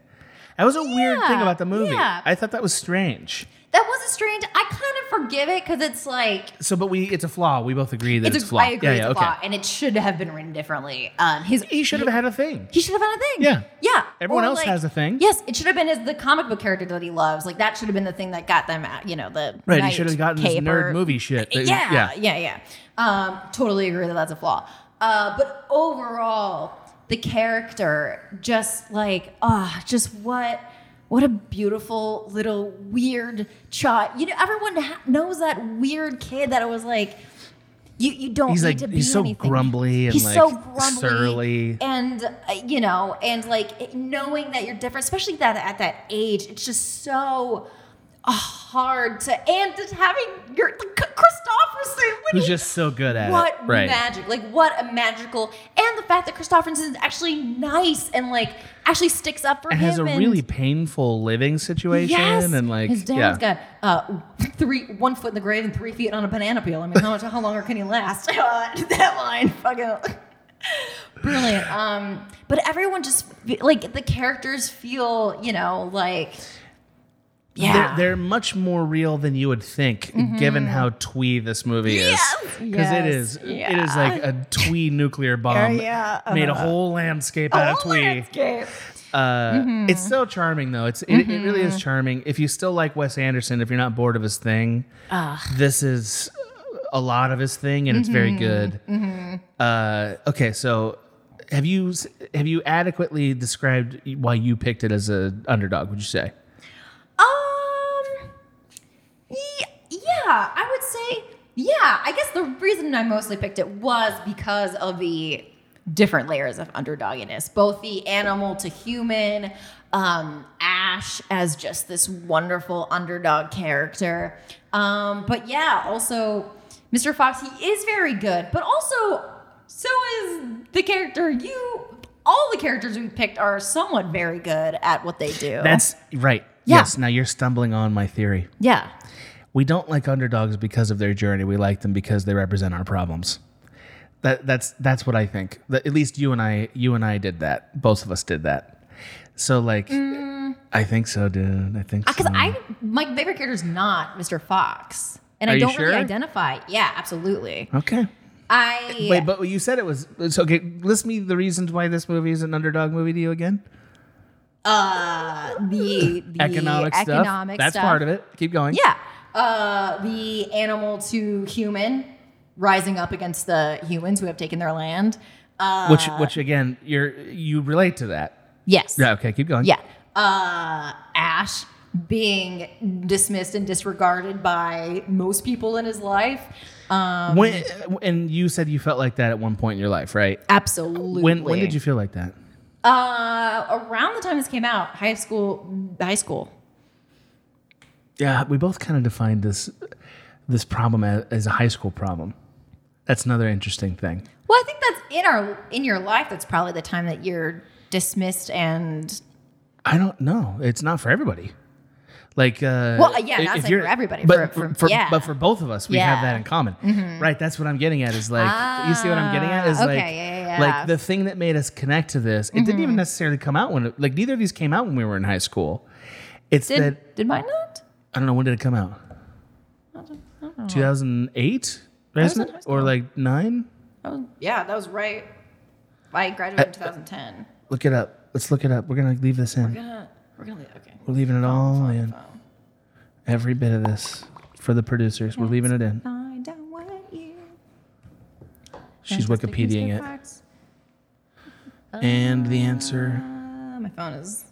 [SPEAKER 2] That was a weird thing
[SPEAKER 3] Yeah,
[SPEAKER 2] about the movie.
[SPEAKER 3] yeah.
[SPEAKER 2] I thought that was strange.
[SPEAKER 3] that was a strange i kind of forgive it because it's like
[SPEAKER 2] So, but we—it's a flaw. We both agree that
[SPEAKER 3] it's,
[SPEAKER 2] it's,
[SPEAKER 3] a,
[SPEAKER 2] flaw.
[SPEAKER 3] i agree
[SPEAKER 2] Yeah,
[SPEAKER 3] it's
[SPEAKER 2] yeah,
[SPEAKER 3] a
[SPEAKER 2] okay.
[SPEAKER 3] flaw and it should have been written differently um his
[SPEAKER 2] He should have had a thing.
[SPEAKER 3] he should have had a thing.
[SPEAKER 2] Yeah.
[SPEAKER 3] Yeah.
[SPEAKER 2] Everyone
[SPEAKER 3] Or,
[SPEAKER 2] else has a thing.
[SPEAKER 3] Yes. It should have been his the comic book character that he loves. Like that should have been the thing that got them out, you know, the
[SPEAKER 2] Right.
[SPEAKER 3] knight
[SPEAKER 2] he should have gotten his
[SPEAKER 3] cape
[SPEAKER 2] nerd
[SPEAKER 3] or-
[SPEAKER 2] movie shit. that-
[SPEAKER 3] yeah, yeah, yeah. Um, totally agree that that's a flaw. Uh, but overall, the character just like ah, just what what a beautiful little weird child. You know, everyone ha- knows that weird kid that it was like. You, you don't
[SPEAKER 2] He's
[SPEAKER 3] need
[SPEAKER 2] like-
[SPEAKER 3] to be
[SPEAKER 2] he's so
[SPEAKER 3] anything.
[SPEAKER 2] grumbly and,
[SPEAKER 3] he's
[SPEAKER 2] like,
[SPEAKER 3] so grumbly
[SPEAKER 2] surly.
[SPEAKER 3] and uh, you know and like it- knowing that you're different especially that at that age it's just so uh, hard to and just having your Christopherson when
[SPEAKER 2] Who's
[SPEAKER 3] he-
[SPEAKER 2] just so good at
[SPEAKER 3] what
[SPEAKER 2] it. Right.
[SPEAKER 3] magic like what a magical and the fact that Christopherson is actually nice and like actually sticks up for
[SPEAKER 2] and
[SPEAKER 3] him
[SPEAKER 2] has a
[SPEAKER 3] and-
[SPEAKER 2] really painful living situation
[SPEAKER 3] Yes,
[SPEAKER 2] and like
[SPEAKER 3] his
[SPEAKER 2] yeah.
[SPEAKER 3] dad's got uh, three, one foot in the grave and three feet on a banana peel. I mean, how much, how longer can he last? <laughs> Uh, that line, fucking <laughs> brilliant. Um, but everyone just fe- like the characters feel, you know, like yeah, Mm-hmm.
[SPEAKER 2] They're, they're much more real than you would think, given how twee this movie is.
[SPEAKER 3] Yes.
[SPEAKER 2] Because
[SPEAKER 3] Yes.
[SPEAKER 2] it is, it is
[SPEAKER 3] Yeah.
[SPEAKER 2] like a twee nuclear bomb
[SPEAKER 3] yeah, Uh-huh.
[SPEAKER 2] made a whole landscape out of twee.
[SPEAKER 3] landscape. Mm-hmm.
[SPEAKER 2] Uh, It's so charming, though. It's it, it really is charming. If you still like Wes Anderson, if you're not bored of his thing, this is a lot of his thing, and it's very
[SPEAKER 3] Mm-hmm.
[SPEAKER 2] good. Uh, okay, so have you s- have you adequately described why you picked it as a underdog? Would you say?
[SPEAKER 3] Um, y- yeah, I would say, yeah. I guess the reason I mostly picked it was because of the different layers of underdoginess, both the animal to human, um, Ash as just this wonderful underdog character. Um, but yeah, also Mr. Fox, he is very good, but also so is the character you. All the characters we picked are somewhat very good at what they do.
[SPEAKER 2] That's right.
[SPEAKER 3] Yeah.
[SPEAKER 2] Yes. Now you're stumbling on my theory.
[SPEAKER 3] yeah.
[SPEAKER 2] We don't like underdogs because of their journey. We like them because they represent our problems. That that's that's what I think. That- at least you and I you and I did that. Both of us did that. So like I think so, dude. I think so.
[SPEAKER 3] Because Mm. Uh, I, my favorite character is not Mr. Fox, and
[SPEAKER 2] Hmm. Are
[SPEAKER 3] I
[SPEAKER 2] you
[SPEAKER 3] don't really
[SPEAKER 2] sure?
[SPEAKER 3] identify. Yeah, absolutely.
[SPEAKER 2] Okay.
[SPEAKER 3] I
[SPEAKER 2] Wait, but you said it was it's okay. List me the reasons why this movie is an underdog movie to you again.
[SPEAKER 3] uh, the,
[SPEAKER 2] <laughs>
[SPEAKER 3] the
[SPEAKER 2] Economic, stuff.
[SPEAKER 3] economic
[SPEAKER 2] That's
[SPEAKER 3] stuff.
[SPEAKER 2] part of it. Keep going.
[SPEAKER 3] Yeah, uh, the animal to human rising up against the humans who have taken their land. Uh,
[SPEAKER 2] Which which again, you're you relate to that.
[SPEAKER 3] yes.
[SPEAKER 2] Yeah, okay, keep going.
[SPEAKER 3] Yeah. Uh, Ash being dismissed and disregarded by most people in his life. Um,
[SPEAKER 2] When uh, and you said you felt like that at one point in your life, right?
[SPEAKER 3] absolutely.
[SPEAKER 2] When when did you feel like that?
[SPEAKER 3] Uh, around the time this came out, high school, high school.
[SPEAKER 2] Yeah, we both kind of defined this this problem as, as a high school problem. That's another interesting thing.
[SPEAKER 3] Well, I think that's in our in your life. That's probably the time that you're dismissed and
[SPEAKER 2] I don't know. It's not for everybody. Like, uh,
[SPEAKER 3] Well, yeah, that's
[SPEAKER 2] if
[SPEAKER 3] like
[SPEAKER 2] you're-
[SPEAKER 3] for everybody,
[SPEAKER 2] But
[SPEAKER 3] for- for-
[SPEAKER 2] for,
[SPEAKER 3] yeah.
[SPEAKER 2] but for both of us, we
[SPEAKER 3] Yeah. Mm-hmm.
[SPEAKER 2] have that in common, right? That's what I'm getting at. Is like, you see what I'm getting at? Is
[SPEAKER 3] Ah,
[SPEAKER 2] like,
[SPEAKER 3] okay, yeah, Mm-hmm. yeah, yeah.
[SPEAKER 2] like the thing that made us connect to this. It didn't even necessarily come out when, it, like, neither of these came out when we were in high school. It's
[SPEAKER 3] Did
[SPEAKER 2] that
[SPEAKER 3] did mine not?
[SPEAKER 2] I don't know when did it come out. 2008,
[SPEAKER 3] was in
[SPEAKER 2] wasn't
[SPEAKER 3] high
[SPEAKER 2] it? Or like nine?
[SPEAKER 3] That was- yeah, that was right. Oh, I graduated in 2010.
[SPEAKER 2] Look it up. Let's look it up. We're gonna leave this in.
[SPEAKER 3] We're gonna we're gonna leave. Okay.
[SPEAKER 2] We're leaving it all in.
[SPEAKER 3] phone.
[SPEAKER 2] Every bit of this for the producers. We're leaving it in.
[SPEAKER 3] Find out what you.
[SPEAKER 2] She's
[SPEAKER 3] Fantastic Mr.
[SPEAKER 2] Wikipediaing it.
[SPEAKER 3] Fox.
[SPEAKER 2] And the answer
[SPEAKER 3] Uh, my phone is.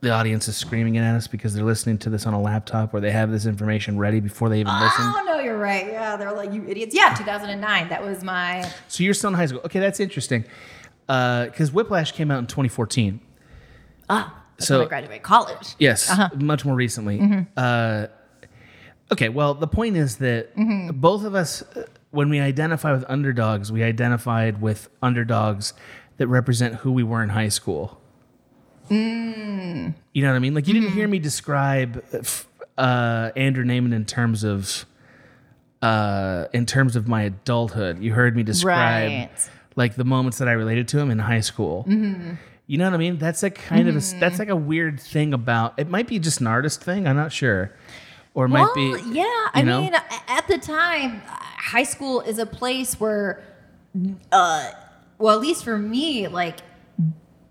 [SPEAKER 2] the audience is screaming it at us because they're listening to this on a laptop where they have this information ready before they even listen.
[SPEAKER 3] Oh no, you're right. Yeah, they're like you idiots. Yeah, 2009. That was my.
[SPEAKER 2] So you're still in high school. Okay, that's interesting. Because Whiplash came out in 2014.
[SPEAKER 3] Ah. that's
[SPEAKER 2] So-
[SPEAKER 3] when I graduated college.
[SPEAKER 2] Yes, much more recently. Uh, okay, well, the point is that both of us, uh, when we identify with underdogs, we identified with underdogs that represent who we were in high school. You know what I mean? Like, you didn't hear me describe uh, f- uh, Andrew Naaman in terms of. Uh, in terms of my adulthood, you heard me describe
[SPEAKER 3] Right.
[SPEAKER 2] like the moments that I related to him in high school. You know what I mean? That's like kind of a,
[SPEAKER 3] Mm-hmm.
[SPEAKER 2] that's like a weird thing about. It might be just an artist thing. I'm not sure, or it might be.
[SPEAKER 3] Well, yeah. I
[SPEAKER 2] you know?
[SPEAKER 3] mean, a- at the time, uh, high school is a place where, uh, well, at least for me, like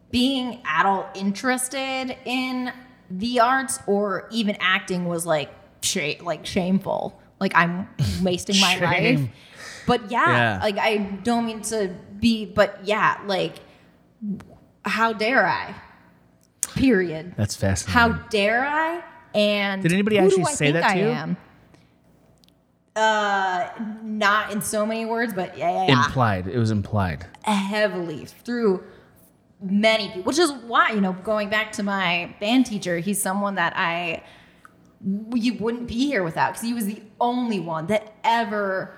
[SPEAKER 3] being at all interested in the arts or even acting was like sh- like shameful. Like
[SPEAKER 2] <laughs>
[SPEAKER 3] I'm wasting my life.
[SPEAKER 2] Shame.
[SPEAKER 3] But yeah,
[SPEAKER 2] Yeah.
[SPEAKER 3] like I don't mean to be, but yeah, like how dare I? Period.
[SPEAKER 2] That's fascinating.
[SPEAKER 3] How dare I? And
[SPEAKER 2] Did anybody
[SPEAKER 3] who
[SPEAKER 2] actually
[SPEAKER 3] do I
[SPEAKER 2] say
[SPEAKER 3] think
[SPEAKER 2] that to
[SPEAKER 3] I
[SPEAKER 2] you?
[SPEAKER 3] Am? Uh, not in so many words, but yeah, yeah,
[SPEAKER 2] implied? It was implied.
[SPEAKER 3] yeah. heavily through many people, which is why you know going back to my band teacher, he's someone that I you wouldn't be here without because he was the only one that ever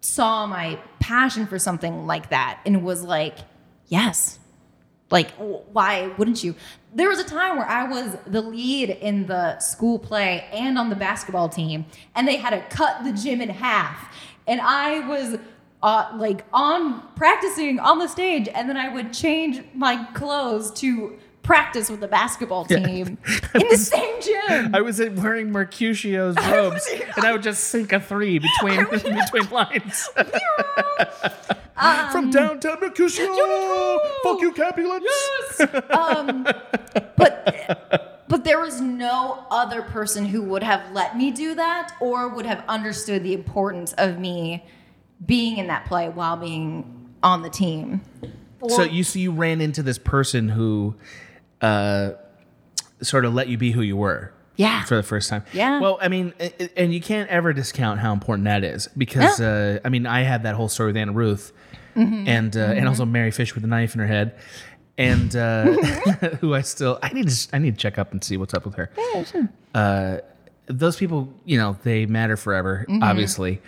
[SPEAKER 3] saw my passion for something like that and was like, yes, like, w- why wouldn't you? There was a time where I was the lead in the school play and on the basketball team, and they had to cut the gym in half. And I was uh, like on practicing on the stage, and then I would change my clothes to practice with the basketball
[SPEAKER 2] Yeah.
[SPEAKER 3] team in the same gym.
[SPEAKER 2] I was in wearing
[SPEAKER 3] <laughs>
[SPEAKER 2] Mercutio's robes, and I would just sink a three between <laughs> between lines <laughs> from downtown Mercutio. Fuck you, capulets.
[SPEAKER 3] um, but
[SPEAKER 2] <laughs>
[SPEAKER 3] but there was no other person who would have let me do that or would have understood the importance of me being in that play while being on the team.
[SPEAKER 2] So you so you ran into this person who, uh, sort of let you be who you were.
[SPEAKER 3] Yeah.
[SPEAKER 2] for the first time.
[SPEAKER 3] Yeah.
[SPEAKER 2] Well, I mean, a- a- and you can't ever discount how important that is because, uh, I mean, I had that whole story with Anna Ruth
[SPEAKER 3] Mm-hmm.
[SPEAKER 2] and, uh, and also Mary Fish with a knife in her head. And
[SPEAKER 3] <laughs>
[SPEAKER 2] uh, <laughs> who I still I need to I need to check up and see what's up with her. Uh, those people, you know, they matter forever.
[SPEAKER 3] Mm-hmm.
[SPEAKER 2] Obviously,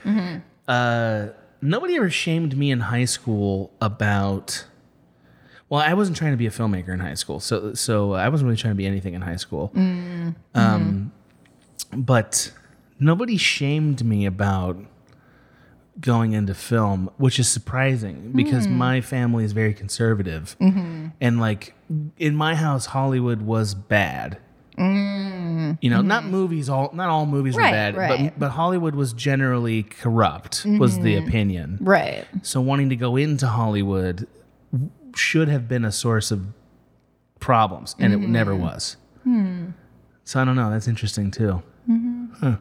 [SPEAKER 2] uh, nobody ever shamed me in high school about. Well, I wasn't trying to be a filmmaker in high school, so so I wasn't really trying to be anything in high school.
[SPEAKER 3] Mm,
[SPEAKER 2] Um,
[SPEAKER 3] mm-hmm.
[SPEAKER 2] but nobody shamed me about going into film, which is surprising
[SPEAKER 3] Mm.
[SPEAKER 2] because my family is very conservative,
[SPEAKER 3] Mm-hmm.
[SPEAKER 2] and like in my house, Hollywood was bad. You know, not movies all not all movies
[SPEAKER 3] Mm. Mm-hmm. Right,
[SPEAKER 2] were bad,
[SPEAKER 3] right. Mm-hmm.
[SPEAKER 2] but but Hollywood was generally corrupt was the opinion.
[SPEAKER 3] Right.
[SPEAKER 2] So wanting to go into Hollywood w- should have been a source of problems, and it never
[SPEAKER 3] Mm-hmm.
[SPEAKER 2] was. So I don't know. That's interesting too.
[SPEAKER 3] Mm-hmm.
[SPEAKER 2] Huh.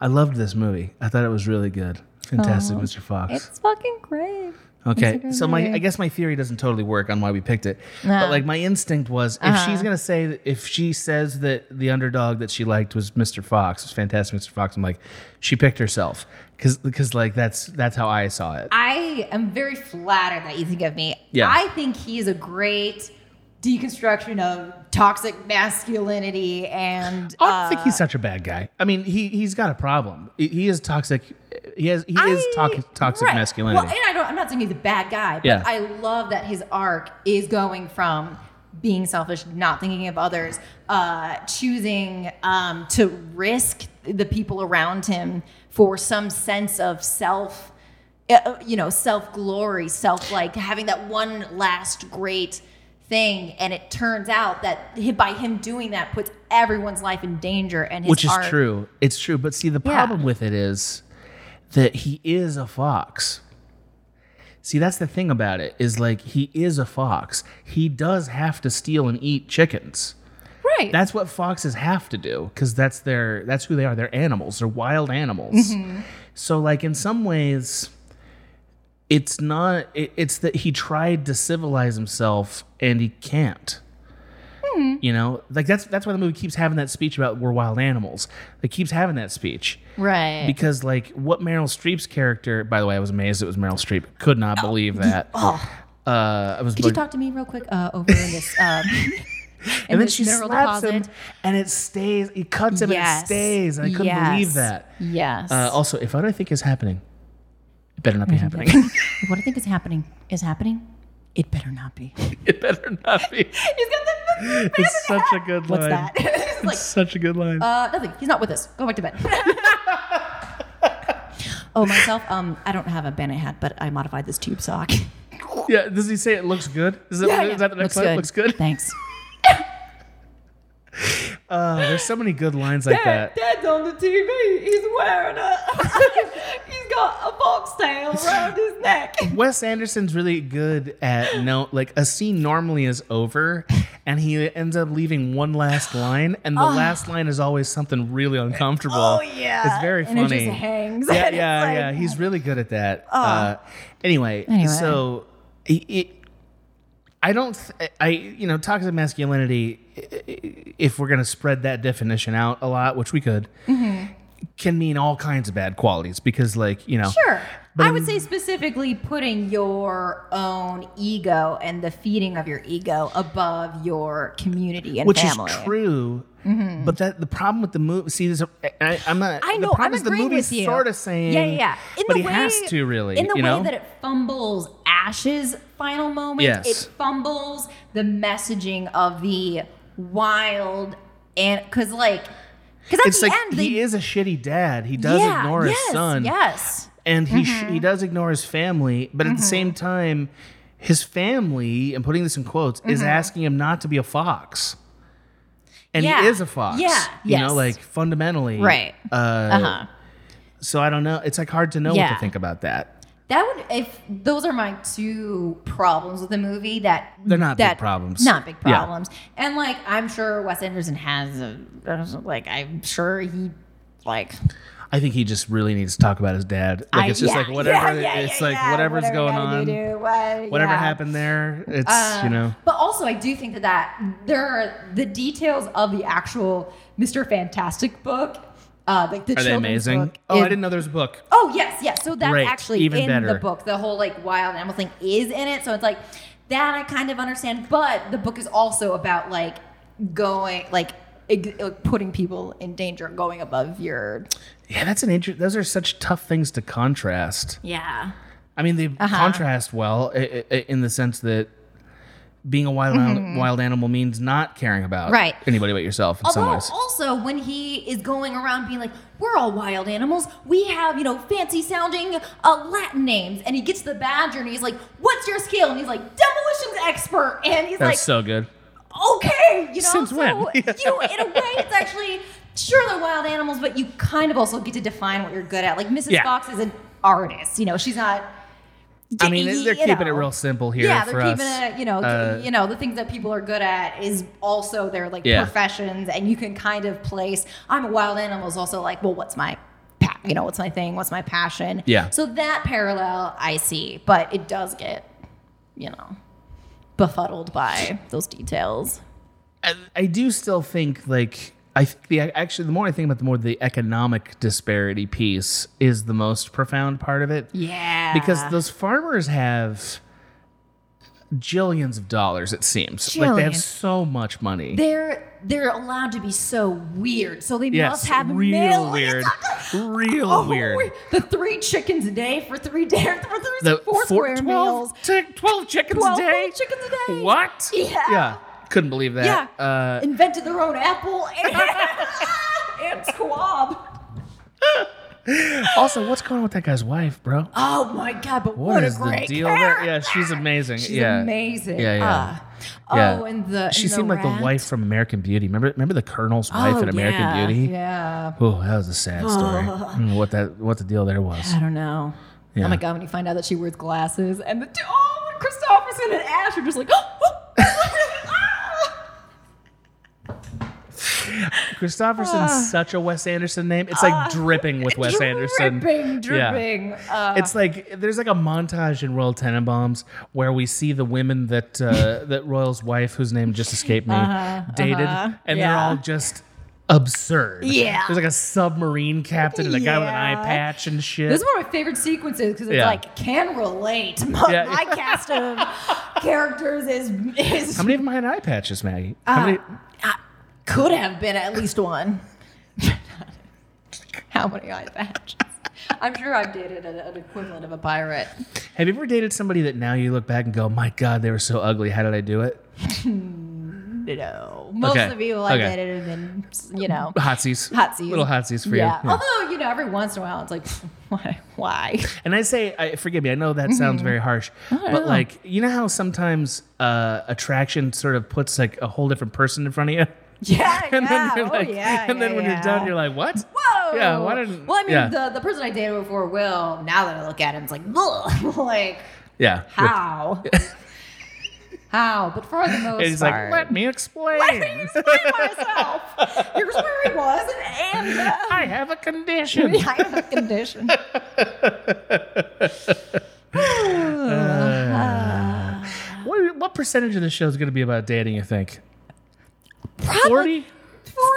[SPEAKER 2] I loved this movie. I thought it was really good. Fantastic, Mr. Fox.
[SPEAKER 3] It's fucking great.
[SPEAKER 2] Okay,
[SPEAKER 3] It's a good
[SPEAKER 2] so my
[SPEAKER 3] movie. Uh-huh.
[SPEAKER 2] I guess my theory doesn't totally work on why we picked it,
[SPEAKER 3] Nah.
[SPEAKER 2] but like my instinct was if
[SPEAKER 3] Uh-huh.
[SPEAKER 2] she's gonna say that- if she says that the underdog that she liked was Mr. Fox was fantastic Mr. Fox, I'm like she picked herself because like that's that's how I saw it.
[SPEAKER 3] I am very flattered that you think of me.
[SPEAKER 2] Yeah.
[SPEAKER 3] I think he is a great deconstruction of toxic masculinity and
[SPEAKER 2] I don't
[SPEAKER 3] uh,
[SPEAKER 2] think he's such a bad guy. I mean he he's got a problem. He, he is toxic. He has he is
[SPEAKER 3] I-
[SPEAKER 2] toxic toxic
[SPEAKER 3] right.
[SPEAKER 2] masculinity.
[SPEAKER 3] Well, and I don't, I'm not saying he's a bad guy, but
[SPEAKER 2] Yeah.
[SPEAKER 3] I love that his arc is going from being selfish, not thinking of others, uh, choosing um, to risk the people around him for some sense of self, uh, you know, self glory, self like having that one last great thing. And it turns out that hi- by him doing that puts everyone's life in danger and his
[SPEAKER 2] which is
[SPEAKER 3] art-
[SPEAKER 2] true. It's true. But see, the
[SPEAKER 3] Yeah.
[SPEAKER 2] problem with it is that he is a fox. See, that's the thing about it is like he is a fox. He does have to steal and eat chickens.
[SPEAKER 3] Right.
[SPEAKER 2] That's what foxes have to do because that's their that's who they are. They're animals. They're wild animals.
[SPEAKER 3] Mm-hmm.
[SPEAKER 2] So like in some ways, it's not. It, it's that he tried to civilize himself and he can't.
[SPEAKER 3] Hmm.
[SPEAKER 2] You know, like that's that's why the movie keeps having that speech about we're wild animals. It keeps having that speech
[SPEAKER 3] right.
[SPEAKER 2] because like what Meryl Streep's character. By the way, I was amazed it was Meryl Streep. Could not believe that.
[SPEAKER 3] <laughs> oh.
[SPEAKER 2] Uh, I was.
[SPEAKER 3] Could you talk to me real quick uh, over in this
[SPEAKER 2] <laughs>
[SPEAKER 3] um, in
[SPEAKER 2] and then
[SPEAKER 3] this
[SPEAKER 2] she
[SPEAKER 3] neural
[SPEAKER 2] slaps
[SPEAKER 3] deposit?
[SPEAKER 2] him, and it stays. It cuts him, and
[SPEAKER 3] Yes.
[SPEAKER 2] it stays. And I couldn't
[SPEAKER 3] Yes.
[SPEAKER 2] believe that.
[SPEAKER 3] Yes.
[SPEAKER 2] Uh, also, if what I think is happening, it better not be <laughs> happening.
[SPEAKER 3] what I think is happening is <laughs> happening. It better not be. He's
[SPEAKER 2] it better not be. <laughs>
[SPEAKER 3] got the.
[SPEAKER 2] It's such a
[SPEAKER 3] <laughs>
[SPEAKER 2] good
[SPEAKER 3] What's
[SPEAKER 2] line.
[SPEAKER 3] that? It's
[SPEAKER 2] <laughs>
[SPEAKER 3] like,
[SPEAKER 2] It's such a good line.
[SPEAKER 3] uh, nothing. He's not with us. Go back to bed. <laughs> oh, myself. Um, I don't have a bandit hat, but I modified this tube sock.
[SPEAKER 2] yeah. Does he say it looks good? Is that, what- is that the next line? Looks good.
[SPEAKER 3] Thanks.
[SPEAKER 2] Uh, there's so many good lines like that.
[SPEAKER 3] Dad's on the TV. He's wearing a. <laughs> he's got a box
[SPEAKER 2] <laughs>
[SPEAKER 3] tail around his neck.
[SPEAKER 2] Wes Anderson's really good at no like a scene normally is over and he ends up leaving one last line and the last line is always something really uncomfortable.
[SPEAKER 3] Ah. Oh, yeah.
[SPEAKER 2] It's very
[SPEAKER 3] And
[SPEAKER 2] funny.
[SPEAKER 3] it just hangs.
[SPEAKER 2] Yeah,
[SPEAKER 3] And <laughs> it's
[SPEAKER 2] yeah,
[SPEAKER 3] like- Ah.
[SPEAKER 2] yeah. He's really good at that. Uh, anyway,
[SPEAKER 3] Anyway.
[SPEAKER 2] so it, it, I don't th- I you know toxic masculinity i- i- if we're going to spread that definition out a lot, which we could.
[SPEAKER 3] Mm-hmm.
[SPEAKER 2] Can mean all kinds of bad qualities because, like, you know,
[SPEAKER 3] Sure.
[SPEAKER 2] But
[SPEAKER 3] I
[SPEAKER 2] in-
[SPEAKER 3] would say specifically putting your own ego and the feeding of your ego above your community and
[SPEAKER 2] which
[SPEAKER 3] family. Mm-hmm.
[SPEAKER 2] is true. But that the problem with the movie, see, this, I, I'm not.
[SPEAKER 3] I know.
[SPEAKER 2] The problem
[SPEAKER 3] I'm
[SPEAKER 2] is the
[SPEAKER 3] agreeing
[SPEAKER 2] movie's
[SPEAKER 3] with you.
[SPEAKER 2] sort of saying,
[SPEAKER 3] yeah, yeah, yeah. In
[SPEAKER 2] but
[SPEAKER 3] the
[SPEAKER 2] he
[SPEAKER 3] way,
[SPEAKER 2] has to really,
[SPEAKER 3] in the
[SPEAKER 2] you
[SPEAKER 3] way
[SPEAKER 2] know?
[SPEAKER 3] that it fumbles Ash's final moment.
[SPEAKER 2] Yes.
[SPEAKER 3] It fumbles the messaging of the wild and because like because at
[SPEAKER 2] it's
[SPEAKER 3] the
[SPEAKER 2] like
[SPEAKER 3] end
[SPEAKER 2] he
[SPEAKER 3] they,
[SPEAKER 2] is a shitty dad. He does
[SPEAKER 3] yeah, Mm-hmm.
[SPEAKER 2] ignore
[SPEAKER 3] yes,
[SPEAKER 2] his son,
[SPEAKER 3] Yes.
[SPEAKER 2] and he sh- he does ignore his family. But
[SPEAKER 3] Mm-hmm.
[SPEAKER 2] at the same time, his family, I'm putting this in quotes,
[SPEAKER 3] Mm-hmm.
[SPEAKER 2] is asking him not to be a fox. And
[SPEAKER 3] Yeah.
[SPEAKER 2] he is a fox.
[SPEAKER 3] Yeah,
[SPEAKER 2] You
[SPEAKER 3] yes.
[SPEAKER 2] know, like fundamentally.
[SPEAKER 3] Right.
[SPEAKER 2] Uh,
[SPEAKER 3] Uh-huh.
[SPEAKER 2] So I don't know. It's like hard to know what
[SPEAKER 3] Yeah.
[SPEAKER 2] to think about that.
[SPEAKER 3] That would if those are my two problems with the movie that
[SPEAKER 2] They're not big
[SPEAKER 3] that-
[SPEAKER 2] problems.
[SPEAKER 3] Not big
[SPEAKER 2] Yeah.
[SPEAKER 3] problems. And like I'm sure Wes Anderson has a like I'm sure he like
[SPEAKER 2] I think he just really needs to talk about his dad. Like
[SPEAKER 3] I-
[SPEAKER 2] it's just
[SPEAKER 3] yeah,
[SPEAKER 2] like whatever.
[SPEAKER 3] yeah, yeah,
[SPEAKER 2] it's
[SPEAKER 3] yeah,
[SPEAKER 2] like
[SPEAKER 3] yeah,
[SPEAKER 2] whatever's
[SPEAKER 3] whatever
[SPEAKER 2] going
[SPEAKER 3] gotta
[SPEAKER 2] on,
[SPEAKER 3] do, do, what-
[SPEAKER 2] whatever
[SPEAKER 3] yeah.
[SPEAKER 2] happened there. It's you
[SPEAKER 3] Um,
[SPEAKER 2] know.
[SPEAKER 3] But also, I do think that that there are the details of the actual Mr. Fantastic book, uh, like the
[SPEAKER 2] Are they
[SPEAKER 3] children's
[SPEAKER 2] amazing?
[SPEAKER 3] book
[SPEAKER 2] Oh, I
[SPEAKER 3] is-
[SPEAKER 2] didn't know there was a book.
[SPEAKER 3] Oh yes, yes. So that's
[SPEAKER 2] Great,
[SPEAKER 3] actually
[SPEAKER 2] even
[SPEAKER 3] in
[SPEAKER 2] better.
[SPEAKER 3] the book. The whole like wild animal thing is in it. So it's like that I kind of understand, but the book is also about like going like ex- like, putting people in danger, going above your
[SPEAKER 2] Yeah, that's an inter- Those are such tough things to contrast.
[SPEAKER 3] yeah.
[SPEAKER 2] I mean, they
[SPEAKER 3] Uh-huh.
[SPEAKER 2] contrast well i- i- in the sense that being a wild an- wild animal means not caring about
[SPEAKER 3] Mm-hmm. Right.
[SPEAKER 2] anybody but yourself in some
[SPEAKER 3] Although oh,
[SPEAKER 2] ways.
[SPEAKER 3] also when he is going around being like, we're all wild animals. We have you know fancy sounding uh, Latin names, and he gets the badger and he's like, what's your skill? And he's like, demolitions expert. And he's
[SPEAKER 2] That's
[SPEAKER 3] like,
[SPEAKER 2] so good.
[SPEAKER 3] okay, you know.
[SPEAKER 2] Since
[SPEAKER 3] so,
[SPEAKER 2] when?
[SPEAKER 3] <laughs> you know, in a way, it's actually sure they're wild animals, but you kind of also get to define what you're good at. Like Mrs.
[SPEAKER 2] Yeah.
[SPEAKER 3] Fox is an artist, you know. She's not.
[SPEAKER 2] I mean,
[SPEAKER 3] you
[SPEAKER 2] they're keeping it
[SPEAKER 3] know.
[SPEAKER 2] real simple here
[SPEAKER 3] Yeah,
[SPEAKER 2] for
[SPEAKER 3] they're keeping
[SPEAKER 2] us.
[SPEAKER 3] it. You know,
[SPEAKER 2] Uh,
[SPEAKER 3] you know, the things that people are good at is also their like
[SPEAKER 2] Yeah.
[SPEAKER 3] professions, and you can kind of place. I'm a wild animal is also like, well, what's my, pa- you know, what's my thing? What's my passion?
[SPEAKER 2] Yeah.
[SPEAKER 3] So that parallel I see, but it does get, you know, befuddled by those details.
[SPEAKER 2] I, I do still think like I think the actually the more I think about it, the more the economic disparity piece is the most profound part of it
[SPEAKER 3] Yeah.
[SPEAKER 2] because those farmers have jillions of dollars it seems like they have
[SPEAKER 3] Jillions.
[SPEAKER 2] so much money
[SPEAKER 3] they're they're allowed to be so weird. So they
[SPEAKER 2] yes
[SPEAKER 3] must have
[SPEAKER 2] real
[SPEAKER 3] millions-
[SPEAKER 2] weird real
[SPEAKER 3] <laughs> Oh,
[SPEAKER 2] weird
[SPEAKER 3] wait, The three chickens a day for three days <laughs> for three
[SPEAKER 2] the
[SPEAKER 3] four,
[SPEAKER 2] four-
[SPEAKER 3] square
[SPEAKER 2] 12,
[SPEAKER 3] meals.
[SPEAKER 2] chi- 12 chickens
[SPEAKER 3] Twelve
[SPEAKER 2] a day
[SPEAKER 3] chickens a day.
[SPEAKER 2] what
[SPEAKER 3] Yeah.
[SPEAKER 2] yeah Couldn't believe that.
[SPEAKER 3] Yeah. <laughs>
[SPEAKER 2] Uh,
[SPEAKER 3] Invented their own apple and, <laughs> and squab.
[SPEAKER 2] also, what's going on with that guy's wife, bro?
[SPEAKER 3] Oh my god! But what,
[SPEAKER 2] what
[SPEAKER 3] a
[SPEAKER 2] is the
[SPEAKER 3] great
[SPEAKER 2] deal
[SPEAKER 3] character.
[SPEAKER 2] there? Yeah,
[SPEAKER 3] <laughs>
[SPEAKER 2] she's amazing.
[SPEAKER 3] She's
[SPEAKER 2] yeah.
[SPEAKER 3] amazing.
[SPEAKER 2] Yeah, yeah.
[SPEAKER 3] Ah.
[SPEAKER 2] Yeah.
[SPEAKER 3] Oh, and the
[SPEAKER 2] She
[SPEAKER 3] and
[SPEAKER 2] seemed like
[SPEAKER 3] rat.
[SPEAKER 2] the wife from American Beauty. Remember, remember the Colonel's wife
[SPEAKER 3] Oh,
[SPEAKER 2] in American
[SPEAKER 3] yeah,
[SPEAKER 2] Beauty?
[SPEAKER 3] Yeah.
[SPEAKER 2] Oh, that was a sad
[SPEAKER 3] <laughs>
[SPEAKER 2] story. I don't know what that what the deal there was.
[SPEAKER 3] <sighs> I don't know.
[SPEAKER 2] Yeah.
[SPEAKER 3] Oh my god! When you find out that she wears glasses, and the two, oh, when Christopherson and Ash are
[SPEAKER 2] <laughs>
[SPEAKER 3] just like, <gasps> oh, oh.
[SPEAKER 2] Christopherson's
[SPEAKER 3] Ah.
[SPEAKER 2] such a Wes Anderson name. It's like dripping
[SPEAKER 3] <laughs>
[SPEAKER 2] with Wes Anderson.
[SPEAKER 3] dripping,
[SPEAKER 2] Yeah.
[SPEAKER 3] dripping. Uh,
[SPEAKER 2] It's like there's like a montage in Royal Tenenbaums where we see the women that
[SPEAKER 3] <laughs>
[SPEAKER 2] uh, that Royal's wife, whose name just escaped me, dated, and they're
[SPEAKER 3] Uh-huh, yeah.
[SPEAKER 2] all just absurd.
[SPEAKER 3] Yeah.
[SPEAKER 2] there's like a submarine captain and a guy with an eye
[SPEAKER 3] Yeah.
[SPEAKER 2] patch and shit.
[SPEAKER 3] This is one of my favorite sequences because it's
[SPEAKER 2] Yeah.
[SPEAKER 3] like can relate. <laughs> My,
[SPEAKER 2] Yeah.
[SPEAKER 3] my cast of characters is is
[SPEAKER 2] How many of them had eye patches, Maggie? How many?
[SPEAKER 3] I could have been at least one. <laughs> How many eye patches? I'm sure I've dated an, an equivalent of a pirate.
[SPEAKER 2] Have you ever dated somebody that now you look back and go, "My God, they were so ugly. How did I do it?"
[SPEAKER 3] No, most
[SPEAKER 2] Okay.
[SPEAKER 3] of the people I
[SPEAKER 2] Okay.
[SPEAKER 3] dated have been, you know,
[SPEAKER 2] Hotsies.
[SPEAKER 3] hotsies.
[SPEAKER 2] Little hotsies <laughs> for
[SPEAKER 3] yeah.
[SPEAKER 2] you. Yeah.
[SPEAKER 3] Although you know, every once in a while, it's like, <laughs> why? Why?
[SPEAKER 2] And I say, I, forgive me, I know that
[SPEAKER 3] Mm-hmm.
[SPEAKER 2] sounds very harsh, but
[SPEAKER 3] know.
[SPEAKER 2] like, you know how sometimes uh, attraction sort of puts like a whole different person in front of you? <laughs>
[SPEAKER 3] Yeah,
[SPEAKER 2] And
[SPEAKER 3] yeah.
[SPEAKER 2] then you're like,
[SPEAKER 3] oh, yeah.
[SPEAKER 2] <laughs> and then
[SPEAKER 3] yeah,
[SPEAKER 2] when
[SPEAKER 3] yeah.
[SPEAKER 2] you're done, you're like, what?
[SPEAKER 3] whoa.
[SPEAKER 2] Yeah, why didn't.
[SPEAKER 3] Well, I mean,
[SPEAKER 2] yeah,
[SPEAKER 3] the, the person I dated before Will, now that I look at him, it's like, <laughs> ugh, like,
[SPEAKER 2] yeah. <laughs>
[SPEAKER 3] how? how? But for the most
[SPEAKER 2] And he's <laughs>
[SPEAKER 3] part.
[SPEAKER 2] like, let me explain.
[SPEAKER 3] Let me explain myself. Here's where he was,
[SPEAKER 2] <laughs>
[SPEAKER 3] and uh,
[SPEAKER 2] <laughs> I have a condition.
[SPEAKER 3] I have a condition.
[SPEAKER 2] What, what percentage of the show is going to be about dating, you think?
[SPEAKER 3] Probably
[SPEAKER 2] 40?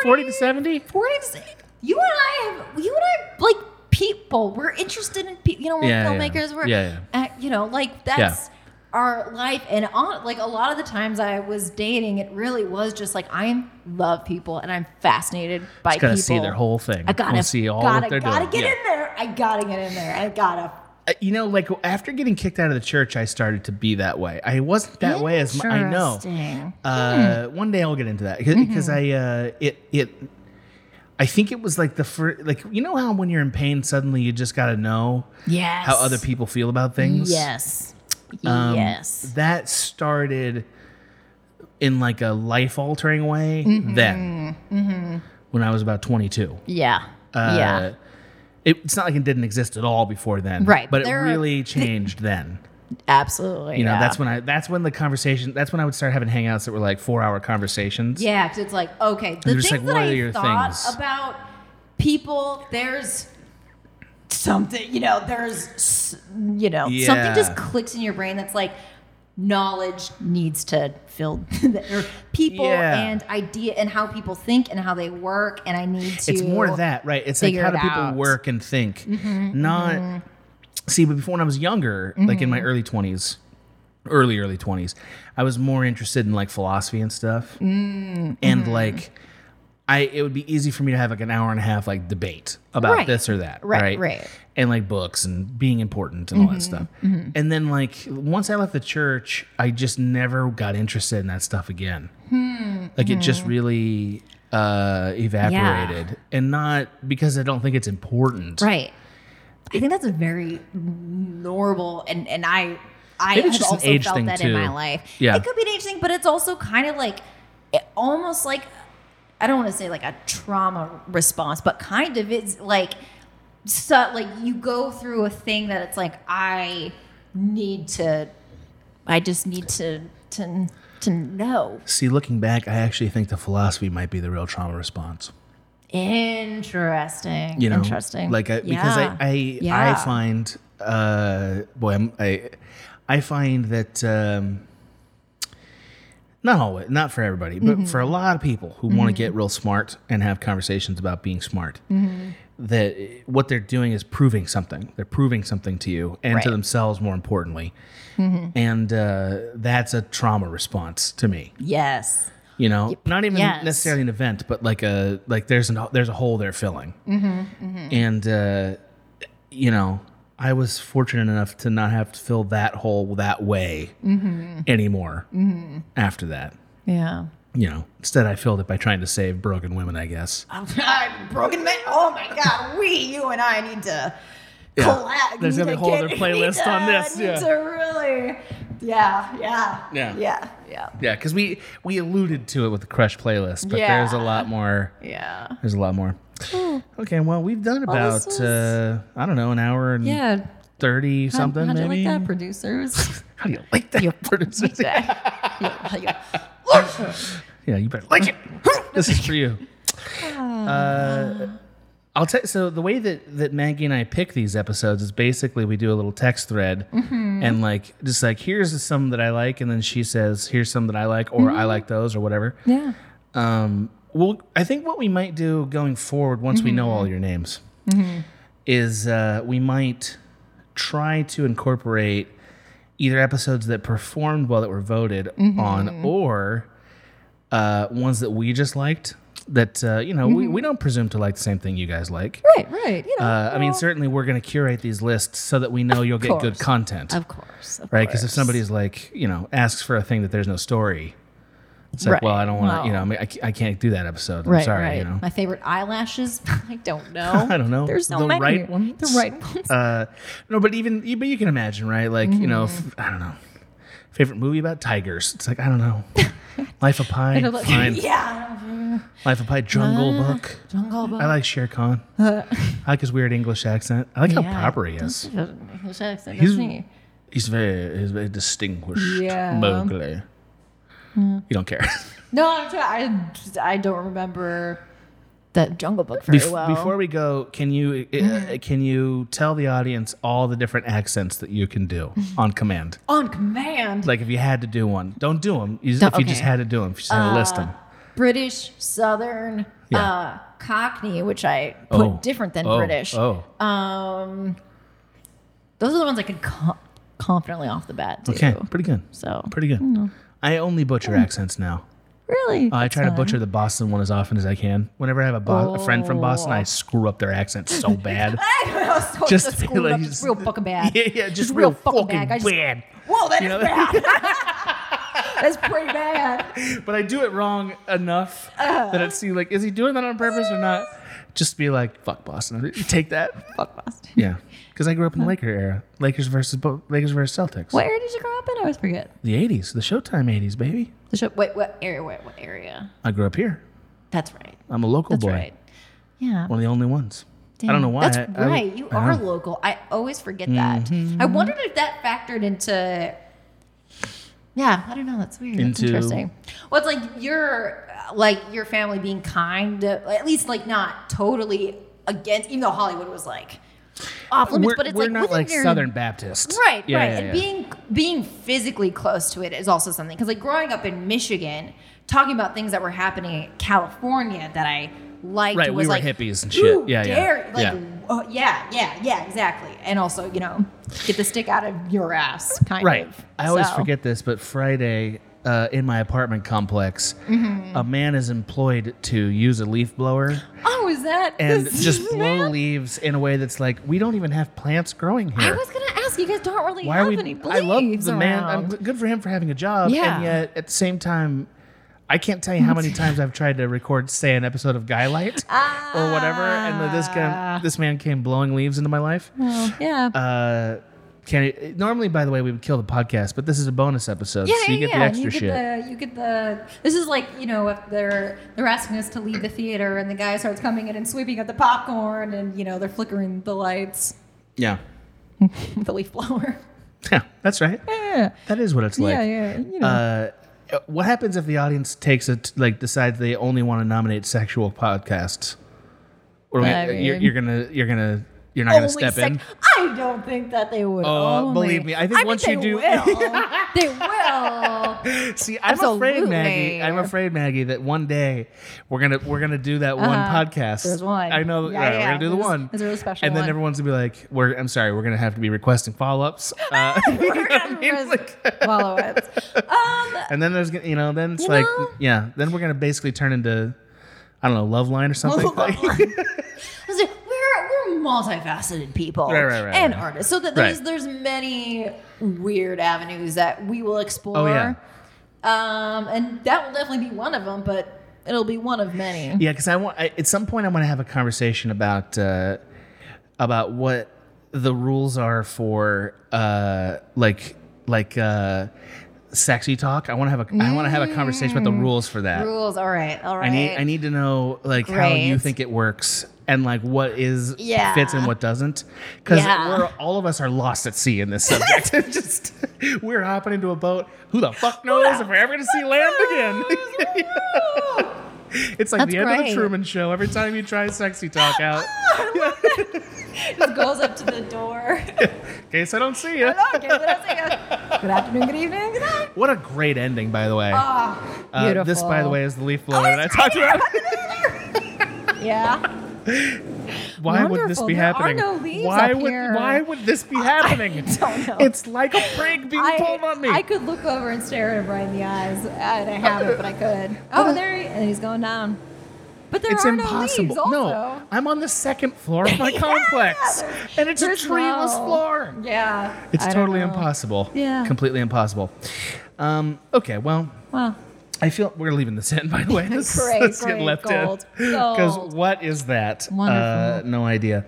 [SPEAKER 3] 40,
[SPEAKER 2] 40 to 70?
[SPEAKER 3] 40 to 60. You and I have, you and I, like people, we're interested in people, you know, we're
[SPEAKER 2] Yeah, yeah.
[SPEAKER 3] filmmakers, we're,
[SPEAKER 2] Yeah,
[SPEAKER 3] uh, you know, like that's our life. And on, like a lot of the times I was dating, it really was just like, I love people and I'm fascinated by
[SPEAKER 2] I gotta
[SPEAKER 3] people.
[SPEAKER 2] see their whole thing.
[SPEAKER 3] I gotta
[SPEAKER 2] Wanna see all
[SPEAKER 3] gotta,
[SPEAKER 2] that they're
[SPEAKER 3] gotta
[SPEAKER 2] doing.
[SPEAKER 3] get
[SPEAKER 2] Yeah.
[SPEAKER 3] in there. I gotta get in there. I gotta.
[SPEAKER 2] Uh, you know, like after getting kicked out of the church, I started to be that way. I wasn't that way as much. I know.
[SPEAKER 3] Interesting. Hmm. Mm-hmm.
[SPEAKER 2] Uh, One day I'll get into that because I uh, it it. I think it was like the first, like you know how when you're in pain, suddenly you just gotta know
[SPEAKER 3] Yes.
[SPEAKER 2] how other people feel about things.
[SPEAKER 3] Yes.
[SPEAKER 2] Um,
[SPEAKER 3] yes.
[SPEAKER 2] That started in like a life altering way
[SPEAKER 3] Mm-hmm.
[SPEAKER 2] then when I was about 22.
[SPEAKER 3] Yeah.
[SPEAKER 2] Uh,
[SPEAKER 3] yeah.
[SPEAKER 2] It, it's not like it didn't exist at all before then.
[SPEAKER 3] Right,
[SPEAKER 2] But it
[SPEAKER 3] there are-
[SPEAKER 2] really changed then.
[SPEAKER 3] Absolutely.
[SPEAKER 2] You know,
[SPEAKER 3] yeah.
[SPEAKER 2] that's when I that's when the conversation that's when I would start having hangouts that were like four hour conversations.
[SPEAKER 3] Yeah, because it's like okay, the
[SPEAKER 2] They're just
[SPEAKER 3] things
[SPEAKER 2] like,
[SPEAKER 3] that
[SPEAKER 2] what
[SPEAKER 3] I
[SPEAKER 2] are your
[SPEAKER 3] thought
[SPEAKER 2] things?
[SPEAKER 3] about people, there's something. You know, there's s- you know something
[SPEAKER 2] Yeah.
[SPEAKER 3] just clicks in your brain that's like knowledge needs to fill <laughs> or people
[SPEAKER 2] Yeah.
[SPEAKER 3] and idea and how people think and how they work and I need to.
[SPEAKER 2] It's more that, right? It's like
[SPEAKER 3] figure
[SPEAKER 2] how
[SPEAKER 3] it
[SPEAKER 2] do people
[SPEAKER 3] out. Mm-hmm,
[SPEAKER 2] work and think? Not see, but before when I was younger, like in my
[SPEAKER 3] Mm-hmm.
[SPEAKER 2] early twenties, early early twenties, I was more interested in like philosophy and stuff,
[SPEAKER 3] Mm, mm-hmm.
[SPEAKER 2] and like. I, it would be easy for me to have like an hour and a half like debate about
[SPEAKER 3] Right.
[SPEAKER 2] this or that,
[SPEAKER 3] Right,
[SPEAKER 2] right?
[SPEAKER 3] right. Mm-hmm,
[SPEAKER 2] And like books and being important and all that stuff. And then like once I left the church, I just never got interested in that stuff again
[SPEAKER 3] Hmm,
[SPEAKER 2] like it just really uh evaporated and not because i don't think it's important
[SPEAKER 3] Right. I think that's a very normal and and I I
[SPEAKER 2] Maybe
[SPEAKER 3] have
[SPEAKER 2] it's just an
[SPEAKER 3] also
[SPEAKER 2] age
[SPEAKER 3] felt
[SPEAKER 2] thing,
[SPEAKER 3] that in my
[SPEAKER 2] too.
[SPEAKER 3] life.
[SPEAKER 2] Yeah.
[SPEAKER 3] It could be an age thing, but it's also kind of like it almost like I don't want to say like a trauma response, but kind of it's like so like you go through a thing that it's like I need to I just need to to to know.
[SPEAKER 2] see looking back i actually think the philosophy might be the real trauma response
[SPEAKER 3] Interesting.
[SPEAKER 2] you know
[SPEAKER 3] Interesting.
[SPEAKER 2] like I, because i i,
[SPEAKER 3] Yeah.
[SPEAKER 2] I find uh boy I'm, i i find that um not always not for everybody but
[SPEAKER 3] Mm-hmm.
[SPEAKER 2] for a lot of people who want to get real smart and have conversations about being smart
[SPEAKER 3] Mm-hmm.
[SPEAKER 2] that what they're doing is proving something they're proving something to you and to
[SPEAKER 3] Right. Mm-hmm.
[SPEAKER 2] themselves more importantly and uh, that's a trauma response to me
[SPEAKER 3] yes.
[SPEAKER 2] you know not even
[SPEAKER 3] Yes.
[SPEAKER 2] necessarily an event but like a like there's an there's a hole they're filling
[SPEAKER 3] Mm-hmm,
[SPEAKER 2] and uh you know i was fortunate enough
[SPEAKER 3] Mm-hmm.
[SPEAKER 2] to not have to fill that hole that way anymore after that
[SPEAKER 3] Yeah.
[SPEAKER 2] You know, instead I filled it by trying to save broken women, I guess.
[SPEAKER 4] I'm broken man. Oh my god, we, you and I need to
[SPEAKER 2] Yeah.
[SPEAKER 4] collab.
[SPEAKER 2] There's
[SPEAKER 4] need
[SPEAKER 2] gonna be a
[SPEAKER 4] to
[SPEAKER 2] whole
[SPEAKER 4] get-
[SPEAKER 2] other
[SPEAKER 3] <laughs>
[SPEAKER 4] need
[SPEAKER 2] playlist
[SPEAKER 4] to-
[SPEAKER 2] on this,
[SPEAKER 4] Need
[SPEAKER 2] yeah.
[SPEAKER 4] to really, yeah, yeah,
[SPEAKER 2] Yeah.
[SPEAKER 4] yeah, yeah.
[SPEAKER 2] Yeah, because we we alluded to it with the Crush playlist, but
[SPEAKER 3] Yeah.
[SPEAKER 2] there's a lot more.
[SPEAKER 3] Yeah.
[SPEAKER 2] There's a lot more. Okay, well we've done
[SPEAKER 3] this
[SPEAKER 2] about
[SPEAKER 3] was-
[SPEAKER 2] uh, I don't know an hour and
[SPEAKER 3] Yeah.
[SPEAKER 2] thirty something
[SPEAKER 3] How'd you
[SPEAKER 2] maybe.
[SPEAKER 3] like that,
[SPEAKER 2] <laughs>
[SPEAKER 3] producers?
[SPEAKER 2] How do you like that?
[SPEAKER 3] You
[SPEAKER 2] <laughs> producer?
[SPEAKER 3] yeah.
[SPEAKER 2] Yeah, you better like it. <laughs> this is for you. Uh, I'll tell. So the way that that Maggie and I pick these episodes is basically we do a little text thread and like just like here's some that I like, and then she says here's some that I like, or I like those, or whatever.
[SPEAKER 3] Yeah.
[SPEAKER 2] Um, well, I think what we might do going forward, once we know
[SPEAKER 3] Mm-hmm.
[SPEAKER 2] all your names, is uh, we might try to incorporate either episodes that performed well that were voted
[SPEAKER 3] Mm-hmm.
[SPEAKER 2] on, or uh, ones that we just liked. That uh, you know, we, we don't presume to like the same thing you guys like.
[SPEAKER 3] Mm-hmm. Right, right. You know.
[SPEAKER 2] Uh, I mean,
[SPEAKER 3] well,
[SPEAKER 2] certainly we're going to curate these lists so that we know you'll get good
[SPEAKER 3] course.
[SPEAKER 2] content,
[SPEAKER 3] Of course. Of
[SPEAKER 2] right? Because if
[SPEAKER 3] course.
[SPEAKER 2] somebody's like, you know, asks for a thing that there's no story, it's like,
[SPEAKER 3] Right.
[SPEAKER 2] well, I don't want to, you know,
[SPEAKER 3] No.
[SPEAKER 2] I, mean, I, ca- I can't do that episode. I'm
[SPEAKER 3] Right,
[SPEAKER 2] sorry,
[SPEAKER 3] right.
[SPEAKER 2] you know.
[SPEAKER 3] My favorite eyelashes. <laughs> I
[SPEAKER 2] <laughs>
[SPEAKER 3] don't <laughs> know.
[SPEAKER 2] I don't know.
[SPEAKER 3] There's no
[SPEAKER 2] the
[SPEAKER 3] menu.
[SPEAKER 2] right ones.
[SPEAKER 3] The right ones.
[SPEAKER 2] Uh, no, but even you- but you can imagine, right? Like you know,
[SPEAKER 3] Mm-hmm.
[SPEAKER 2] f- I don't know. Favorite movie about tigers? It's like I don't
[SPEAKER 3] <laughs>
[SPEAKER 2] know. Life of Pi,
[SPEAKER 3] know, Ah, like-
[SPEAKER 2] fine.
[SPEAKER 4] Yeah,
[SPEAKER 2] Life of Pi, Jungle Book.
[SPEAKER 3] Jungle Book.
[SPEAKER 2] I like Shere Khan. I like his weird English accent. I like how
[SPEAKER 3] Uh. Yeah.
[SPEAKER 2] proper he is.
[SPEAKER 3] English accent,
[SPEAKER 2] He's-
[SPEAKER 3] doesn't he?
[SPEAKER 2] He's very he's very distinguished.
[SPEAKER 3] Yeah. Hmm.
[SPEAKER 2] Mowgli. You don't care. <laughs>
[SPEAKER 3] No, I'm trying. I, just- I don't remember the Jungle Book very
[SPEAKER 2] Bef-
[SPEAKER 3] well.
[SPEAKER 2] Before we go, can you
[SPEAKER 3] Mm-hmm.
[SPEAKER 2] uh, can you tell the audience all the different accents that you can do
[SPEAKER 3] Mm-hmm.
[SPEAKER 2] on command?
[SPEAKER 3] on command,
[SPEAKER 2] Like if you had to do one, don't do them. You,
[SPEAKER 3] Don't-
[SPEAKER 2] if you just
[SPEAKER 3] okay. Uh,
[SPEAKER 2] had to do them, if you just had to list them.
[SPEAKER 3] British, Southern,
[SPEAKER 2] Yeah.
[SPEAKER 3] uh, Cockney, which I put
[SPEAKER 2] Oh.
[SPEAKER 3] different than
[SPEAKER 2] Oh.
[SPEAKER 3] British.
[SPEAKER 2] Oh,
[SPEAKER 3] Um, those are the ones I could com- confidently off the bat do.
[SPEAKER 2] okay, pretty good,
[SPEAKER 3] oh. So
[SPEAKER 2] pretty good. I only butcher accents now.
[SPEAKER 3] really,
[SPEAKER 2] Uh, I
[SPEAKER 3] that's
[SPEAKER 2] try to
[SPEAKER 3] fun.
[SPEAKER 2] butcher the Boston one as often as I can. Whenever I have a, bo- a friend from Boston, I
[SPEAKER 3] Oh.
[SPEAKER 2] screw up their accent so
[SPEAKER 3] <laughs>
[SPEAKER 2] bad.
[SPEAKER 3] <laughs> I don't know. So
[SPEAKER 2] Just
[SPEAKER 3] just, just
[SPEAKER 2] feel <laughs>
[SPEAKER 3] screwed
[SPEAKER 2] like
[SPEAKER 3] up.
[SPEAKER 2] you
[SPEAKER 3] It's
[SPEAKER 2] just-
[SPEAKER 3] real fucking
[SPEAKER 2] <laughs>
[SPEAKER 3] bad.
[SPEAKER 2] yeah, yeah, just
[SPEAKER 3] real
[SPEAKER 2] real,
[SPEAKER 3] fucking
[SPEAKER 2] fucking,
[SPEAKER 3] bad. I just-
[SPEAKER 2] bad.
[SPEAKER 4] whoa, that is
[SPEAKER 2] know?
[SPEAKER 4] bad.
[SPEAKER 3] That's pretty
[SPEAKER 2] <laughs>
[SPEAKER 3] bad.
[SPEAKER 2] But I do it wrong enough
[SPEAKER 3] Uh.
[SPEAKER 2] that it seems like is he doing that on purpose or not? Just be like, fuck Boston, take that.
[SPEAKER 3] Fuck Boston.
[SPEAKER 2] Yeah, because I grew up in the Laker era, Lakers versus Bo- Lakers versus Celtics.
[SPEAKER 3] What area did you grow up in? I always forget.
[SPEAKER 2] The '80s, the Showtime '80s, baby.
[SPEAKER 3] The show. Wait, what area? Wait, what area?
[SPEAKER 2] I grew up here.
[SPEAKER 3] That's right.
[SPEAKER 2] I'm a local
[SPEAKER 3] That's
[SPEAKER 2] boy.
[SPEAKER 3] right. Yeah.
[SPEAKER 2] One of the only ones. I don't know why.
[SPEAKER 3] That's
[SPEAKER 2] I- uh-huh. Mm-hmm. I-
[SPEAKER 3] right. you
[SPEAKER 2] I
[SPEAKER 3] are
[SPEAKER 2] know.
[SPEAKER 3] local. I always forget that. I wondered if that factored into. Yeah, I don't know. That's weird. That's
[SPEAKER 2] Into-
[SPEAKER 3] interesting. Well, it's like your like your family being kind, of, at least like not totally against. Even though Hollywood was like off limits,
[SPEAKER 2] We're,
[SPEAKER 3] but it's
[SPEAKER 2] we're
[SPEAKER 3] like
[SPEAKER 2] not
[SPEAKER 3] within
[SPEAKER 2] like
[SPEAKER 3] your-
[SPEAKER 2] Southern Baptists.
[SPEAKER 3] Right,
[SPEAKER 2] Yeah,
[SPEAKER 3] right.
[SPEAKER 2] yeah,
[SPEAKER 3] and
[SPEAKER 2] yeah.
[SPEAKER 3] being being physically close to it is also something because like growing up in Michigan, talking about things that were happening in California that I liked
[SPEAKER 2] Right, we
[SPEAKER 3] was
[SPEAKER 2] were
[SPEAKER 3] like
[SPEAKER 2] hippies and
[SPEAKER 3] "Who
[SPEAKER 2] shit." Yeah, yeah,
[SPEAKER 3] dare-" Like,
[SPEAKER 2] yeah.
[SPEAKER 3] oh, yeah, yeah, yeah, exactly. And also, you know, get the stick out of your ass, kind
[SPEAKER 2] Right.
[SPEAKER 3] of.
[SPEAKER 2] I always
[SPEAKER 3] So-
[SPEAKER 2] forget this, but Friday uh, in my apartment complex,
[SPEAKER 3] Mm-hmm.
[SPEAKER 2] a man is employed to use a leaf blower
[SPEAKER 3] Oh, is that
[SPEAKER 2] and
[SPEAKER 3] this
[SPEAKER 2] just blow
[SPEAKER 3] man?
[SPEAKER 2] leaves in a way that's like we don't even have plants growing
[SPEAKER 3] I
[SPEAKER 2] here.
[SPEAKER 3] was gonna ask you guys don't really
[SPEAKER 2] Why
[SPEAKER 3] have
[SPEAKER 2] are we?
[SPEAKER 3] any
[SPEAKER 2] I love
[SPEAKER 3] leaves
[SPEAKER 2] the man. I'm
[SPEAKER 3] around.
[SPEAKER 2] good for him for having a job,
[SPEAKER 3] Yeah.
[SPEAKER 2] and yet at the same time. I can't tell you how
[SPEAKER 3] <laughs>
[SPEAKER 2] many times I've tried to record, say, an episode of Guy Light or whatever, and then this guy, this man came blowing leaves into my life.
[SPEAKER 3] Ah. Oh, yeah.
[SPEAKER 2] Uh, can it, normally, by the way, we would kill the podcast, but this is a bonus episode,
[SPEAKER 3] Yeah,
[SPEAKER 2] so you
[SPEAKER 3] yeah,
[SPEAKER 2] get
[SPEAKER 3] yeah.
[SPEAKER 2] the extra
[SPEAKER 3] you
[SPEAKER 2] shit.
[SPEAKER 3] Get the, you get the. This is like you know if they're they're asking us to leave the theater and the guy starts coming in and sweeping up the popcorn and you know they're flickering the lights <laughs>
[SPEAKER 2] Yeah.
[SPEAKER 3] with the leaf blower.
[SPEAKER 2] Yeah, <laughs> that's right.
[SPEAKER 3] Yeah,
[SPEAKER 2] That is what it's like.
[SPEAKER 3] yeah, yeah. You know,
[SPEAKER 2] Uh, what happens if the audience takes it like decides they only want to nominate sexual podcasts? Or uh,
[SPEAKER 3] I
[SPEAKER 2] you're,
[SPEAKER 3] mean-
[SPEAKER 2] you're gonna you're gonna you're not gonna step
[SPEAKER 3] sec-
[SPEAKER 2] in.
[SPEAKER 3] I don't think that they would.
[SPEAKER 2] Oh,
[SPEAKER 3] only-
[SPEAKER 2] believe me, I think once
[SPEAKER 3] they
[SPEAKER 2] you do- <laughs>
[SPEAKER 3] will. they
[SPEAKER 2] <gasps>
[SPEAKER 3] will.
[SPEAKER 2] See, I'm afraid, Maggie.
[SPEAKER 3] Absolutely.
[SPEAKER 2] I'm afraid, Maggie, that one day we're gonna we're gonna do that one
[SPEAKER 3] Uh-huh.
[SPEAKER 2] podcast.
[SPEAKER 3] There's one.
[SPEAKER 2] I know.
[SPEAKER 3] Yeah,
[SPEAKER 2] right,
[SPEAKER 3] yeah,
[SPEAKER 2] We're gonna do the
[SPEAKER 3] there's-
[SPEAKER 2] one.
[SPEAKER 3] there's a really special
[SPEAKER 2] And then
[SPEAKER 3] one.
[SPEAKER 2] everyone's gonna be like, "We're I'm sorry, we're gonna have to be requesting follow
[SPEAKER 3] <laughs>
[SPEAKER 2] ups." Uh, <laughs> you know what I mean? Like-
[SPEAKER 3] Follow it. Um,
[SPEAKER 2] and then there's gonna- you know then it's
[SPEAKER 3] You
[SPEAKER 2] like
[SPEAKER 3] know?
[SPEAKER 2] yeah then we're gonna basically turn into I don't know love line or
[SPEAKER 3] <laughs>
[SPEAKER 2] something. Like-
[SPEAKER 3] I was like, we're we're multifaceted people
[SPEAKER 2] Right, right, right,
[SPEAKER 3] and
[SPEAKER 2] right.
[SPEAKER 3] artists, so that there's
[SPEAKER 2] Right.
[SPEAKER 3] there's many weird avenues that we will
[SPEAKER 2] <laughs>
[SPEAKER 3] explore.
[SPEAKER 2] Oh, yeah.
[SPEAKER 4] Um, and that will definitely be one of them, but it'll be one of many.
[SPEAKER 2] Yeah, because I want I, at some point I want to have a conversation about uh, about what the rules are for uh, like like uh, sexy talk. I want to have a I want to have a conversation about the rules for that.
[SPEAKER 4] Rules. All right. All Mm. right.
[SPEAKER 2] I need I need to know like how you
[SPEAKER 4] Right.
[SPEAKER 2] think it works and like what is
[SPEAKER 4] Yeah.
[SPEAKER 2] fits and what doesn't because
[SPEAKER 4] Yeah.
[SPEAKER 2] we're all of us are lost at sea in this subject. <laughs>
[SPEAKER 4] <laughs>
[SPEAKER 2] It's just we're hopping into a boat. Who the fuck knows if we're ever gonna see land again? it's like
[SPEAKER 4] That's
[SPEAKER 2] the end of the
[SPEAKER 4] great.
[SPEAKER 2] Truman Show. Every time you try sexy talk out,
[SPEAKER 3] Just goes up to the door. <laughs>
[SPEAKER 2] in case I don't see you.
[SPEAKER 3] Okay, then I say, uh, good afternoon, good evening, good night.
[SPEAKER 2] What a great ending, by the way.
[SPEAKER 3] Ah,
[SPEAKER 2] Uh, this, by the
[SPEAKER 4] beautiful.
[SPEAKER 2] way, is the
[SPEAKER 3] Oh,
[SPEAKER 2] leaf blower that I talked about.
[SPEAKER 4] Yeah.
[SPEAKER 2] <laughs> Why would this
[SPEAKER 3] Wonderful.
[SPEAKER 2] be
[SPEAKER 3] There are
[SPEAKER 2] happening?
[SPEAKER 3] no leaves
[SPEAKER 2] why
[SPEAKER 3] up
[SPEAKER 2] would
[SPEAKER 3] here.
[SPEAKER 2] why would this
[SPEAKER 3] <laughs>
[SPEAKER 2] be happening?
[SPEAKER 3] don't know.
[SPEAKER 2] It's like a prank being pulled on me.
[SPEAKER 3] I could look over and stare at Brian in the eyes. And I haven't, but
[SPEAKER 2] <laughs>
[SPEAKER 3] I could. Oh, there he And he's going down. But there
[SPEAKER 2] it's
[SPEAKER 3] are
[SPEAKER 2] impossible.
[SPEAKER 3] no leaves also.
[SPEAKER 2] No, I'm on the second floor
[SPEAKER 3] <laughs>
[SPEAKER 2] of my complex, and it's a
[SPEAKER 3] there's
[SPEAKER 2] treeless
[SPEAKER 3] no-
[SPEAKER 2] floor.
[SPEAKER 3] Yeah.
[SPEAKER 2] It's
[SPEAKER 3] I don't
[SPEAKER 2] totally
[SPEAKER 3] know.
[SPEAKER 2] impossible.
[SPEAKER 3] Yeah.
[SPEAKER 2] completely impossible. Um, okay, well,
[SPEAKER 3] Well,
[SPEAKER 2] I feel we're leaving this in. By the way, this,
[SPEAKER 3] Great,
[SPEAKER 2] this
[SPEAKER 3] great,
[SPEAKER 2] getting left
[SPEAKER 3] gold,
[SPEAKER 2] in because
[SPEAKER 3] gold.
[SPEAKER 2] what is that? Uh,
[SPEAKER 3] Wonderful.
[SPEAKER 2] no idea.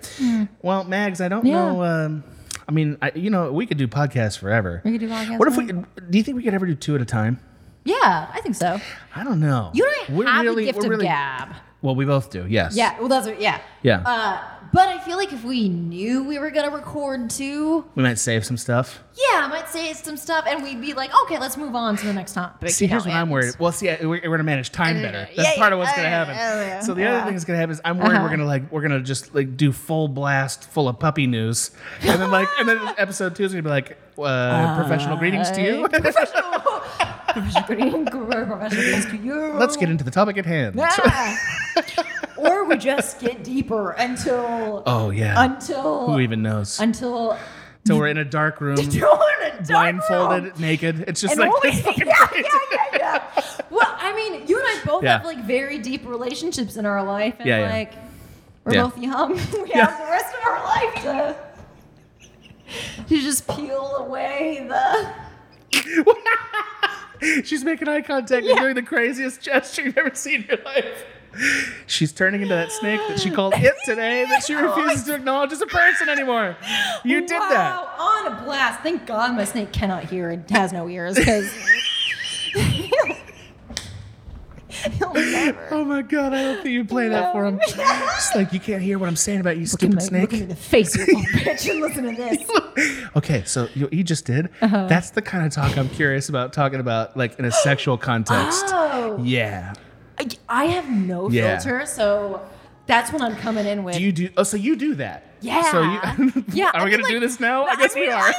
[SPEAKER 2] Well, Mags, I don't
[SPEAKER 3] Yeah.
[SPEAKER 2] know. Um, I mean, I, you know, we could do podcasts forever.
[SPEAKER 3] we could do podcasts.
[SPEAKER 2] What if we?
[SPEAKER 3] now.
[SPEAKER 2] Could, do you think we could ever do two at a time?
[SPEAKER 4] Yeah, I think so.
[SPEAKER 2] I don't know.
[SPEAKER 4] You and I
[SPEAKER 2] We're
[SPEAKER 4] have
[SPEAKER 2] really-
[SPEAKER 4] the gift
[SPEAKER 2] we're
[SPEAKER 4] of
[SPEAKER 2] really-
[SPEAKER 4] gab.
[SPEAKER 2] Well, we both do. Yes.
[SPEAKER 4] Yeah. Well, that's what, yeah.
[SPEAKER 2] Yeah.
[SPEAKER 4] Uh, but I feel like if we knew we were gonna record too,
[SPEAKER 2] we might save some stuff.
[SPEAKER 4] yeah, I might say some stuff, and we'd be like, okay, let's move on to the next topic.
[SPEAKER 2] See,
[SPEAKER 4] you know,
[SPEAKER 2] here's what I'm
[SPEAKER 4] and-
[SPEAKER 2] worried. Well, see, I- we're, we're gonna manage time
[SPEAKER 4] Yeah,
[SPEAKER 2] better.
[SPEAKER 4] yeah,
[SPEAKER 2] That's
[SPEAKER 4] yeah,
[SPEAKER 2] part of what's
[SPEAKER 4] yeah,
[SPEAKER 2] gonna happen.
[SPEAKER 4] yeah, yeah,
[SPEAKER 2] so the other
[SPEAKER 4] yeah.
[SPEAKER 2] thing that's gonna happen is I'm worried we're gonna like we're gonna just like do full blast full of puppy news, and then like and then episode two is gonna be like uh, professional greetings to you.
[SPEAKER 3] <laughs> Green grow professionals to
[SPEAKER 2] <laughs>
[SPEAKER 3] you.
[SPEAKER 2] Let's get into the topic at hand.
[SPEAKER 3] Yeah. or we just get deeper until
[SPEAKER 2] <laughs> Oh yeah.
[SPEAKER 3] until
[SPEAKER 2] Who even knows?
[SPEAKER 3] until
[SPEAKER 2] So we're in a dark room, blindfolded, naked. It's just
[SPEAKER 3] And
[SPEAKER 2] like
[SPEAKER 3] only-
[SPEAKER 2] this fucking
[SPEAKER 3] yeah,
[SPEAKER 2] crazy.
[SPEAKER 3] yeah, yeah, yeah.
[SPEAKER 2] <laughs>
[SPEAKER 3] Well, I mean, you and I both
[SPEAKER 2] Yeah.
[SPEAKER 3] have like very deep relationships in our life, and
[SPEAKER 2] Yeah, yeah.
[SPEAKER 3] like we're
[SPEAKER 2] Yeah.
[SPEAKER 3] both young. <laughs> we have the rest of our life to <laughs> to just peel away the.
[SPEAKER 2] <laughs> She's making eye contact and doing the craziest gesture you've ever seen in your life. She's turning into that snake that she called it today that she
[SPEAKER 3] Oh,
[SPEAKER 2] refuses to acknowledge as a person anymore. You did
[SPEAKER 3] wow,
[SPEAKER 2] that.
[SPEAKER 3] on a blast! Thank God my snake cannot hear and has no
[SPEAKER 2] <laughs>
[SPEAKER 3] ears because.
[SPEAKER 2] Oh my god, I hope that you play that for him. She's like, you can't hear what I'm saying about you, stupid
[SPEAKER 3] Look me
[SPEAKER 2] snake.
[SPEAKER 3] in the face, you little bitch, and listen to this.
[SPEAKER 2] <laughs> Okay, so you, you just did.
[SPEAKER 3] Uh-huh.
[SPEAKER 2] That's the kind of talk I'm curious about talking about, like in a sexual context.
[SPEAKER 3] <gasps> Oh,
[SPEAKER 2] Yeah.
[SPEAKER 3] I, I have no
[SPEAKER 2] Yeah.
[SPEAKER 3] filter, so that's what I'm coming in with.
[SPEAKER 2] Do you do? Oh, so you do that?
[SPEAKER 3] Yeah.
[SPEAKER 2] So you, <laughs>
[SPEAKER 3] Yeah,
[SPEAKER 2] Are
[SPEAKER 3] I
[SPEAKER 2] we
[SPEAKER 3] mean,
[SPEAKER 2] gonna do
[SPEAKER 3] like-
[SPEAKER 2] this now? I guess we
[SPEAKER 3] mean,
[SPEAKER 2] are.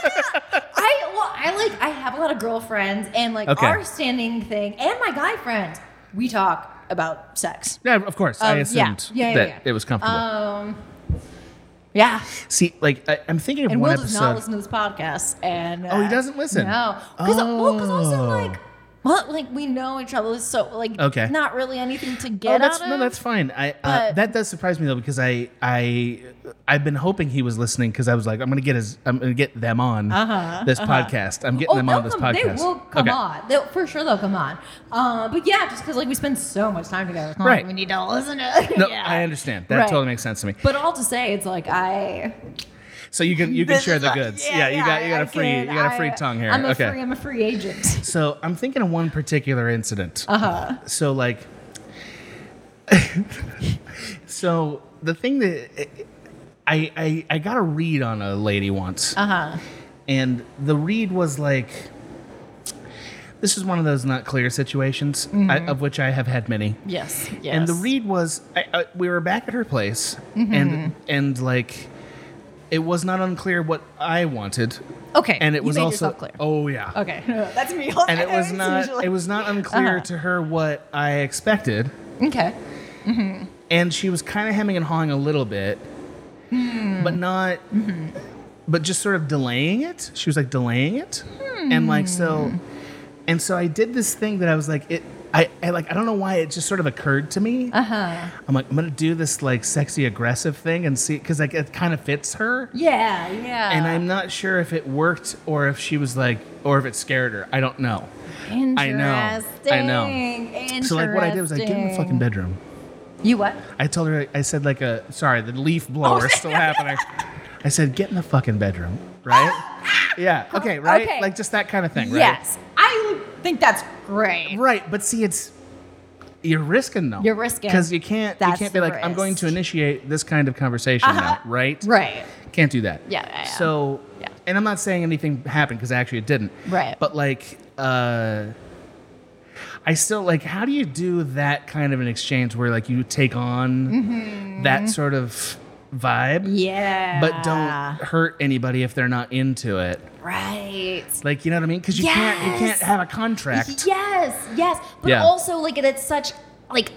[SPEAKER 3] I well, I like I have a lot of girlfriends, and like
[SPEAKER 2] Okay.
[SPEAKER 3] our standing thing, and my guy friends, we talk about sex.
[SPEAKER 2] yeah, of course. I
[SPEAKER 3] Um, yeah.
[SPEAKER 2] assumed
[SPEAKER 3] Yeah, yeah,
[SPEAKER 2] that
[SPEAKER 3] yeah.
[SPEAKER 2] it was comfortable.
[SPEAKER 3] Um, yeah,
[SPEAKER 2] See, like I, I'm thinking of
[SPEAKER 3] and
[SPEAKER 2] one
[SPEAKER 3] Will does not
[SPEAKER 2] episode.
[SPEAKER 3] listen to this podcast, and
[SPEAKER 2] Oh, he
[SPEAKER 3] uh,
[SPEAKER 2] doesn't listen?
[SPEAKER 3] No, because also
[SPEAKER 2] Oh.
[SPEAKER 3] like. Well, like we know each other, so like
[SPEAKER 2] Okay.
[SPEAKER 3] not really anything to
[SPEAKER 2] Oh,
[SPEAKER 3] get
[SPEAKER 2] that's,
[SPEAKER 3] out of.
[SPEAKER 2] no, that's fine. I uh,
[SPEAKER 3] but-
[SPEAKER 2] that does surprise me though because I I I've been hoping he was listening because I was like I'm gonna get his I'm gonna get them on
[SPEAKER 3] Uh-huh,
[SPEAKER 2] this podcast. I'm getting
[SPEAKER 3] Oh,
[SPEAKER 2] them
[SPEAKER 3] they'll
[SPEAKER 2] on this
[SPEAKER 3] come,
[SPEAKER 2] podcast.
[SPEAKER 3] They will come
[SPEAKER 2] okay.
[SPEAKER 3] on. They'll, for sure, they'll come on. Uh, but yeah, just because like we spend so much time together, it's not
[SPEAKER 2] Right.
[SPEAKER 3] Like, we need to listen to.
[SPEAKER 2] No,
[SPEAKER 3] yeah.
[SPEAKER 2] I understand. That
[SPEAKER 3] Right.
[SPEAKER 2] totally makes sense to me.
[SPEAKER 3] But all to say, it's like I
[SPEAKER 2] So you can you can
[SPEAKER 3] This
[SPEAKER 2] share
[SPEAKER 3] is
[SPEAKER 2] the
[SPEAKER 3] a-
[SPEAKER 2] goods. Yeah, you got you got
[SPEAKER 3] a
[SPEAKER 2] a free you got a free tongue here.
[SPEAKER 3] I'm a
[SPEAKER 2] okay.
[SPEAKER 3] free, I'm a free agent. <laughs>
[SPEAKER 2] So I'm thinking of one particular incident. Uh huh.
[SPEAKER 3] Uh-huh.
[SPEAKER 2] So like, <laughs> so the thing that I I I got a read on a lady once,
[SPEAKER 3] Uh huh.
[SPEAKER 2] and the read was like, this is one of those not clear situations, I, of which I have had many.
[SPEAKER 3] Yes. Mm-hmm. Yes. Mm-hmm.
[SPEAKER 2] And the read was, I, I, we were back at her place, and and like, it was not unclear what I wanted,
[SPEAKER 3] Okay.
[SPEAKER 2] and it
[SPEAKER 3] you
[SPEAKER 2] was
[SPEAKER 3] made
[SPEAKER 2] also
[SPEAKER 3] yourself clear.
[SPEAKER 2] oh yeah,
[SPEAKER 3] Okay. <laughs>
[SPEAKER 4] That's me.
[SPEAKER 2] and it was
[SPEAKER 4] It's
[SPEAKER 2] not
[SPEAKER 4] usually-
[SPEAKER 2] it was not unclear
[SPEAKER 3] Uh-huh.
[SPEAKER 2] to her what I expected,
[SPEAKER 3] Okay.
[SPEAKER 2] and she was kind of hemming and hawing a little bit, but not, but just sort of delaying it. She was like delaying it, and like so, and so I did this thing that I was like it. I, I like I don't know why it just sort of occurred to me. Uh huh. I'm like I'm gonna do this like sexy aggressive thing and see because like it kind of fits her.
[SPEAKER 3] Yeah, yeah.
[SPEAKER 2] And I'm not sure if it worked or if she was like or if it scared her. I don't know. I know. I know.
[SPEAKER 3] Interesting.
[SPEAKER 2] So like what I did was I get in the fucking bedroom.
[SPEAKER 3] You what?
[SPEAKER 2] I told her I said like a sorry the
[SPEAKER 3] Oh,
[SPEAKER 2] leaf blower
[SPEAKER 3] <laughs>
[SPEAKER 2] is still happening. I said get in the fucking bedroom, right?
[SPEAKER 3] <laughs>
[SPEAKER 2] yeah. Okay. Right.
[SPEAKER 3] Okay.
[SPEAKER 2] Like just that kind of thing. Right?
[SPEAKER 3] Yes, I would think that's great.
[SPEAKER 2] Right, but see, it's you're risking though.
[SPEAKER 3] You're risking.
[SPEAKER 2] because you can't.
[SPEAKER 3] That's
[SPEAKER 2] you can't be
[SPEAKER 3] the
[SPEAKER 2] like, I'm going to
[SPEAKER 3] risk.
[SPEAKER 2] initiate this kind of conversation
[SPEAKER 3] Uh-huh.
[SPEAKER 2] now, right?
[SPEAKER 3] Right.
[SPEAKER 2] Can't do that.
[SPEAKER 3] Yeah, yeah, yeah.
[SPEAKER 2] So,
[SPEAKER 3] Yeah.
[SPEAKER 2] and I'm not saying anything happened because actually it didn't.
[SPEAKER 3] Right.
[SPEAKER 2] But like, uh, I still like. How do you do that kind of an exchange where like you take on that sort of vibe?
[SPEAKER 3] Mm-hmm. Yeah.
[SPEAKER 2] But don't hurt anybody if they're not into it.
[SPEAKER 3] Right.
[SPEAKER 2] Like you know what I mean? Because you can't you
[SPEAKER 3] Yes.
[SPEAKER 2] can't have a contract.
[SPEAKER 3] Yes, yes. But
[SPEAKER 2] Yeah.
[SPEAKER 3] also, like, it's such, like,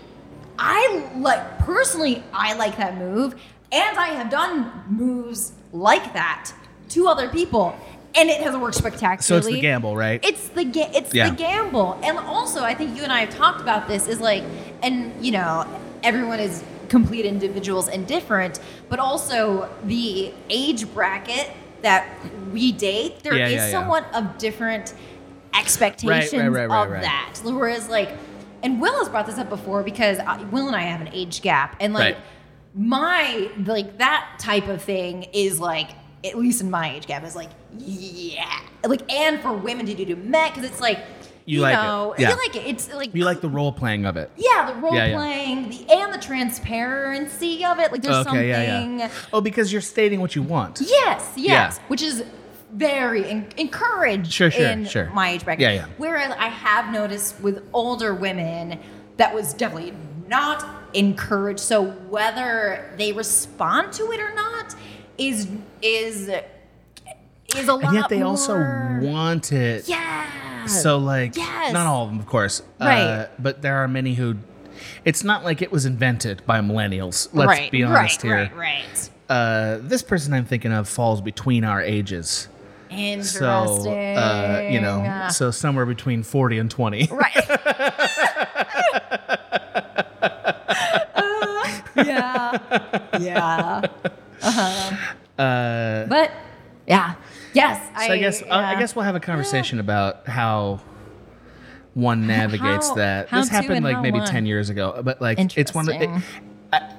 [SPEAKER 3] I like, personally, I like that move. And I have done moves like that to other people. And it has worked spectacularly.
[SPEAKER 2] So it's the gamble, right?
[SPEAKER 3] It's the ga- it's
[SPEAKER 2] Yeah.
[SPEAKER 3] the gamble, and also I think you and I have talked about this. Is like, and you know, everyone is complete individuals and different, but also the age bracket that we date, there is
[SPEAKER 2] Yeah, yeah, yeah.
[SPEAKER 3] somewhat of different expectations
[SPEAKER 2] right, right,
[SPEAKER 3] of
[SPEAKER 2] right.
[SPEAKER 3] that. Whereas, like, and Will has brought this up before because I, Will and I have an age gap, and like
[SPEAKER 2] Right.
[SPEAKER 3] my like that type of thing is like at least in my age gap is like yeah like and for women to do to men because it's like
[SPEAKER 2] You
[SPEAKER 3] you,
[SPEAKER 2] like it.
[SPEAKER 3] know
[SPEAKER 2] Yeah.
[SPEAKER 3] you like it it's like
[SPEAKER 2] You like the role playing of it.
[SPEAKER 3] yeah the role
[SPEAKER 2] Yeah, yeah.
[SPEAKER 3] playing the and the transparency of it like there's something
[SPEAKER 2] Oh, because you're stating what you want.
[SPEAKER 3] Yes, yes,
[SPEAKER 2] Yeah.
[SPEAKER 3] which is very en- encouraged
[SPEAKER 2] Sure, sure,
[SPEAKER 3] in
[SPEAKER 2] sure.
[SPEAKER 3] my age bracket.
[SPEAKER 2] Yeah, yeah.
[SPEAKER 3] Whereas I have noticed with older women that was definitely not encouraged. So whether they respond to it or not is is is a lot.
[SPEAKER 2] And yet they
[SPEAKER 3] more,
[SPEAKER 2] also want it.
[SPEAKER 3] yeah.
[SPEAKER 2] So like
[SPEAKER 3] Oh, Yes.
[SPEAKER 2] not all of them, of course. uh,
[SPEAKER 3] Right.
[SPEAKER 2] but there are many who it's not like it was invented by millennials. Let's
[SPEAKER 3] right,
[SPEAKER 2] be honest
[SPEAKER 3] right,
[SPEAKER 2] here.
[SPEAKER 3] Right, right.
[SPEAKER 2] Uh, this person I'm thinking of falls between our ages.
[SPEAKER 3] Interesting.
[SPEAKER 2] So uh, you know, so somewhere between 40 and 20. <laughs>
[SPEAKER 3] Right. <laughs> Uh, yeah. Yeah. Uh-huh.
[SPEAKER 2] Uh,
[SPEAKER 3] But yeah. Yes.
[SPEAKER 2] So I, guess uh, I I guess we'll have a conversation about how one navigates
[SPEAKER 3] How-
[SPEAKER 2] that.
[SPEAKER 3] how
[SPEAKER 2] this
[SPEAKER 3] to
[SPEAKER 2] happened
[SPEAKER 3] and
[SPEAKER 2] like
[SPEAKER 3] how
[SPEAKER 2] maybe
[SPEAKER 3] one.
[SPEAKER 2] ten years ago, but like it's one. Of, it,
[SPEAKER 3] Interesting.
[SPEAKER 2] I,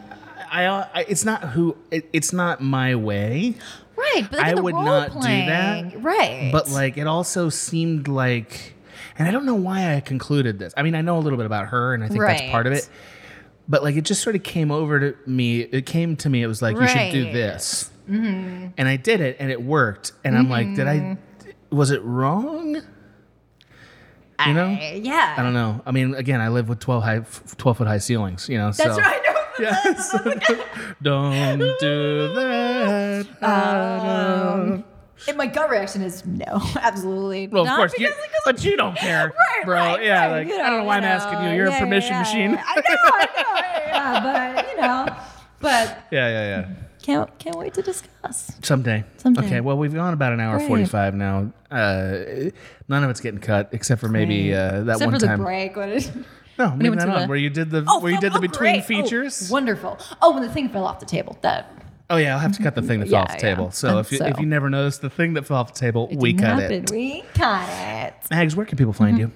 [SPEAKER 2] I, I, it's not who. It, it's not my way.
[SPEAKER 3] Right. But look
[SPEAKER 2] I
[SPEAKER 3] at the
[SPEAKER 2] would
[SPEAKER 3] role
[SPEAKER 2] not do
[SPEAKER 3] playing.
[SPEAKER 2] that,
[SPEAKER 3] Right.
[SPEAKER 2] But like, it also seemed like, and I don't know why I concluded this. I mean, I know a little bit about her, and I think that's part of
[SPEAKER 3] Right.
[SPEAKER 2] it. But like, it just sort of came over to me. It came to me. It was like you should do
[SPEAKER 3] Right. Mm-hmm.
[SPEAKER 2] this, and I did it, and it worked. And I'm like, did I?
[SPEAKER 3] Mm-hmm.
[SPEAKER 2] Was it wrong? you know?
[SPEAKER 3] I- yeah. <laughs>
[SPEAKER 2] I don't know. I mean, again, I live with 12 high, f- 12 foot high ceilings, you know. so.
[SPEAKER 3] That's right. <laughs> No,
[SPEAKER 2] Yeah, so <laughs> don't do that.
[SPEAKER 3] Um, and my gut reaction is no, <laughs> absolutely.
[SPEAKER 2] well, of
[SPEAKER 3] not
[SPEAKER 2] course,
[SPEAKER 3] because,
[SPEAKER 2] you,
[SPEAKER 3] because
[SPEAKER 2] but you don't care,
[SPEAKER 3] <laughs> Right,
[SPEAKER 2] bro.
[SPEAKER 3] right,
[SPEAKER 2] yeah,
[SPEAKER 3] right,
[SPEAKER 2] like
[SPEAKER 3] you
[SPEAKER 2] I don't know why I'm
[SPEAKER 3] know,
[SPEAKER 2] asking you. You're
[SPEAKER 3] yeah,
[SPEAKER 2] a permission
[SPEAKER 3] yeah, <laughs>
[SPEAKER 2] machine. <laughs>
[SPEAKER 3] yeah. I know, I know, yeah, but you know, but
[SPEAKER 2] Yeah, yeah, yeah.
[SPEAKER 3] can't can't wait to discuss.
[SPEAKER 2] Someday.
[SPEAKER 3] Someday.
[SPEAKER 2] Okay. Well, we've gone about an hour
[SPEAKER 3] Great.
[SPEAKER 2] forty-five now. Uh, none of it's getting cut except for maybe uh, that
[SPEAKER 3] Except
[SPEAKER 2] one
[SPEAKER 3] for the
[SPEAKER 2] time.
[SPEAKER 3] break. What is,
[SPEAKER 2] No, leave
[SPEAKER 3] went
[SPEAKER 2] that
[SPEAKER 3] to
[SPEAKER 2] on
[SPEAKER 3] the-
[SPEAKER 2] where you did the
[SPEAKER 3] <laughs> oh,
[SPEAKER 2] where you did
[SPEAKER 3] oh,
[SPEAKER 2] the between
[SPEAKER 3] great. Oh,
[SPEAKER 2] features.
[SPEAKER 3] wonderful. Oh, when the thing fell off the table. That
[SPEAKER 2] Oh yeah, I'll have to cut the thing that fell
[SPEAKER 3] Yeah,
[SPEAKER 2] off the
[SPEAKER 3] yeah.
[SPEAKER 2] table. So
[SPEAKER 3] And
[SPEAKER 2] if you,
[SPEAKER 3] so-
[SPEAKER 2] if you never noticed the thing that fell off the table, we
[SPEAKER 3] didn't
[SPEAKER 2] cut
[SPEAKER 3] happen.
[SPEAKER 2] it.
[SPEAKER 3] We cut it.
[SPEAKER 2] Mags, where can people find you?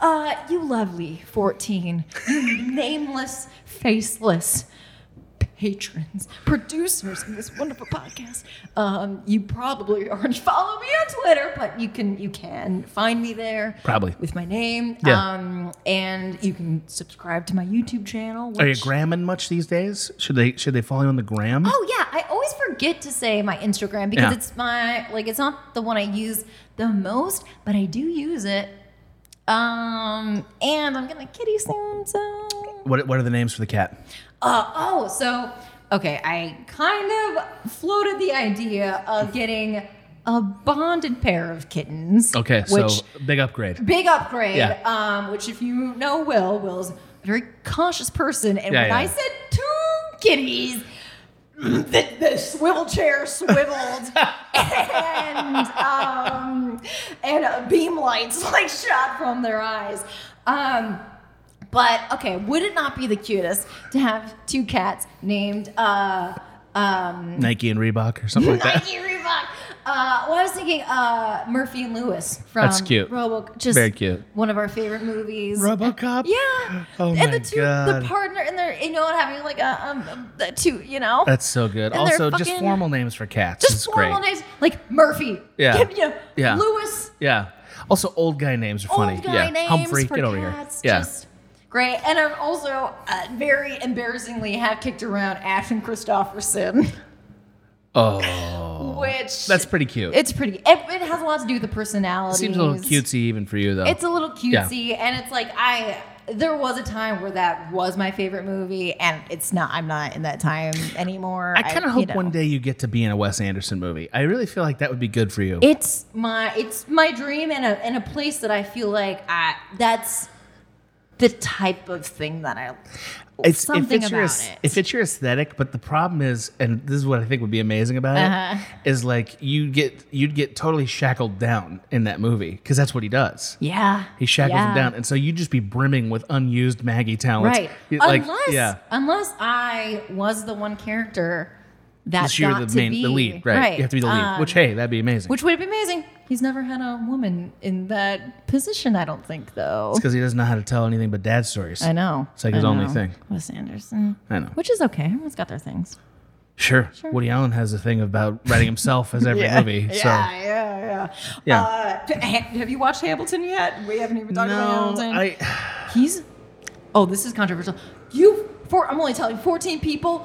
[SPEAKER 3] Uh, you lovely 14, you nameless, faceless patrons, producers of this wonderful podcast. Um, you probably aren't follow me on Twitter, but you can you can find me there.
[SPEAKER 2] Probably.
[SPEAKER 3] With my name.
[SPEAKER 2] Yeah.
[SPEAKER 3] Um, and you can subscribe to my YouTube channel.
[SPEAKER 2] Are you
[SPEAKER 3] which-
[SPEAKER 2] gramming much these days? Should they should they follow you on the gram?
[SPEAKER 3] Oh yeah, I always forget to say my Instagram because
[SPEAKER 2] Yeah.
[SPEAKER 3] it's my like it's not the one I use the most, but I do use it. Um, and I'm getting a kitty soon, so
[SPEAKER 2] What what are the names for the cat?
[SPEAKER 3] uh, oh, so okay, I kind of floated the idea of getting a bonded pair of kittens.
[SPEAKER 2] Okay,
[SPEAKER 3] which
[SPEAKER 2] so big upgrade.
[SPEAKER 3] big upgrade.
[SPEAKER 2] Yeah.
[SPEAKER 3] Um, which if you know Will, Will's a very cautious person, and
[SPEAKER 2] Yeah,
[SPEAKER 3] when
[SPEAKER 2] yeah.
[SPEAKER 3] I said two kitties, the, the swivel chair swiveled, and <laughs> um, and uh, beam lights like shot from their eyes. Um, But okay, would it not be the cutest to have two cats named uh, um,
[SPEAKER 2] Nike and Reebok or something like that.
[SPEAKER 3] Nike Reebok? Uh, well, I was thinking uh, Murphy and Lewis from
[SPEAKER 2] That's cute.
[SPEAKER 3] Robo, just
[SPEAKER 2] Very cute.
[SPEAKER 3] One of our favorite movies.
[SPEAKER 2] RoboCop.
[SPEAKER 3] Yeah.
[SPEAKER 2] Oh
[SPEAKER 3] and
[SPEAKER 2] my
[SPEAKER 3] the two,
[SPEAKER 2] God.
[SPEAKER 3] the partner, and they're you know having like a um, um, the two, you know.
[SPEAKER 2] That's so good.
[SPEAKER 3] And they're
[SPEAKER 2] also, just
[SPEAKER 3] fucking-
[SPEAKER 2] formal names for cats.
[SPEAKER 3] just
[SPEAKER 2] is
[SPEAKER 3] formal
[SPEAKER 2] great.
[SPEAKER 3] names like Murphy.
[SPEAKER 2] Yeah.
[SPEAKER 3] Give- you know,
[SPEAKER 2] Yeah.
[SPEAKER 3] Lewis.
[SPEAKER 2] Yeah. Also, old guy names are funny.
[SPEAKER 3] Old guy
[SPEAKER 2] yeah.
[SPEAKER 3] names
[SPEAKER 2] Humphrey,
[SPEAKER 3] for
[SPEAKER 2] get over
[SPEAKER 3] cats,
[SPEAKER 2] here. Yeah.
[SPEAKER 3] Just great. And I'm also uh, very embarrassingly have kicked around Ashton Christofferson,
[SPEAKER 2] oh,
[SPEAKER 3] which
[SPEAKER 2] that's pretty cute. It
[SPEAKER 3] It's pretty. It, it has a lot to do with the personality.
[SPEAKER 2] seems a little cutesy even for you though.
[SPEAKER 3] It's a little cutesy, and it's like I. There was a time where that was my favorite movie, and it's not. I'm not in that time anymore.
[SPEAKER 2] I kind
[SPEAKER 3] you
[SPEAKER 2] of hope
[SPEAKER 3] know.
[SPEAKER 2] one day you get to be in a Wes Anderson movie. I really feel like that would be good for you.
[SPEAKER 3] it's my it's my dream and a and a place that I feel like I that's the type of thing that I
[SPEAKER 2] it's
[SPEAKER 3] something
[SPEAKER 2] it fits your,
[SPEAKER 3] about
[SPEAKER 2] aes-
[SPEAKER 3] it.
[SPEAKER 2] It fits your aesthetic, but the problem is, and this is what I think would be amazing about
[SPEAKER 3] Uh-huh.
[SPEAKER 2] it, is like you get you'd get totally shackled down in that movie because that's what he does.
[SPEAKER 3] yeah
[SPEAKER 2] He shackles
[SPEAKER 3] yeah.
[SPEAKER 2] them down, and so you'd just be brimming with unused Maggie talent.
[SPEAKER 3] right
[SPEAKER 2] You- Like,
[SPEAKER 3] unless
[SPEAKER 2] yeah,
[SPEAKER 3] unless I was the one character that
[SPEAKER 2] Unless you're
[SPEAKER 3] got
[SPEAKER 2] the
[SPEAKER 3] to
[SPEAKER 2] main,
[SPEAKER 3] be
[SPEAKER 2] the lead, right? You have to be the lead.
[SPEAKER 3] um,
[SPEAKER 2] which, hey, that'd be amazing.
[SPEAKER 3] which would be amazing. He's never had a woman in that position, I don't think, though.
[SPEAKER 2] because he doesn't know how to tell anything but dad stories.
[SPEAKER 3] I know.
[SPEAKER 2] It's like
[SPEAKER 3] I
[SPEAKER 2] his only
[SPEAKER 3] know.
[SPEAKER 2] thing.
[SPEAKER 3] Wes Anderson.
[SPEAKER 2] I know.
[SPEAKER 3] Which is okay. Everyone's got their things.
[SPEAKER 2] Sure. Woody Allen has a thing about writing himself as
[SPEAKER 3] <laughs>
[SPEAKER 2] every movie. So
[SPEAKER 3] <laughs> yeah,
[SPEAKER 2] Yeah.
[SPEAKER 3] Uh, have you watched Hamilton yet? We haven't even talked
[SPEAKER 2] no, I
[SPEAKER 3] He's. Oh, this is controversial. You. For, I'm only telling you, 14 people.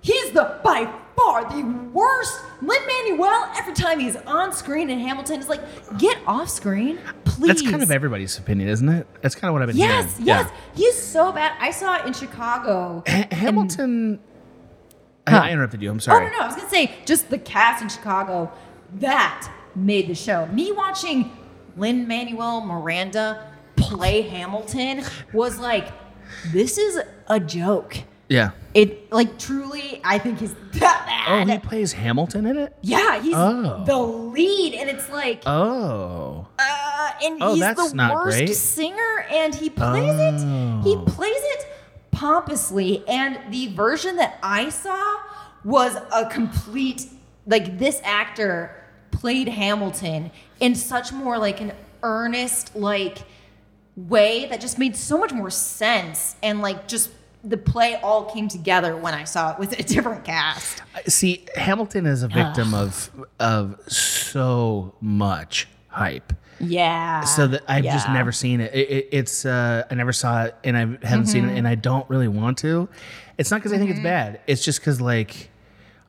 [SPEAKER 3] He's the by far the worst. Lin Manuel. Every time he's on screen in Hamilton, is like, get off screen, please.
[SPEAKER 2] that's kind of everybody's opinion, isn't it? That's kind of what I've been
[SPEAKER 3] Yes,
[SPEAKER 2] hearing.
[SPEAKER 3] yes. He's so bad. I saw it in Chicago.
[SPEAKER 2] Yeah. Ha- Hamilton.
[SPEAKER 3] Huh.
[SPEAKER 2] I, I interrupted you. I'm
[SPEAKER 3] Oh
[SPEAKER 2] sorry.
[SPEAKER 3] no, no, I was gonna say just the cast in Chicago that made the show. Me watching Lynn Manuel Miranda play Hamilton was like, this is a joke.
[SPEAKER 2] Yeah.
[SPEAKER 3] It like truly, I think he's <laughs> that
[SPEAKER 2] Oh,
[SPEAKER 3] bad.
[SPEAKER 2] he plays Hamilton in it.
[SPEAKER 3] yeah, he's
[SPEAKER 2] Oh.
[SPEAKER 3] the lead, and it's like, uh,
[SPEAKER 2] Oh,
[SPEAKER 3] and
[SPEAKER 2] Oh,
[SPEAKER 3] he's
[SPEAKER 2] that's
[SPEAKER 3] the
[SPEAKER 2] not
[SPEAKER 3] worst
[SPEAKER 2] great. Uh,
[SPEAKER 3] singer, and he plays it. He
[SPEAKER 2] Oh.
[SPEAKER 3] plays it pompously, and the version that I saw was a complete like this actor played Hamilton in such more like an earnest like way that just made so much more sense and like just the play all came together when I saw it with a <laughs> different cast.
[SPEAKER 2] I- see, Hamilton is a victim of of so much hype.
[SPEAKER 3] Yeah.
[SPEAKER 2] so that I've just
[SPEAKER 3] Ah, yeah.
[SPEAKER 2] never seen it. it, it- it's uh, I never saw it, and I haven't seen it,
[SPEAKER 3] Mm-hmm.
[SPEAKER 2] and I don't really want to. It's not because I think it's bad. It's just because like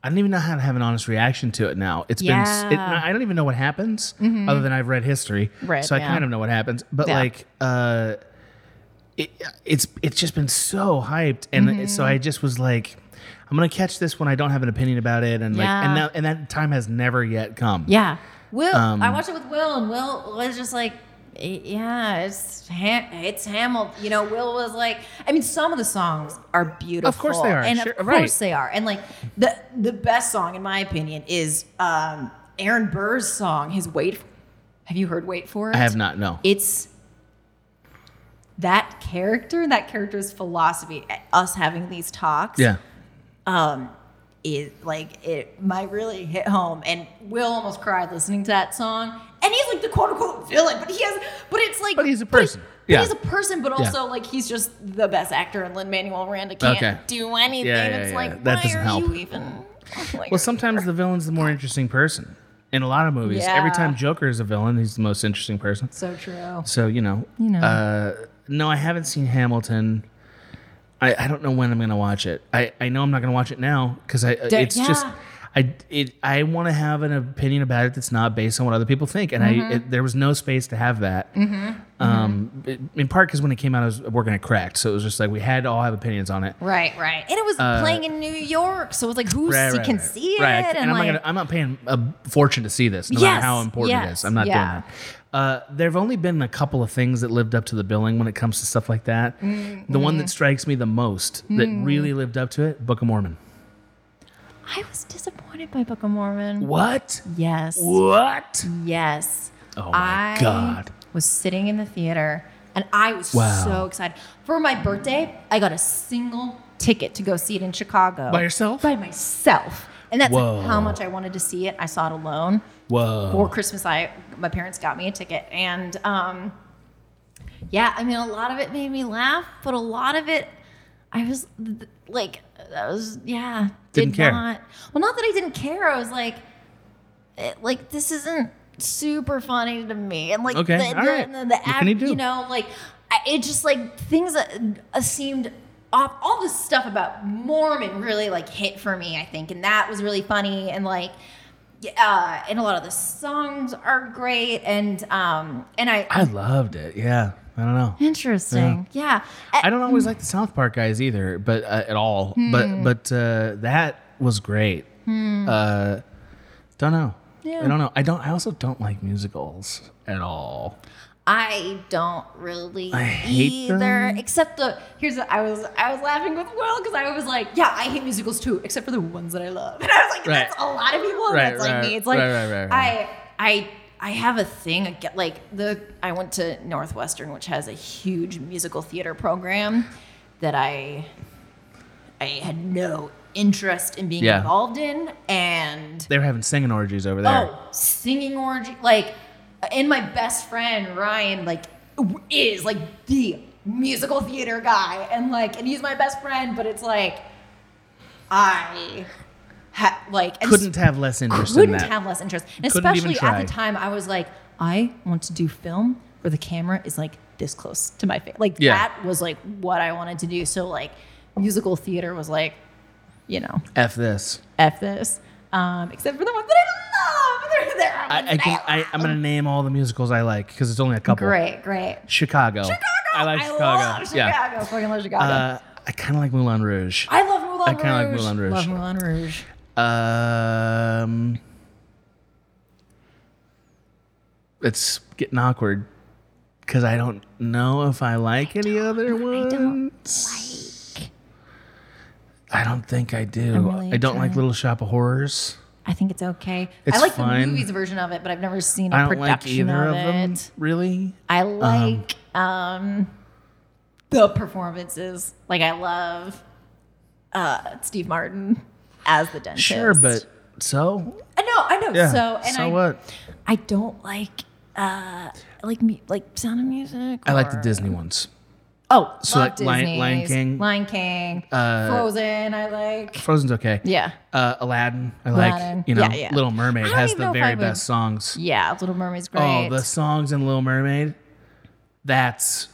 [SPEAKER 2] I don't even know how to have an honest reaction to it now. It's been s- it,
[SPEAKER 3] Yeah. Mm-hmm.
[SPEAKER 2] I don't even know what happens other than I've read history,
[SPEAKER 3] Right,
[SPEAKER 2] so I
[SPEAKER 3] yeah.
[SPEAKER 2] kind of know what happens. But
[SPEAKER 3] Yeah.
[SPEAKER 2] like. uh it, it's it's just been so hyped, and so
[SPEAKER 3] Mm-hmm.
[SPEAKER 2] I just was like, I'm gonna catch this when I don't have an opinion about it, and like, and
[SPEAKER 3] Yeah.
[SPEAKER 2] that and that time has never yet come.
[SPEAKER 3] Yeah. Will
[SPEAKER 2] Um,
[SPEAKER 3] I watched it with Will, and Will was just like, "Eh, "Yeah, it's Ham- it's Hamilton." You know, Will was like, "I mean, some of the songs are beautiful,
[SPEAKER 2] they are,
[SPEAKER 3] and
[SPEAKER 2] sure,
[SPEAKER 3] of course
[SPEAKER 2] right.
[SPEAKER 3] they are." And like the the best song, in my opinion, is um, Aaron Burr's song, his "Wait." For- Have you heard "Wait for It"?
[SPEAKER 2] I have not. No,
[SPEAKER 3] It's that character, that character's philosophy, us having these talks
[SPEAKER 2] yeah,
[SPEAKER 3] um, is like it might really hit home. And Will almost cried listening to that song. And he's like the quote unquote villain, but he has, but it's like,
[SPEAKER 2] but he's a
[SPEAKER 3] he-
[SPEAKER 2] person.
[SPEAKER 3] but
[SPEAKER 2] yeah,
[SPEAKER 3] he's a person, but also like he's just the best actor, and Lin Manuel Miranda can't
[SPEAKER 2] Okay.
[SPEAKER 3] do anything.
[SPEAKER 2] Yeah, yeah,
[SPEAKER 3] it's
[SPEAKER 2] yeah.
[SPEAKER 3] like
[SPEAKER 2] That
[SPEAKER 3] why
[SPEAKER 2] doesn't
[SPEAKER 3] are
[SPEAKER 2] help.
[SPEAKER 3] you even? oh Like,
[SPEAKER 2] Well, sometimes the villain's the more interesting person. In a lot of movies, every
[SPEAKER 3] Yeah.
[SPEAKER 2] time Joker is a villain, he's the most interesting person.
[SPEAKER 3] so true.
[SPEAKER 2] So you know, you
[SPEAKER 3] know.
[SPEAKER 2] Uh, no, I haven't seen Hamilton. I, I don't know when I'm gonna watch it. I, I know I'm not gonna watch it now because I uh,
[SPEAKER 3] Da-
[SPEAKER 2] it's just
[SPEAKER 3] yeah.
[SPEAKER 2] I it I want to have an opinion about it that's not based on what other people think, and
[SPEAKER 3] Mm-hmm.
[SPEAKER 2] I it, there was no space to have that. Um, it-
[SPEAKER 3] Mm-hmm.
[SPEAKER 2] in part because when it came out, I was working at Cracked, so it was just like we had to all have opinions on it.
[SPEAKER 3] Right, right. And it was playing in New York, so it was like who
[SPEAKER 2] Uh, Right,
[SPEAKER 3] see-
[SPEAKER 2] right,
[SPEAKER 3] can
[SPEAKER 2] right.
[SPEAKER 3] see it?
[SPEAKER 2] Right, I'm,
[SPEAKER 3] And, like,
[SPEAKER 2] not gonna, I'm not paying a fortune to see this, no matter
[SPEAKER 3] Yes,
[SPEAKER 2] how important it
[SPEAKER 3] yes,
[SPEAKER 2] is. I'm not
[SPEAKER 3] yeah.
[SPEAKER 2] doing that. Uh, there have only been a couple of things that lived up to the billing when it comes to stuff like that.
[SPEAKER 3] Mm,
[SPEAKER 2] The one that strikes me the most that really lived up to it, Book of Mormon.
[SPEAKER 3] I was disappointed by Book of Mormon.
[SPEAKER 2] What?
[SPEAKER 3] Yes.
[SPEAKER 2] What?
[SPEAKER 3] Yes.
[SPEAKER 2] Oh my
[SPEAKER 3] I
[SPEAKER 2] God.
[SPEAKER 3] was sitting in the theater and I was
[SPEAKER 2] Wow.
[SPEAKER 3] so excited. For my birthday, I got a single ticket to go see it in Chicago.
[SPEAKER 2] By yourself?
[SPEAKER 3] By myself. And that's
[SPEAKER 2] Whoa.
[SPEAKER 3] how much I wanted to see it. I saw it alone.
[SPEAKER 2] Whoa.
[SPEAKER 3] For Christmas, I my parents got me a ticket, and um, yeah, I mean, a lot of it made me laugh, but a lot of it, I was th- like, that was yeah,
[SPEAKER 2] Didn't
[SPEAKER 3] did
[SPEAKER 2] care.
[SPEAKER 3] Not, well, not that I didn't care. I was like, eh, like this isn't super funny to me, and like
[SPEAKER 2] Okay,
[SPEAKER 3] the,
[SPEAKER 2] all
[SPEAKER 3] the,
[SPEAKER 2] right.
[SPEAKER 3] the, the
[SPEAKER 2] What can you
[SPEAKER 3] act-
[SPEAKER 2] do?
[SPEAKER 3] know, like I, it just like things that uh, seemed off. All this stuff about Mormon really like hit for me, I think, and that was really funny and like. Yeah, uh, and a lot of the songs are great, and um, and I
[SPEAKER 2] I loved it. Yeah. I don't know.
[SPEAKER 3] Interesting. Yeah.
[SPEAKER 2] <laughs>
[SPEAKER 3] A-
[SPEAKER 2] I don't always like the South Park guys either, but uh, at all.
[SPEAKER 3] Hmm.
[SPEAKER 2] But but uh, that was great. Uh, don't know.
[SPEAKER 3] Yeah.
[SPEAKER 2] I don't know. I don't. I also don't like musicals at all.
[SPEAKER 3] I don't really
[SPEAKER 2] I hate
[SPEAKER 3] either.
[SPEAKER 2] them.
[SPEAKER 3] Except the here's the, I was I was laughing with Will because I was like, yeah, I hate musicals too, except for the ones that I love. <laughs> And I was like,
[SPEAKER 2] Right.
[SPEAKER 3] that's a lot of people. and
[SPEAKER 2] Right,
[SPEAKER 3] that's like
[SPEAKER 2] right,
[SPEAKER 3] me. It's like
[SPEAKER 2] right, right, right, right.
[SPEAKER 3] I I I have a thing. I get like the I went to Northwestern, which has a huge musical theater program that I I had no interest in being
[SPEAKER 2] Yeah.
[SPEAKER 3] involved in, and
[SPEAKER 2] They were having singing orgies over there.
[SPEAKER 3] Oh, singing orgy. Like, and my best friend Ryan, like, w- is like the musical theater guy, and like, and he's my best friend, but it's like, I, ha- like, and
[SPEAKER 2] couldn't have less interest in
[SPEAKER 3] couldn't
[SPEAKER 2] that.
[SPEAKER 3] have less interest, and
[SPEAKER 2] Couldn't even
[SPEAKER 3] especially at the
[SPEAKER 2] try.
[SPEAKER 3] time, I was like, I want to do film where the camera is like this close to my face. Like
[SPEAKER 2] Yeah.
[SPEAKER 3] that was like what I wanted to do. So like, musical theater was like, you know,
[SPEAKER 2] F this.
[SPEAKER 3] f this. Um, except for the ones that I love. They're, they're ones
[SPEAKER 2] I, I
[SPEAKER 3] that
[SPEAKER 2] can. I, I'm gonna name all the musicals I like because it's only a couple.
[SPEAKER 3] Great, great.
[SPEAKER 2] Chicago. Chicago. I like Chicago.
[SPEAKER 3] love Chicago.
[SPEAKER 2] Yeah.
[SPEAKER 3] Fucking love Chicago.
[SPEAKER 2] Uh, I kind of like Moulin Rouge.
[SPEAKER 3] I love Moulin
[SPEAKER 2] I
[SPEAKER 3] Rouge.
[SPEAKER 2] kinda like Moulin Rouge.
[SPEAKER 3] Love Moulin Rouge.
[SPEAKER 2] Um, it's getting awkward because I don't know if I like any other ones. I don't like. I don't think I do.
[SPEAKER 3] really
[SPEAKER 2] I don't like
[SPEAKER 3] trying.
[SPEAKER 2] Little Shop of Horrors.
[SPEAKER 3] I think it's okay.
[SPEAKER 2] It's
[SPEAKER 3] I like
[SPEAKER 2] fine.
[SPEAKER 3] the movies version of it, but I've never seen a
[SPEAKER 2] I don't like
[SPEAKER 3] production
[SPEAKER 2] either of,
[SPEAKER 3] of,
[SPEAKER 2] them
[SPEAKER 3] it.
[SPEAKER 2] really.
[SPEAKER 3] I like um, the performances. Like I love uh, Steve Martin as the dentist.
[SPEAKER 2] Sure, but so
[SPEAKER 3] I know, I know.
[SPEAKER 2] yeah.
[SPEAKER 3] So and
[SPEAKER 2] so
[SPEAKER 3] I,
[SPEAKER 2] what?
[SPEAKER 3] I don't like uh, like mu- like Sound of Music.
[SPEAKER 2] I like the
[SPEAKER 3] or-
[SPEAKER 2] Disney ones.
[SPEAKER 3] Oh,
[SPEAKER 2] So,
[SPEAKER 3] love
[SPEAKER 2] like, Lion- Lion
[SPEAKER 3] Disney's.
[SPEAKER 2] King.
[SPEAKER 3] Lion King,
[SPEAKER 2] Uh,
[SPEAKER 3] Frozen. I like.
[SPEAKER 2] Frozen's okay.
[SPEAKER 3] Yeah,
[SPEAKER 2] Uh, Aladdin, I
[SPEAKER 3] Aladdin.
[SPEAKER 2] like. You know,
[SPEAKER 3] Yeah, yeah.
[SPEAKER 2] Little Mermaid
[SPEAKER 3] I don't
[SPEAKER 2] has
[SPEAKER 3] even
[SPEAKER 2] the
[SPEAKER 3] know if I
[SPEAKER 2] very
[SPEAKER 3] would-
[SPEAKER 2] best songs.
[SPEAKER 3] yeah. Little Mermaid's
[SPEAKER 2] Oh,
[SPEAKER 3] great.
[SPEAKER 2] the songs in Little Mermaid. That's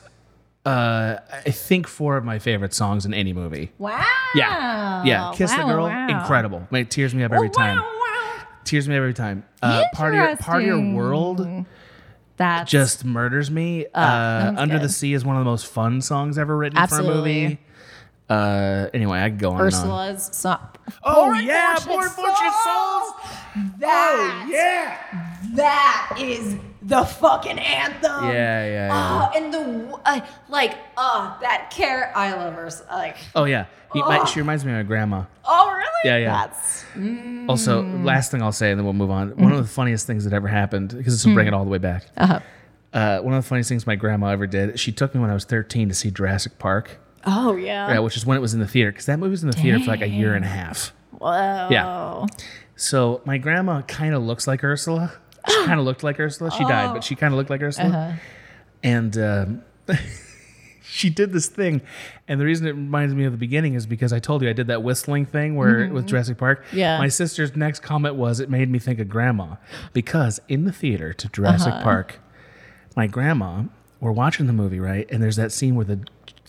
[SPEAKER 2] uh I think four of my favorite songs in any movie.
[SPEAKER 3] wow.
[SPEAKER 2] Yeah. Yeah. Kiss the
[SPEAKER 3] Wow,
[SPEAKER 2] Girl,
[SPEAKER 3] wow.
[SPEAKER 2] incredible. It tears me up every
[SPEAKER 3] Oh,
[SPEAKER 2] time.
[SPEAKER 3] Wow, wow.
[SPEAKER 2] Tears me every time. Uh part of your part of your
[SPEAKER 3] Interesting.
[SPEAKER 2] world
[SPEAKER 3] That's
[SPEAKER 2] just murders me. Uh,
[SPEAKER 3] one's
[SPEAKER 2] Under the
[SPEAKER 3] good.
[SPEAKER 2] Sea is one of the most fun songs ever written for a
[SPEAKER 3] Absolutely.
[SPEAKER 2] movie. Uh anyway, I could go on and on.
[SPEAKER 3] Ursula's song.
[SPEAKER 2] Oh
[SPEAKER 3] Poor
[SPEAKER 2] yeah,
[SPEAKER 3] Fortunate
[SPEAKER 2] Poor Fortune Souls. Oh,
[SPEAKER 3] That
[SPEAKER 2] Yeah.
[SPEAKER 3] that is the fucking anthem.
[SPEAKER 2] Yeah, yeah, yeah.
[SPEAKER 3] <gasps> Oh, and the w- uh, like, oh, that care. I love her. s- Like,
[SPEAKER 2] Oh yeah. He- my-
[SPEAKER 3] <gasps> Oh.
[SPEAKER 2] she reminds me of my grandma.
[SPEAKER 3] oh, really?
[SPEAKER 2] Yeah, yeah.
[SPEAKER 3] That's mm. Mm-hmm.
[SPEAKER 2] Also, last thing I'll say, and then we'll move on. One of the funniest things that ever happened, because this will bring it all the way back.
[SPEAKER 3] Uh-huh.
[SPEAKER 2] Uh, one of the funniest things my grandma ever did, she took me when I was 13 to see Jurassic Park,
[SPEAKER 3] oh yeah.
[SPEAKER 2] yeah, which is when it was in the theater, because that movie was in the theater for like a year and a half.
[SPEAKER 3] Whoa.
[SPEAKER 2] Yeah. So my grandma kind of looks like Ursula. She kind of looked like Ursula. She died, but she kind of looked like Ursula. And um, <laughs> she did this thing. And the reason it reminds me of the beginning is because I told you I did that whistling thing where with Jurassic Park.
[SPEAKER 3] Yeah.
[SPEAKER 2] My sister's next comment was it made me think of grandma because in the theater to Jurassic Park, my grandma we're watching the movie right, and there's that scene where the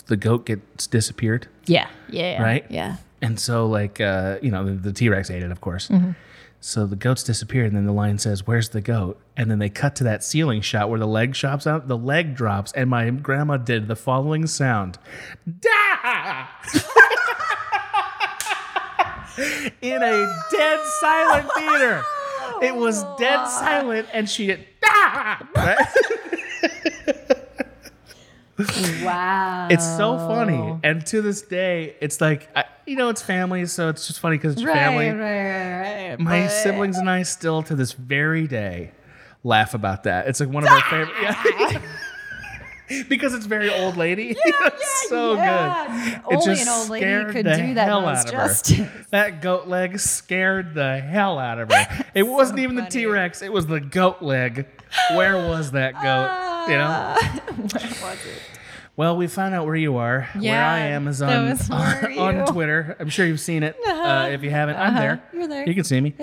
[SPEAKER 2] the goat gets disappeared.
[SPEAKER 3] Yeah. Yeah.
[SPEAKER 2] Right?
[SPEAKER 3] Yeah.
[SPEAKER 2] And so, like, uh, you know, the, the T Rex ate it, of course. So the goat's disappeared, and then the lion says, "Where's the goat?" And then they cut to that ceiling shot where the leg drops out. The leg drops, and my grandma did the following sound: <laughs> "Da!" In a dead silent theater, it was dead silent, and she did. "Da!" Right?
[SPEAKER 3] Wow.
[SPEAKER 2] It's so
[SPEAKER 3] Oh.
[SPEAKER 2] funny, and to this day, it's like I, you know, it's family, so it's just funny because it's your family.
[SPEAKER 3] right, right.
[SPEAKER 2] My siblings and I still to this very day laugh about that. It's like one of our favorite. Yeah. <laughs> because it's very old lady. <laughs> That's so
[SPEAKER 4] yeah.
[SPEAKER 2] good. It
[SPEAKER 4] Only
[SPEAKER 2] just
[SPEAKER 4] an old lady
[SPEAKER 2] scared
[SPEAKER 4] could
[SPEAKER 2] the
[SPEAKER 4] do that
[SPEAKER 2] hell
[SPEAKER 4] noise
[SPEAKER 2] out of her.
[SPEAKER 4] justice.
[SPEAKER 2] That goat leg scared the hell out
[SPEAKER 4] <laughs>
[SPEAKER 2] of her. It wasn't even the
[SPEAKER 4] funny.
[SPEAKER 2] T Rex. It was the goat leg. Where was that goat? you know.
[SPEAKER 3] <laughs>
[SPEAKER 2] Well, we found out where you are. where
[SPEAKER 4] Yeah,
[SPEAKER 2] I am is
[SPEAKER 4] that
[SPEAKER 2] <laughs> on
[SPEAKER 4] was where
[SPEAKER 2] on,
[SPEAKER 4] you- Uh-huh.
[SPEAKER 2] Twitter. I'm sure you've seen it.
[SPEAKER 4] <laughs>
[SPEAKER 2] Uh, if you haven't, I'm there.
[SPEAKER 4] You're there.
[SPEAKER 2] You can see me.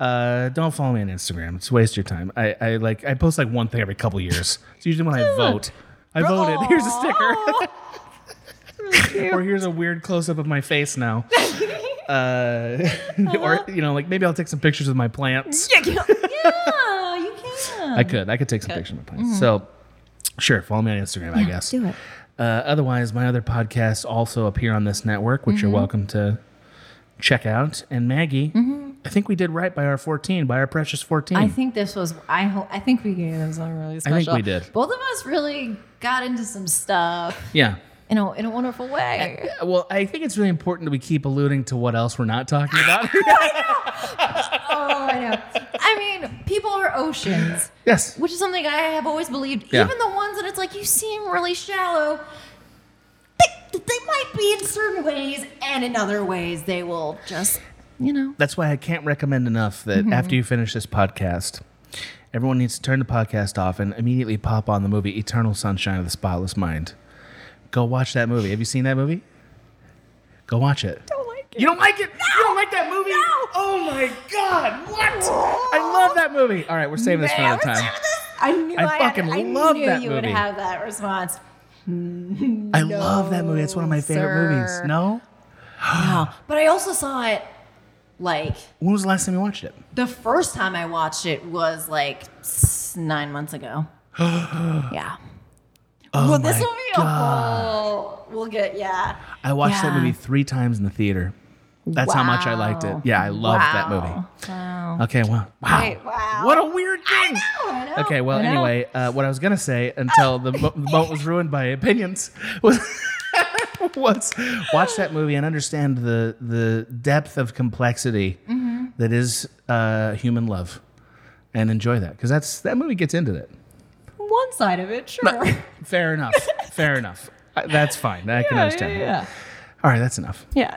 [SPEAKER 2] Uh, don't follow me on Instagram. It's a waste of your time. I, I like I post like one thing every couple years. <laughs> It's usually when I vote. I voted. Here's a <laughs>
[SPEAKER 4] <laughs>
[SPEAKER 2] sticker. or here's a weird close up of my face
[SPEAKER 4] <laughs>
[SPEAKER 2] now. Uh, <laughs>
[SPEAKER 4] Uh-huh.
[SPEAKER 2] or you know, like maybe I'll take some pictures of my plants.
[SPEAKER 3] yeah, you can.
[SPEAKER 2] I could. I could take some pictures of my plants. So, sure, follow me on Instagram. I guess.
[SPEAKER 4] Mm-hmm. Do it.
[SPEAKER 2] Uh, otherwise, my other podcasts also appear on this network, which
[SPEAKER 3] Mm-hmm.
[SPEAKER 2] you're welcome to check out. And Maggie, I think we did right by our 14, by our precious 14.
[SPEAKER 3] Mm-hmm. I think this was. I hope. I think we gave them something really
[SPEAKER 2] I
[SPEAKER 3] special.
[SPEAKER 2] think we did.
[SPEAKER 3] Both of us really got into some stuff,
[SPEAKER 2] yeah. Uh,
[SPEAKER 3] you know, in a wonderful way.
[SPEAKER 2] Well, I think it's really important that we keep alluding to what else we're not talking
[SPEAKER 3] <laughs>
[SPEAKER 2] about.
[SPEAKER 3] <laughs> oh, I know. I mean, people are oceans,
[SPEAKER 2] yes.
[SPEAKER 3] which is something I have always believed.
[SPEAKER 2] Yeah.
[SPEAKER 3] Even the ones that it's like you seem really shallow. They, they might be in certain ways, and in other ways, they will just, you know. Mm-hmm.
[SPEAKER 2] That's why I can't recommend enough that after you finish this podcast, everyone needs to turn the podcast off and immediately pop on the movie Eternal Sunshine of the Spotless Mind. Go watch that movie. Have you seen that movie? Go watch it. You don't like it? you don't like that movie? Oh my god! What? I love that movie. All right, we're saving this for another time.
[SPEAKER 3] I knew
[SPEAKER 2] I
[SPEAKER 3] I, had-
[SPEAKER 2] fucking
[SPEAKER 3] I
[SPEAKER 2] love
[SPEAKER 3] knew
[SPEAKER 2] that
[SPEAKER 3] you would
[SPEAKER 2] movie.
[SPEAKER 3] have that response.
[SPEAKER 2] I love that movie. It's one of my favorite
[SPEAKER 4] sir.
[SPEAKER 2] movies. No?
[SPEAKER 3] Wow. But I also saw it like
[SPEAKER 2] When was the last time you watched it?
[SPEAKER 3] the first time I watched it was like s- nine
[SPEAKER 2] <gasps>
[SPEAKER 3] months ago. yeah.
[SPEAKER 2] Oh
[SPEAKER 3] well, this
[SPEAKER 2] my
[SPEAKER 3] will be
[SPEAKER 2] God.
[SPEAKER 3] a whole. We'll get yeah.
[SPEAKER 2] I watched that
[SPEAKER 3] Yeah.
[SPEAKER 2] movie three times in the theater. That's how much I liked it.
[SPEAKER 3] Wow.
[SPEAKER 2] Yeah, I loved that
[SPEAKER 3] Wow.
[SPEAKER 2] movie. Okay, wow. Wow.
[SPEAKER 3] Wait, wow.
[SPEAKER 2] What a weird thing.
[SPEAKER 3] Oh, I
[SPEAKER 4] Oh,
[SPEAKER 3] know.
[SPEAKER 2] Okay, well,
[SPEAKER 3] I know.
[SPEAKER 2] anyway, uh, what I was going to say until the, mo- the boat was ruined by opinions was. <laughs> was watch that movie and understand the the depth of complexity
[SPEAKER 4] Mm-hmm.
[SPEAKER 2] that is uh, human love, and enjoy that because that's that movie gets into it.
[SPEAKER 3] One side of it, sure.
[SPEAKER 2] Fair enough. Fair enough. I- That's fine. I can understand. that.
[SPEAKER 4] Yeah.
[SPEAKER 2] All right, that's enough.
[SPEAKER 4] Yeah.